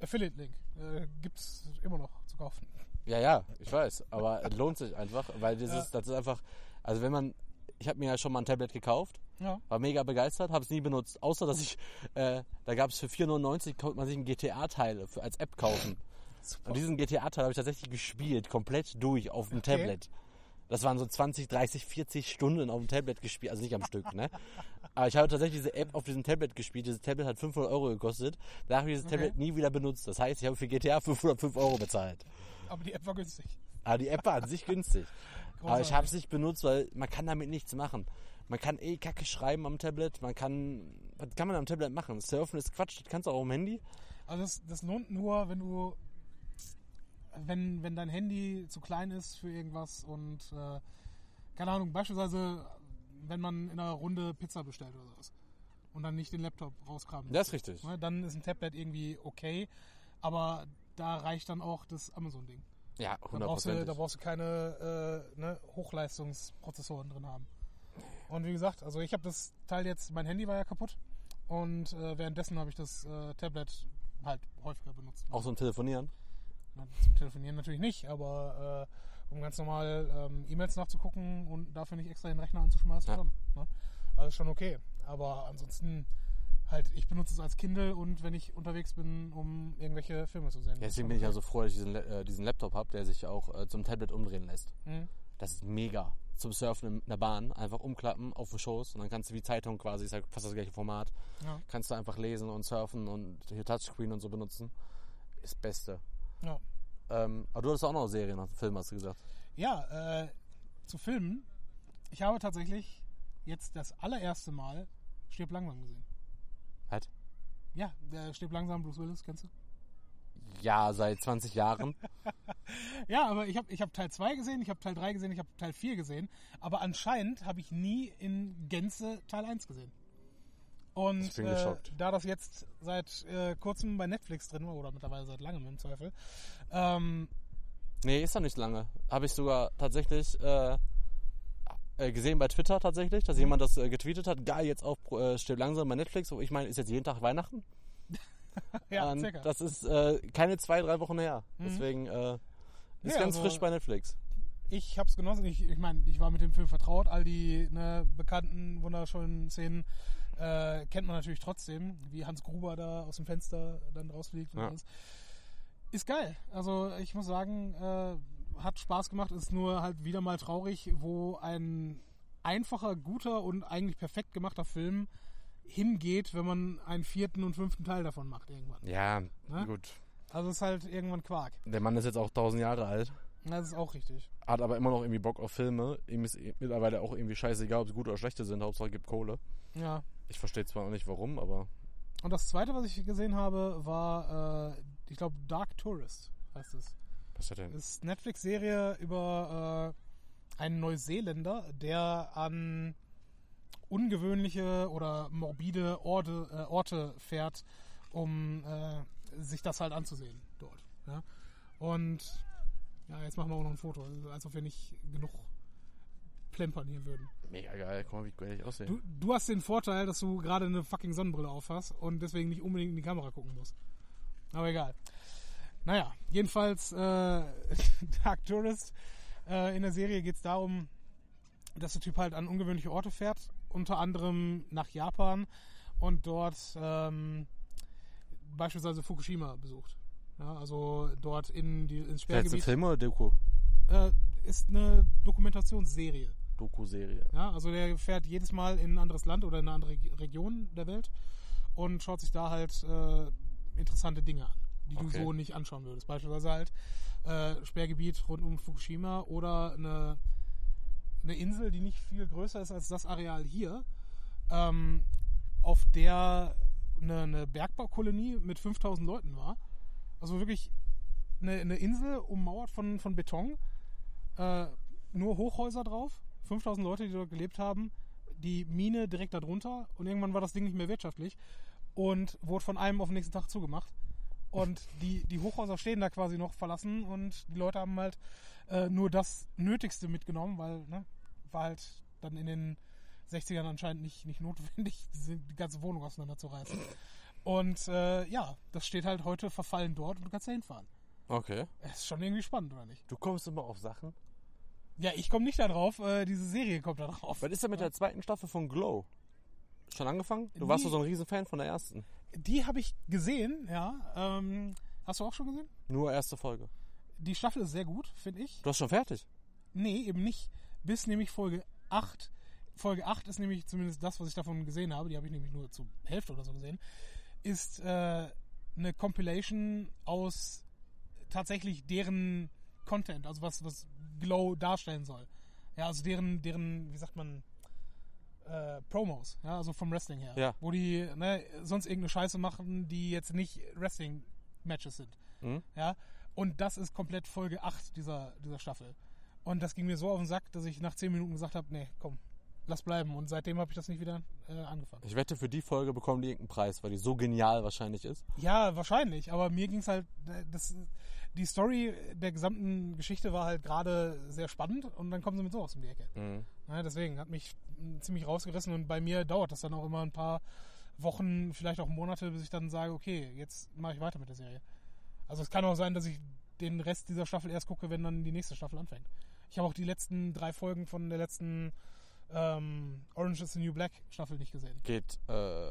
[SPEAKER 2] Affiliate-Link. Äh, gibt's immer noch zu kaufen.
[SPEAKER 1] Ja, ja, ich weiß, aber es lohnt sich einfach, weil das ist, das ist einfach, also wenn man, ich habe mir ja schon mal ein Tablet gekauft,
[SPEAKER 2] Ja.
[SPEAKER 1] war mega begeistert, habe es nie benutzt, außer dass ich, äh, da gab es für 4,99 konnte man sich einen GTA-Teil für- als App kaufen.
[SPEAKER 2] Super.
[SPEAKER 1] Und diesen GTA-Teil habe ich tatsächlich gespielt, komplett durch auf dem
[SPEAKER 2] Okay.
[SPEAKER 1] Tablet. Das waren so 20, 30, 40 Stunden auf dem Tablet gespielt, also nicht am Stück, ne? Aber ich habe tatsächlich diese App auf diesem Tablet gespielt. Dieses Tablet hat 500 Euro gekostet. Da habe ich dieses Tablet nie wieder benutzt. Das heißt, ich habe für GTA 505 Euro bezahlt.
[SPEAKER 2] Aber die App war günstig.
[SPEAKER 1] Aber die App war an sich günstig. Aber
[SPEAKER 2] Großartig.
[SPEAKER 1] ich habe es nicht benutzt, weil man kann damit nichts machen. Man kann eh Kacke schreiben am Tablet. Man kann, was kann man am Tablet machen? Surfen ist Quatsch. Das kannst du auch am Handy.
[SPEAKER 2] Also das, das lohnt nur, wenn du wenn, wenn dein Handy zu klein ist für irgendwas und äh, keine Ahnung, beispielsweise wenn man in einer Runde Pizza bestellt oder sowas und dann nicht den Laptop rauskramen.
[SPEAKER 1] Das ist richtig.
[SPEAKER 2] Ne, dann ist ein Tablet irgendwie okay, aber da reicht dann auch das Amazon-Ding.
[SPEAKER 1] Ja,
[SPEAKER 2] Da brauchst, du, da
[SPEAKER 1] 100%.
[SPEAKER 2] brauchst du keine äh, ne, Hochleistungsprozessoren drin haben. Und wie gesagt, also ich habe das Teil jetzt, mein Handy war ja kaputt und äh, währenddessen habe ich das äh, Tablet halt häufiger benutzt.
[SPEAKER 1] Auch so ein Telefonieren.
[SPEAKER 2] Na, Zum Telefonieren natürlich nicht, aber äh, um ganz normal ähm, E-Mails nachzugucken und dafür nicht extra den Rechner anzuschmeißen,
[SPEAKER 1] Ja.
[SPEAKER 2] schon. Ne? Also schon okay. Aber ansonsten halt, ich benutze es als Kindle und wenn ich unterwegs bin, um irgendwelche Filme zu sehen.
[SPEAKER 1] Ja, deswegen bin ich ja so froh, dass ich diesen, La- äh, diesen Laptop habe, der sich auch äh, zum Tablet umdrehen lässt.
[SPEAKER 2] Mhm.
[SPEAKER 1] Das ist mega. Zum Surfen in der Bahn einfach umklappen auf den Schoß und dann kannst du wie Zeitung quasi, ist ja fast das gleiche Format,
[SPEAKER 2] Ja.
[SPEAKER 1] kannst du einfach lesen und surfen und hier Touchscreen und so benutzen. Ist Beste.
[SPEAKER 2] Ja.
[SPEAKER 1] Ähm, aber du hattest auch noch Serien, hast- Film hast du gesagt.
[SPEAKER 2] Ja, äh, zu filmen. Ich habe tatsächlich jetzt das allererste Mal Stirb langsam gesehen.
[SPEAKER 1] Halt.
[SPEAKER 2] Ja, der Stirb langsam, Bruce Willis, kennst du?
[SPEAKER 1] Ja, seit 20 Jahren.
[SPEAKER 2] Ja, aber ich habe ich hab Teil 2 gesehen, ich habe Teil 3 gesehen, ich habe Teil 4 gesehen. Aber anscheinend habe ich nie in Gänze Teil 1 gesehen. Und
[SPEAKER 1] Ich bin
[SPEAKER 2] äh,
[SPEAKER 1] geschockt.
[SPEAKER 2] da das jetzt seit äh, kurzem bei Netflix drin war, oder mittlerweile seit langem im Zweifel, ähm,
[SPEAKER 1] nee, ist doch nicht lange. Habe ich sogar tatsächlich äh, äh, gesehen bei Twitter tatsächlich,
[SPEAKER 2] Mhm.
[SPEAKER 1] dass jemand das äh, getweetet hat. Geil, jetzt auch äh, stirb langsam bei Netflix. Ich meine, ist jetzt jeden Tag Weihnachten.
[SPEAKER 2] ja,
[SPEAKER 1] Und
[SPEAKER 2] circa.
[SPEAKER 1] Ähm,
[SPEAKER 2] Mhm.
[SPEAKER 1] das ist äh, keine zwei, drei Wochen her. Deswegen äh, ist
[SPEAKER 2] Ja,
[SPEAKER 1] ganz
[SPEAKER 2] also-
[SPEAKER 1] frisch bei Netflix.
[SPEAKER 2] ich hab's genossen. Ich, ich meine, ich war mit dem Film vertraut. All die ne, bekannten, wunderschönen Szenen äh, kennt man natürlich trotzdem, wie Hans Gruber da aus dem Fenster dann rausfliegt und
[SPEAKER 1] Ja.
[SPEAKER 2] alles. Ist geil. Also ich muss sagen, äh, hat Spaß gemacht. Ist nur halt wieder mal traurig, wo ein einfacher, guter und eigentlich perfekt gemachter Film hingeht, wenn man einen vierten und fünften Teil davon macht irgendwann.
[SPEAKER 1] Ja,
[SPEAKER 2] Ne?
[SPEAKER 1] gut.
[SPEAKER 2] Also ist halt irgendwann Quark.
[SPEAKER 1] Der Mann ist jetzt auch tausend Jahre alt,
[SPEAKER 2] Das ist auch richtig.
[SPEAKER 1] hat aber immer noch irgendwie Bock auf Filme. Ihm ist eh- mittlerweile auch irgendwie scheißegal, ob es gut oder schlechte sind. Hauptsache gibt Kohle.
[SPEAKER 2] Ja.
[SPEAKER 1] Ich verstehe zwar noch nicht warum, aber
[SPEAKER 2] Und das zweite, was ich gesehen habe, war, äh, ich glaube, Dark Tourist heißt es.
[SPEAKER 1] was hat denn?
[SPEAKER 2] Das ist eine Netflix-Serie über äh, einen Neuseeländer, der an ungewöhnliche oder morbide Orte, äh, Orte fährt, um äh, sich das halt anzusehen dort. Ja? Und ja, jetzt machen wir auch noch ein Foto, also, als ob wir nicht genug plempern hier würden.
[SPEAKER 1] Mega geil, guck mal, wie geil ich aussehe.
[SPEAKER 2] Du, du hast den Vorteil, dass du gerade eine fucking Sonnenbrille auf hast und deswegen nicht unbedingt in die Kamera gucken musst. Aber egal. Naja, jedenfalls äh, Dark Tourist. Äh, in der Serie geht es darum, dass der Typ halt an ungewöhnliche Orte fährt, unter anderem nach Japan und dort ähm, beispielsweise Fukushima besucht. Ja, also dort in die, ins
[SPEAKER 1] Der letzte
[SPEAKER 2] Sperrgebiet.
[SPEAKER 1] Film oder Doku?
[SPEAKER 2] Äh, ist eine Dokumentationsserie.
[SPEAKER 1] Doku-Serie.
[SPEAKER 2] Ja, also der fährt jedes Mal in ein anderes Land oder in eine andere Reg- Region der Welt und schaut sich da halt äh, interessante Dinge an, die du
[SPEAKER 1] Okay.
[SPEAKER 2] so nicht anschauen würdest. Beispielsweise halt äh, Sperrgebiet rund um Fukushima oder eine, eine Insel, die nicht viel größer ist als das Areal hier, ähm, auf der eine, eine Bergbaukolonie mit 5000 Leuten war. Also wirklich eine, eine Insel ummauert von, von Beton, äh, nur Hochhäuser drauf, 5000 Leute, die dort gelebt haben, die Mine direkt darunter und irgendwann war das Ding nicht mehr wirtschaftlich und wurde von einem auf den nächsten Tag zugemacht. Und die, die Hochhäuser stehen da quasi noch verlassen und die Leute haben halt äh, nur das Nötigste mitgenommen, weil ne, war halt dann in den 60ern anscheinend nicht, nicht notwendig, diese, die ganze Wohnung auseinanderzureißen. Und äh, ja, das steht halt heute verfallen dort und du kannst da hinfahren.
[SPEAKER 1] Okay.
[SPEAKER 2] Das ist schon irgendwie spannend, oder nicht?
[SPEAKER 1] Du kommst immer auf Sachen.
[SPEAKER 2] Ja, ich komme nicht da drauf, äh, diese Serie kommt da drauf.
[SPEAKER 1] Was ist denn mit der zweiten Staffel von Glow? Schon angefangen? Du warst
[SPEAKER 2] Nie.
[SPEAKER 1] doch so ein Riesenfan von der ersten.
[SPEAKER 2] Die habe ich gesehen, ja. Ähm, hast du auch schon gesehen?
[SPEAKER 1] Nur erste Folge.
[SPEAKER 2] Die Staffel ist sehr gut, finde ich.
[SPEAKER 1] Du hast schon fertig.
[SPEAKER 2] Nee, eben nicht. Bis nämlich Folge 8. Folge 8 ist nämlich zumindest das, was ich davon gesehen habe. Die habe ich nämlich nur zur Hälfte oder so gesehen. Ist äh, eine Compilation aus tatsächlich deren Content, also was, was Glow darstellen soll. Ja, also deren, deren, wie sagt man, äh, Promos, ja, also vom Wrestling her.
[SPEAKER 1] Ja.
[SPEAKER 2] Wo die ne, sonst irgendeine Scheiße machen, die jetzt nicht Wrestling-Matches sind.
[SPEAKER 1] Mhm.
[SPEAKER 2] Ja, und das ist komplett Folge 8 dieser, dieser Staffel. Und das ging mir so auf den Sack, dass ich nach 10 Minuten gesagt habe, nee, komm, lass bleiben. Und seitdem habe ich das nicht wieder äh, angefangen.
[SPEAKER 1] Ich wette, für die Folge bekommen die irgendeinen Preis, weil die so genial wahrscheinlich ist.
[SPEAKER 2] Ja, wahrscheinlich, aber mir ging es halt, äh, das, die Story der gesamten Geschichte war halt gerade sehr spannend und dann kommen sie mit sowas um die Ecke. Ja, deswegen hat mich mm, ziemlich rausgerissen und bei mir dauert das dann auch immer ein paar Wochen, vielleicht auch Monate, bis ich dann sage, okay, jetzt mache ich weiter mit der Serie. Also es kann auch sein, dass ich den Rest dieser Staffel erst gucke, wenn dann die nächste Staffel anfängt. Ich habe auch die letzten drei Folgen von der letzten ähm, Orange is the New Black Staffel nicht gesehen.
[SPEAKER 1] Geht äh,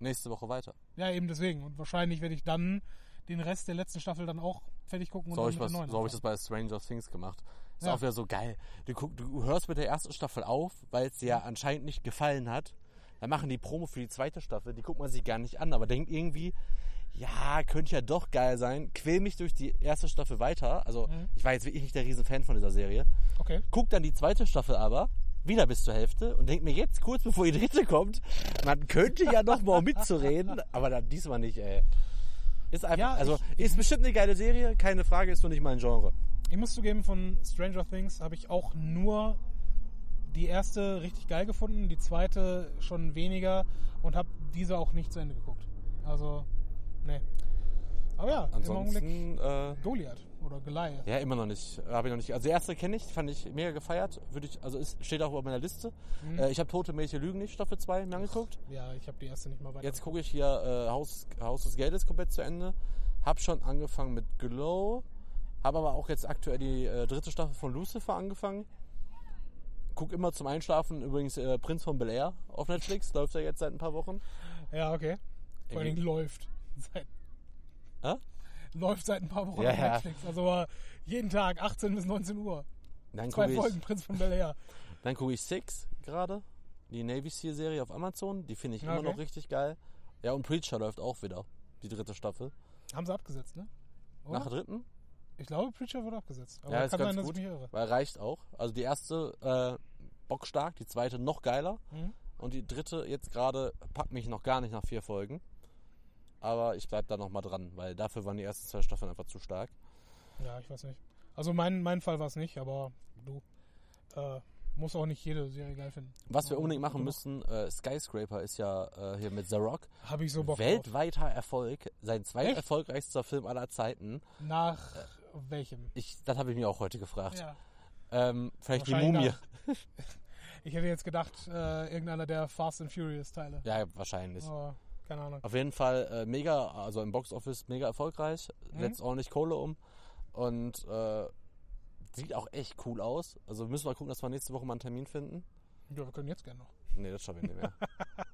[SPEAKER 1] nächste Woche weiter.
[SPEAKER 2] Ja, eben deswegen. Und wahrscheinlich werde ich dann den Rest der letzten Staffel dann auch fertig gucken und
[SPEAKER 1] So habe
[SPEAKER 2] dann
[SPEAKER 1] ich,
[SPEAKER 2] mit der
[SPEAKER 1] was-
[SPEAKER 2] neuen
[SPEAKER 1] so hab ich das
[SPEAKER 2] anfangen.
[SPEAKER 1] bei Stranger Things gemacht. Ist
[SPEAKER 2] Ja.
[SPEAKER 1] auch wieder so geil. Du, guck, du hörst mit der ersten Staffel auf, weil es dir ja anscheinend nicht gefallen hat. Dann machen die Promo für die zweite Staffel, die guckt man sich gar nicht an, aber denkt irgendwie, ja, könnte ja doch geil sein. Quäl mich durch die erste Staffel weiter. Also, ich war jetzt wirklich nicht der Riesenfan von dieser Serie.
[SPEAKER 2] Okay.
[SPEAKER 1] Guck dann die zweite Staffel aber wieder bis zur Hälfte und denk mir jetzt kurz bevor die dritte kommt, man könnte ja noch mal um mitzureden, aber dann diesmal nicht, ey. Ist einfach,
[SPEAKER 2] Ja,
[SPEAKER 1] also ist bestimmt eine geile Serie, keine Frage, ist nur nicht mein Genre.
[SPEAKER 2] Ich muss zugeben, von Stranger Things habe ich auch nur die erste richtig geil gefunden, die zweite schon weniger und habe diese auch nicht zu Ende geguckt. Also, nee. Aber ja, im Augenblick
[SPEAKER 1] Ansonsten, äh,
[SPEAKER 2] Goliath oder Goliath.
[SPEAKER 1] ja, immer noch nicht, habe ich noch nicht. Also die erste kenne ich, fand ich mega gefeiert, würde ich, also ist, steht auch auf meiner Liste.
[SPEAKER 2] Mhm.
[SPEAKER 1] Äh, ich habe Tote Mädchen Lügen nicht, Staffel 2 mir angeguckt.
[SPEAKER 2] Ja, ich habe die erste nicht mal weiter.
[SPEAKER 1] Jetzt gucke ich hier äh, Haus, Haus des Geldes komplett zu Ende. Hab schon angefangen mit Glow. Hab aber auch jetzt aktuell die äh, dritte Staffel von Lucifer angefangen. Guck immer zum Einschlafen übrigens äh, Prinz von Bel Air auf Netflix. Läuft ja jetzt seit ein paar Wochen.
[SPEAKER 2] ja, okay. Vor allen
[SPEAKER 1] Irgendwie-
[SPEAKER 2] Dingen läuft. Seit,
[SPEAKER 1] Hä?
[SPEAKER 2] läuft seit ein paar Wochen
[SPEAKER 1] Ja,
[SPEAKER 2] auf
[SPEAKER 1] ja.
[SPEAKER 2] Netflix. Also äh, jeden Tag 18 bis 19 Uhr.
[SPEAKER 1] Dann
[SPEAKER 2] Zwei
[SPEAKER 1] gucke ich,
[SPEAKER 2] Folgen Prinz von Bel Air.
[SPEAKER 1] dann guck ich Six gerade. Die Navy Seal Serie auf Amazon. Die finde ich immer
[SPEAKER 2] Okay.
[SPEAKER 1] noch richtig geil. Ja, und Preacher läuft auch wieder. Die dritte Staffel.
[SPEAKER 2] Haben sie abgesetzt, ne? Oder?
[SPEAKER 1] Nach der dritten?
[SPEAKER 2] Ich glaube, Preacher wurde abgesetzt. Aber
[SPEAKER 1] ja, ist
[SPEAKER 2] kann
[SPEAKER 1] ganz
[SPEAKER 2] sein, dass
[SPEAKER 1] gut.
[SPEAKER 2] ich mich irre.
[SPEAKER 1] Weil reicht auch. Also die erste äh, bockstark, die zweite noch geiler.
[SPEAKER 2] Mhm.
[SPEAKER 1] Und die dritte jetzt gerade packt mich noch gar nicht nach vier Folgen. Aber ich bleib da nochmal dran, weil dafür waren die ersten zwei Staffeln einfach zu stark.
[SPEAKER 2] Ja, ich weiß nicht. Also mein, mein Fall war es nicht, aber du äh, musst auch nicht jede Serie geil finden.
[SPEAKER 1] Was wir
[SPEAKER 2] Ja,
[SPEAKER 1] unbedingt machen
[SPEAKER 2] genau.
[SPEAKER 1] müssen, äh, Skyscraper ist ja äh, hier mit The Rock.
[SPEAKER 2] Habe ich so Bock drauf.
[SPEAKER 1] Weltweiter Erfolg, sein
[SPEAKER 2] Echt?
[SPEAKER 1] zweiterfolgreichster Film aller Zeiten.
[SPEAKER 2] Nach welchem?
[SPEAKER 1] Ich, das habe ich mir auch heute gefragt.
[SPEAKER 2] Ja.
[SPEAKER 1] Ähm, vielleicht die
[SPEAKER 2] Wahrscheinlich
[SPEAKER 1] Mumie.
[SPEAKER 2] nach- Ich hätte jetzt gedacht, äh, irgendeiner der Fast and Furious Teile.
[SPEAKER 1] Ja, wahrscheinlich.
[SPEAKER 2] Aber keine Ahnung.
[SPEAKER 1] Auf jeden Fall äh, mega, also im Boxoffice mega erfolgreich,
[SPEAKER 2] Mhm.
[SPEAKER 1] setzt ordentlich Kohle um und äh, sieht auch echt cool aus. Also müssen wir gucken, dass wir nächste Woche mal einen Termin finden.
[SPEAKER 2] Ja, wir können jetzt gerne noch.
[SPEAKER 1] Nee, das schaffe ich nicht mehr.
[SPEAKER 2] äh,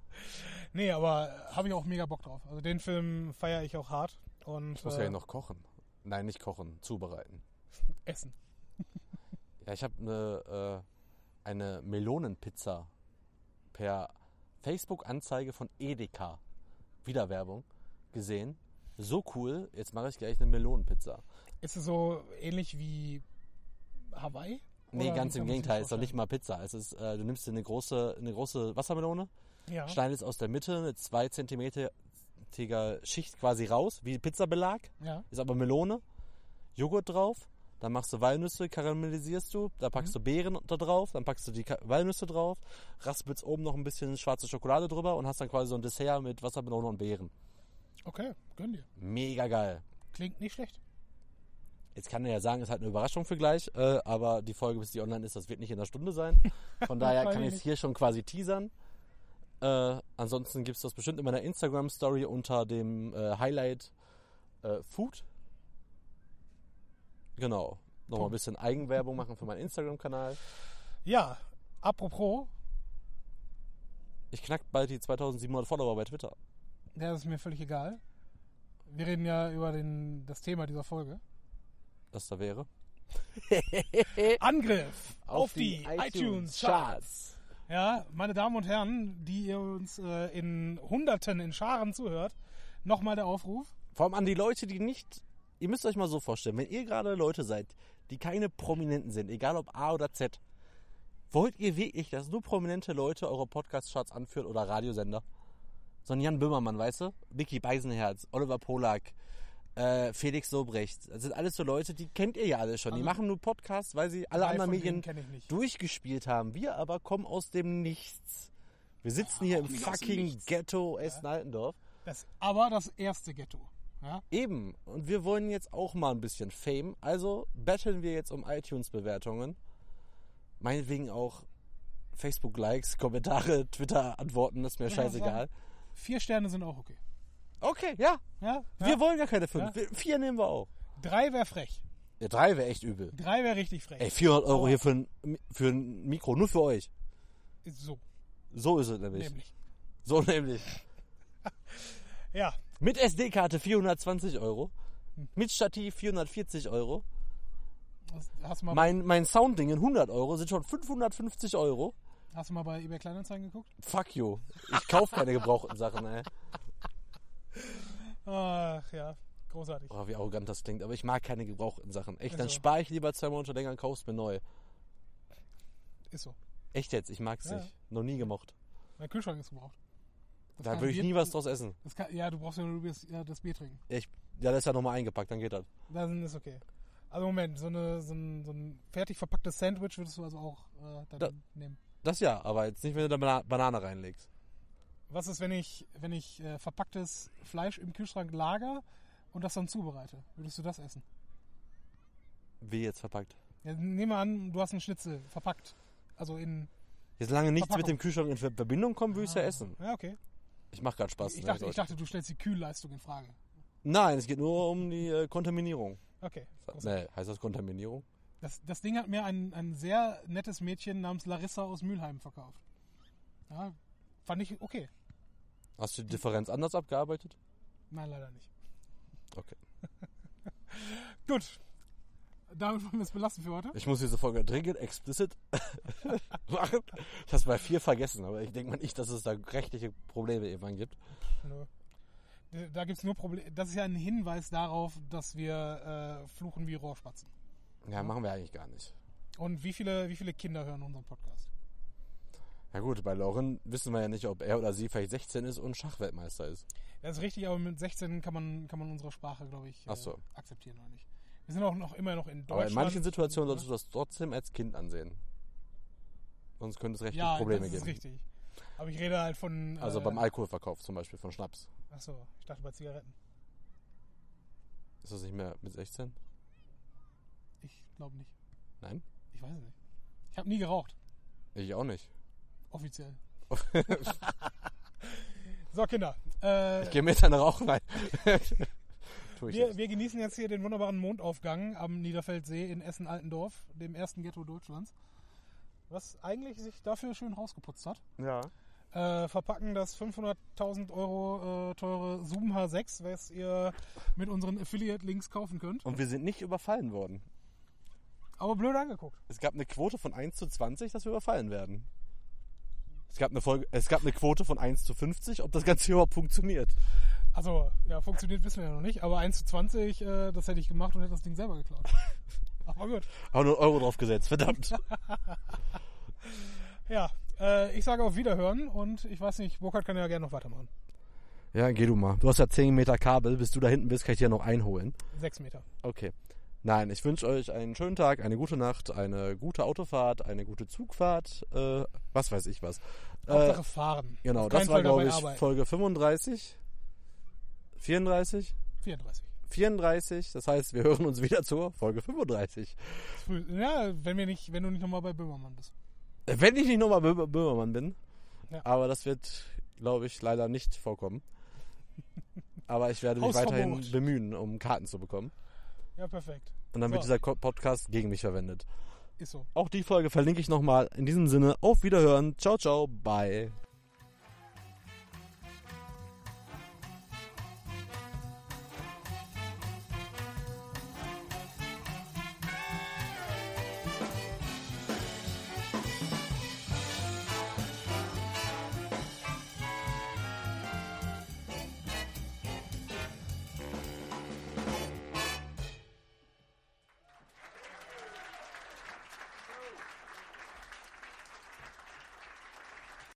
[SPEAKER 2] Nee, aber habe ich auch mega Bock drauf. Also den Film feiere ich auch hart. Und
[SPEAKER 1] Ich muss
[SPEAKER 2] äh,
[SPEAKER 1] ja noch kochen. Nein, nicht kochen, zubereiten.
[SPEAKER 2] essen.
[SPEAKER 1] Ja, ich habe eine, äh, eine Melonenpizza per Facebook-Anzeige von Edeka, Wiederwerbung, gesehen. So cool, jetzt mache ich gleich eine Melonenpizza.
[SPEAKER 2] Ist es so ähnlich wie Hawaii?
[SPEAKER 1] Nee,
[SPEAKER 2] Oder
[SPEAKER 1] ganz im
[SPEAKER 2] wie kann man sich
[SPEAKER 1] Gegenteil,
[SPEAKER 2] das
[SPEAKER 1] ist doch nicht mal Pizza. Es ist, äh, du nimmst dir eine große, eine große Wassermelone,
[SPEAKER 2] Ja.
[SPEAKER 1] schneidest aus der Mitte eine 2 cm Schicht quasi raus, wie Pizzabelag.
[SPEAKER 2] ja.
[SPEAKER 1] ist aber Melone, Joghurt drauf, dann machst du Walnüsse, karamellisierst du, da packst du Beeren da drauf, dann packst du die Ka Walnüsse drauf, raspelst oben noch ein bisschen schwarze Schokolade drüber und hast dann quasi so ein Dessert mit Wasser, Melone und Beeren.
[SPEAKER 2] Okay, gönn dir.
[SPEAKER 1] Mega geil.
[SPEAKER 2] Klingt nicht schlecht.
[SPEAKER 1] Jetzt kann er ja sagen, ist halt eine Überraschung für gleich, äh, aber die Folge, bis die online ist, das wird nicht in einer Stunde sein. Von daher
[SPEAKER 2] Weiß
[SPEAKER 1] kann
[SPEAKER 2] ich
[SPEAKER 1] ich es
[SPEAKER 2] nicht.
[SPEAKER 1] hier schon quasi teasern. Äh, ansonsten gibt es das bestimmt in meiner Instagram-Story unter dem äh, Highlight äh, Food. Genau. Nochmal ein
[SPEAKER 2] Punkt.
[SPEAKER 1] bisschen Eigenwerbung machen für meinen Instagram-Kanal.
[SPEAKER 2] Ja, apropos,
[SPEAKER 1] Ich knack bald die 2700 Follower bei Twitter.
[SPEAKER 2] ja, das ist mir völlig egal. Wir reden ja über den, das Thema dieser Folge.
[SPEAKER 1] Das da wäre. Äh,
[SPEAKER 2] Angriff auf, die, iTunes Charts. Ja, meine Damen und Herren, die ihr uns äh, in Hunderten, in Scharen zuhört, nochmal der Aufruf.
[SPEAKER 1] Vor allem an die Leute, die nicht. Ihr müsst euch mal so vorstellen, wenn ihr gerade Leute seid, die keine Prominenten sind, egal ob A oder Z, wollt ihr wirklich, dass nur prominente Leute eure Podcast-Charts anführen oder Radiosender? So ein Jan Böhmermann, weißt du? Vicky Beisenherz, Oliver Polak, äh, Felix Sobrecht. Das sind alles so Leute, die kennt ihr ja alle schon. die
[SPEAKER 2] Also-
[SPEAKER 1] machen nur Podcasts, weil sie alle
[SPEAKER 2] Drei
[SPEAKER 1] anderen
[SPEAKER 2] von denen
[SPEAKER 1] Medien
[SPEAKER 2] kenne ich nicht.
[SPEAKER 1] durchgespielt haben. Wir aber kommen aus dem Nichts. Wir sitzen hier im
[SPEAKER 3] nicht aus dem
[SPEAKER 1] fucking
[SPEAKER 3] Nichts.
[SPEAKER 1] Ghetto Essen-Altendorf.
[SPEAKER 2] Das, aber das erste Ghetto. Ja?
[SPEAKER 1] Eben. Und wir wollen jetzt auch mal ein bisschen Fame. Also betteln wir jetzt um iTunes-Bewertungen. Meinetwegen auch Facebook-Likes, Kommentare, Twitter-Antworten, ist mir
[SPEAKER 2] Ja,
[SPEAKER 1] scheißegal.
[SPEAKER 2] Vier Sterne sind auch okay.
[SPEAKER 1] Okay, ja.
[SPEAKER 2] Ja? Ja?
[SPEAKER 1] Wir wollen gar keine fünf.
[SPEAKER 2] Ja.
[SPEAKER 1] Wir, vier nehmen wir auch.
[SPEAKER 2] Drei wäre frech.
[SPEAKER 1] Ja, drei wäre echt übel.
[SPEAKER 2] Drei wäre richtig frech.
[SPEAKER 1] Ey, 400 Euro
[SPEAKER 2] Aber-
[SPEAKER 1] hier für ein, für ein Mikro, nur für euch.
[SPEAKER 2] So,
[SPEAKER 1] So ist es nämlich.
[SPEAKER 2] nämlich.
[SPEAKER 1] So nämlich.
[SPEAKER 2] Ja,
[SPEAKER 1] Mit SD-Karte 420 Euro. Mit Stativ 440 Euro.
[SPEAKER 2] das hast du mal,
[SPEAKER 1] Mein, mein Soundding in 100 Euro sind schon 550 Euro.
[SPEAKER 2] hast du mal bei eBay Kleinanzeigen geguckt?
[SPEAKER 1] Fuck you. Ich kaufe keine gebrauchten Sachen, ey.
[SPEAKER 2] Ach ja, großartig.
[SPEAKER 1] Oh, wie arrogant das klingt, aber ich mag keine gebrauchten Sachen. Echt, dann
[SPEAKER 2] Also.
[SPEAKER 1] spare ich lieber zwei Monate länger und kauf's mir neu.
[SPEAKER 2] Ist so.
[SPEAKER 1] Echt jetzt, ich mag's
[SPEAKER 2] Ja.
[SPEAKER 1] nicht. Noch nie gemocht.
[SPEAKER 2] Mein Kühlschrank ist gebraucht. Das
[SPEAKER 1] Da
[SPEAKER 2] kann
[SPEAKER 1] würde ich
[SPEAKER 2] Bier-
[SPEAKER 1] nie was draus essen.
[SPEAKER 2] Das kann, ja, du brauchst ja nur das, ja, das Bier trinken.
[SPEAKER 1] Ich, ja, das ist ja nochmal eingepackt, dann geht das.
[SPEAKER 2] Dann ist okay. Also Moment, so, eine, so, ein, so ein fertig verpacktes Sandwich würdest du also auch äh, dann
[SPEAKER 1] Da-
[SPEAKER 2] nehmen.
[SPEAKER 1] Das ja, aber jetzt nicht, wenn du da Bana Banane reinlegst.
[SPEAKER 2] Was ist, wenn ich, wenn ich äh, verpacktes Fleisch im Kühlschrank lager und das dann zubereite? Würdest du das essen?
[SPEAKER 1] Wie jetzt verpackt.
[SPEAKER 2] Ja, nehmen wir an, du hast einen Schnitzel verpackt. Also in.
[SPEAKER 1] Jetzt lange nichts mit
[SPEAKER 2] Verpackung.
[SPEAKER 1] dem Kühlschrank in Ver- Verbindung kommen, würde ich ja essen.
[SPEAKER 2] Ja, okay.
[SPEAKER 1] Ich mach grad Spaß.
[SPEAKER 2] Ah. Ich
[SPEAKER 1] ne,
[SPEAKER 2] dachte,
[SPEAKER 1] Leute.
[SPEAKER 2] ich dachte, du stellst die Kühlleistung in Frage.
[SPEAKER 1] Nein, es geht nur um die äh, Kontaminierung.
[SPEAKER 2] Okay. großartig.
[SPEAKER 1] Nee, heißt das Kontaminierung?
[SPEAKER 2] Das, das Ding hat mir ein, ein sehr nettes Mädchen namens Larissa aus Mülheim verkauft. Ja, fand ich okay.
[SPEAKER 1] Hast du die Differenz anders abgearbeitet?
[SPEAKER 2] Nein, leider nicht.
[SPEAKER 1] Okay.
[SPEAKER 2] Gut. Damit wollen wir es belassen für heute.
[SPEAKER 1] Ich muss diese Folge dringend explicit machen. Ich hab's bei vier vergessen, aber ich denke mal nicht, dass es da rechtliche Probleme irgendwann gibt.
[SPEAKER 2] Nö. Da gibt es nur Probleme. Das ist ja ein Hinweis darauf, dass wir äh, fluchen wie Rohrspatzen. Mhm.
[SPEAKER 1] Ja, machen wir eigentlich gar nicht.
[SPEAKER 2] Und wie viele, wie viele Kinder hören unseren Podcast?
[SPEAKER 1] Ja gut, bei Lauren wissen wir ja nicht, ob er oder sie vielleicht 16 ist und Schachweltmeister ist.
[SPEAKER 2] Das ist richtig, aber mit 16 kann man, kann man unsere Sprache, glaube ich,
[SPEAKER 1] Ach so.
[SPEAKER 2] äh, akzeptieren oder nicht. Wir sind auch noch immer noch in Deutschland. ne?
[SPEAKER 1] Aber in manchen Situationen solltest du das trotzdem als Kind ansehen. Sonst könnte es rechtliche
[SPEAKER 2] ja,
[SPEAKER 1] Probleme
[SPEAKER 2] das ist
[SPEAKER 1] geben.
[SPEAKER 2] richtig. Aber ich rede halt von.
[SPEAKER 1] Also
[SPEAKER 2] äh,
[SPEAKER 1] beim Alkoholverkauf zum Beispiel von Schnaps.
[SPEAKER 2] Achso, ich dachte bei Zigaretten.
[SPEAKER 1] Ist das nicht mehr mit 16?
[SPEAKER 2] Ich glaube nicht.
[SPEAKER 1] Nein?
[SPEAKER 2] Ich weiß es nicht. Ich habe nie geraucht,
[SPEAKER 1] Ich auch nicht.
[SPEAKER 2] offiziell. So, Kinder. Äh,
[SPEAKER 1] ich gehe mit dann rauchen. Nein. Tue ich
[SPEAKER 2] Wir,
[SPEAKER 1] nicht.
[SPEAKER 2] wir genießen jetzt hier den wunderbaren Mondaufgang am Niederfeldsee in Essen-Altendorf, dem ersten Ghetto Deutschlands. Was eigentlich sich dafür schön rausgeputzt hat.
[SPEAKER 1] Ja.
[SPEAKER 2] äh, verpacken das 500.000 Euro äh, teure Zoom H6, was ihr mit unseren Affiliate-Links kaufen könnt.
[SPEAKER 1] Und wir sind nicht überfallen worden.
[SPEAKER 2] Aber blöd angeguckt.
[SPEAKER 1] Es gab eine Quote von 1 zu 20, dass wir überfallen werden. Es gab eine, Folge, es gab eine Quote von 1 zu 50, ob das Ganze überhaupt funktioniert.
[SPEAKER 2] Also, ja, funktioniert wissen wir ja noch nicht, aber 1 zu 20, äh, das hätte ich gemacht und hätte das Ding selber geklaut. aber gut.
[SPEAKER 1] Haben nur einen Euro drauf gesetzt, verdammt.
[SPEAKER 2] Ja, äh, ich sage auf Wiederhören und ich weiß nicht, Burkhard kann ja gerne noch weitermachen.
[SPEAKER 1] ja, geh du mal. Du hast ja 10 Meter Kabel. Bis du da hinten bist, kann ich dir noch einholen.
[SPEAKER 2] Sechs Meter.
[SPEAKER 1] Okay. Nein, ich wünsche euch einen schönen Tag, eine gute Nacht, eine gute Autofahrt, eine gute Zugfahrt, äh, was weiß ich was. Äh,
[SPEAKER 2] Hauptsache fahren.
[SPEAKER 1] genau,
[SPEAKER 2] Auf keinen
[SPEAKER 1] das war,
[SPEAKER 2] Fall dabei
[SPEAKER 1] glaube ich,
[SPEAKER 2] arbeiten.
[SPEAKER 1] Folge 35, 34,
[SPEAKER 2] 34.
[SPEAKER 1] 34. Das heißt, wir hören uns wieder zur Folge 35.
[SPEAKER 2] Ist früh. Ja, wenn, wir nicht, wenn du nicht nochmal bei Böhmermann bist.
[SPEAKER 1] Äh, Wenn ich nicht nochmal Bö Böhmermann bin.
[SPEAKER 2] Ja.
[SPEAKER 1] Aber das wird, glaube ich, leider nicht vorkommen. Aber ich werde mich
[SPEAKER 2] Hausverbot.
[SPEAKER 1] weiterhin bemühen, um Karten zu bekommen.
[SPEAKER 2] Ja, perfekt.
[SPEAKER 1] Und dann wird
[SPEAKER 2] So.
[SPEAKER 1] dieser Ko- Podcast gegen mich verwendet.
[SPEAKER 2] Ist so.
[SPEAKER 1] Auch die Folge verlinke ich nochmal. In diesem Sinne, auf Wiederhören. Ciao, ciao, bye.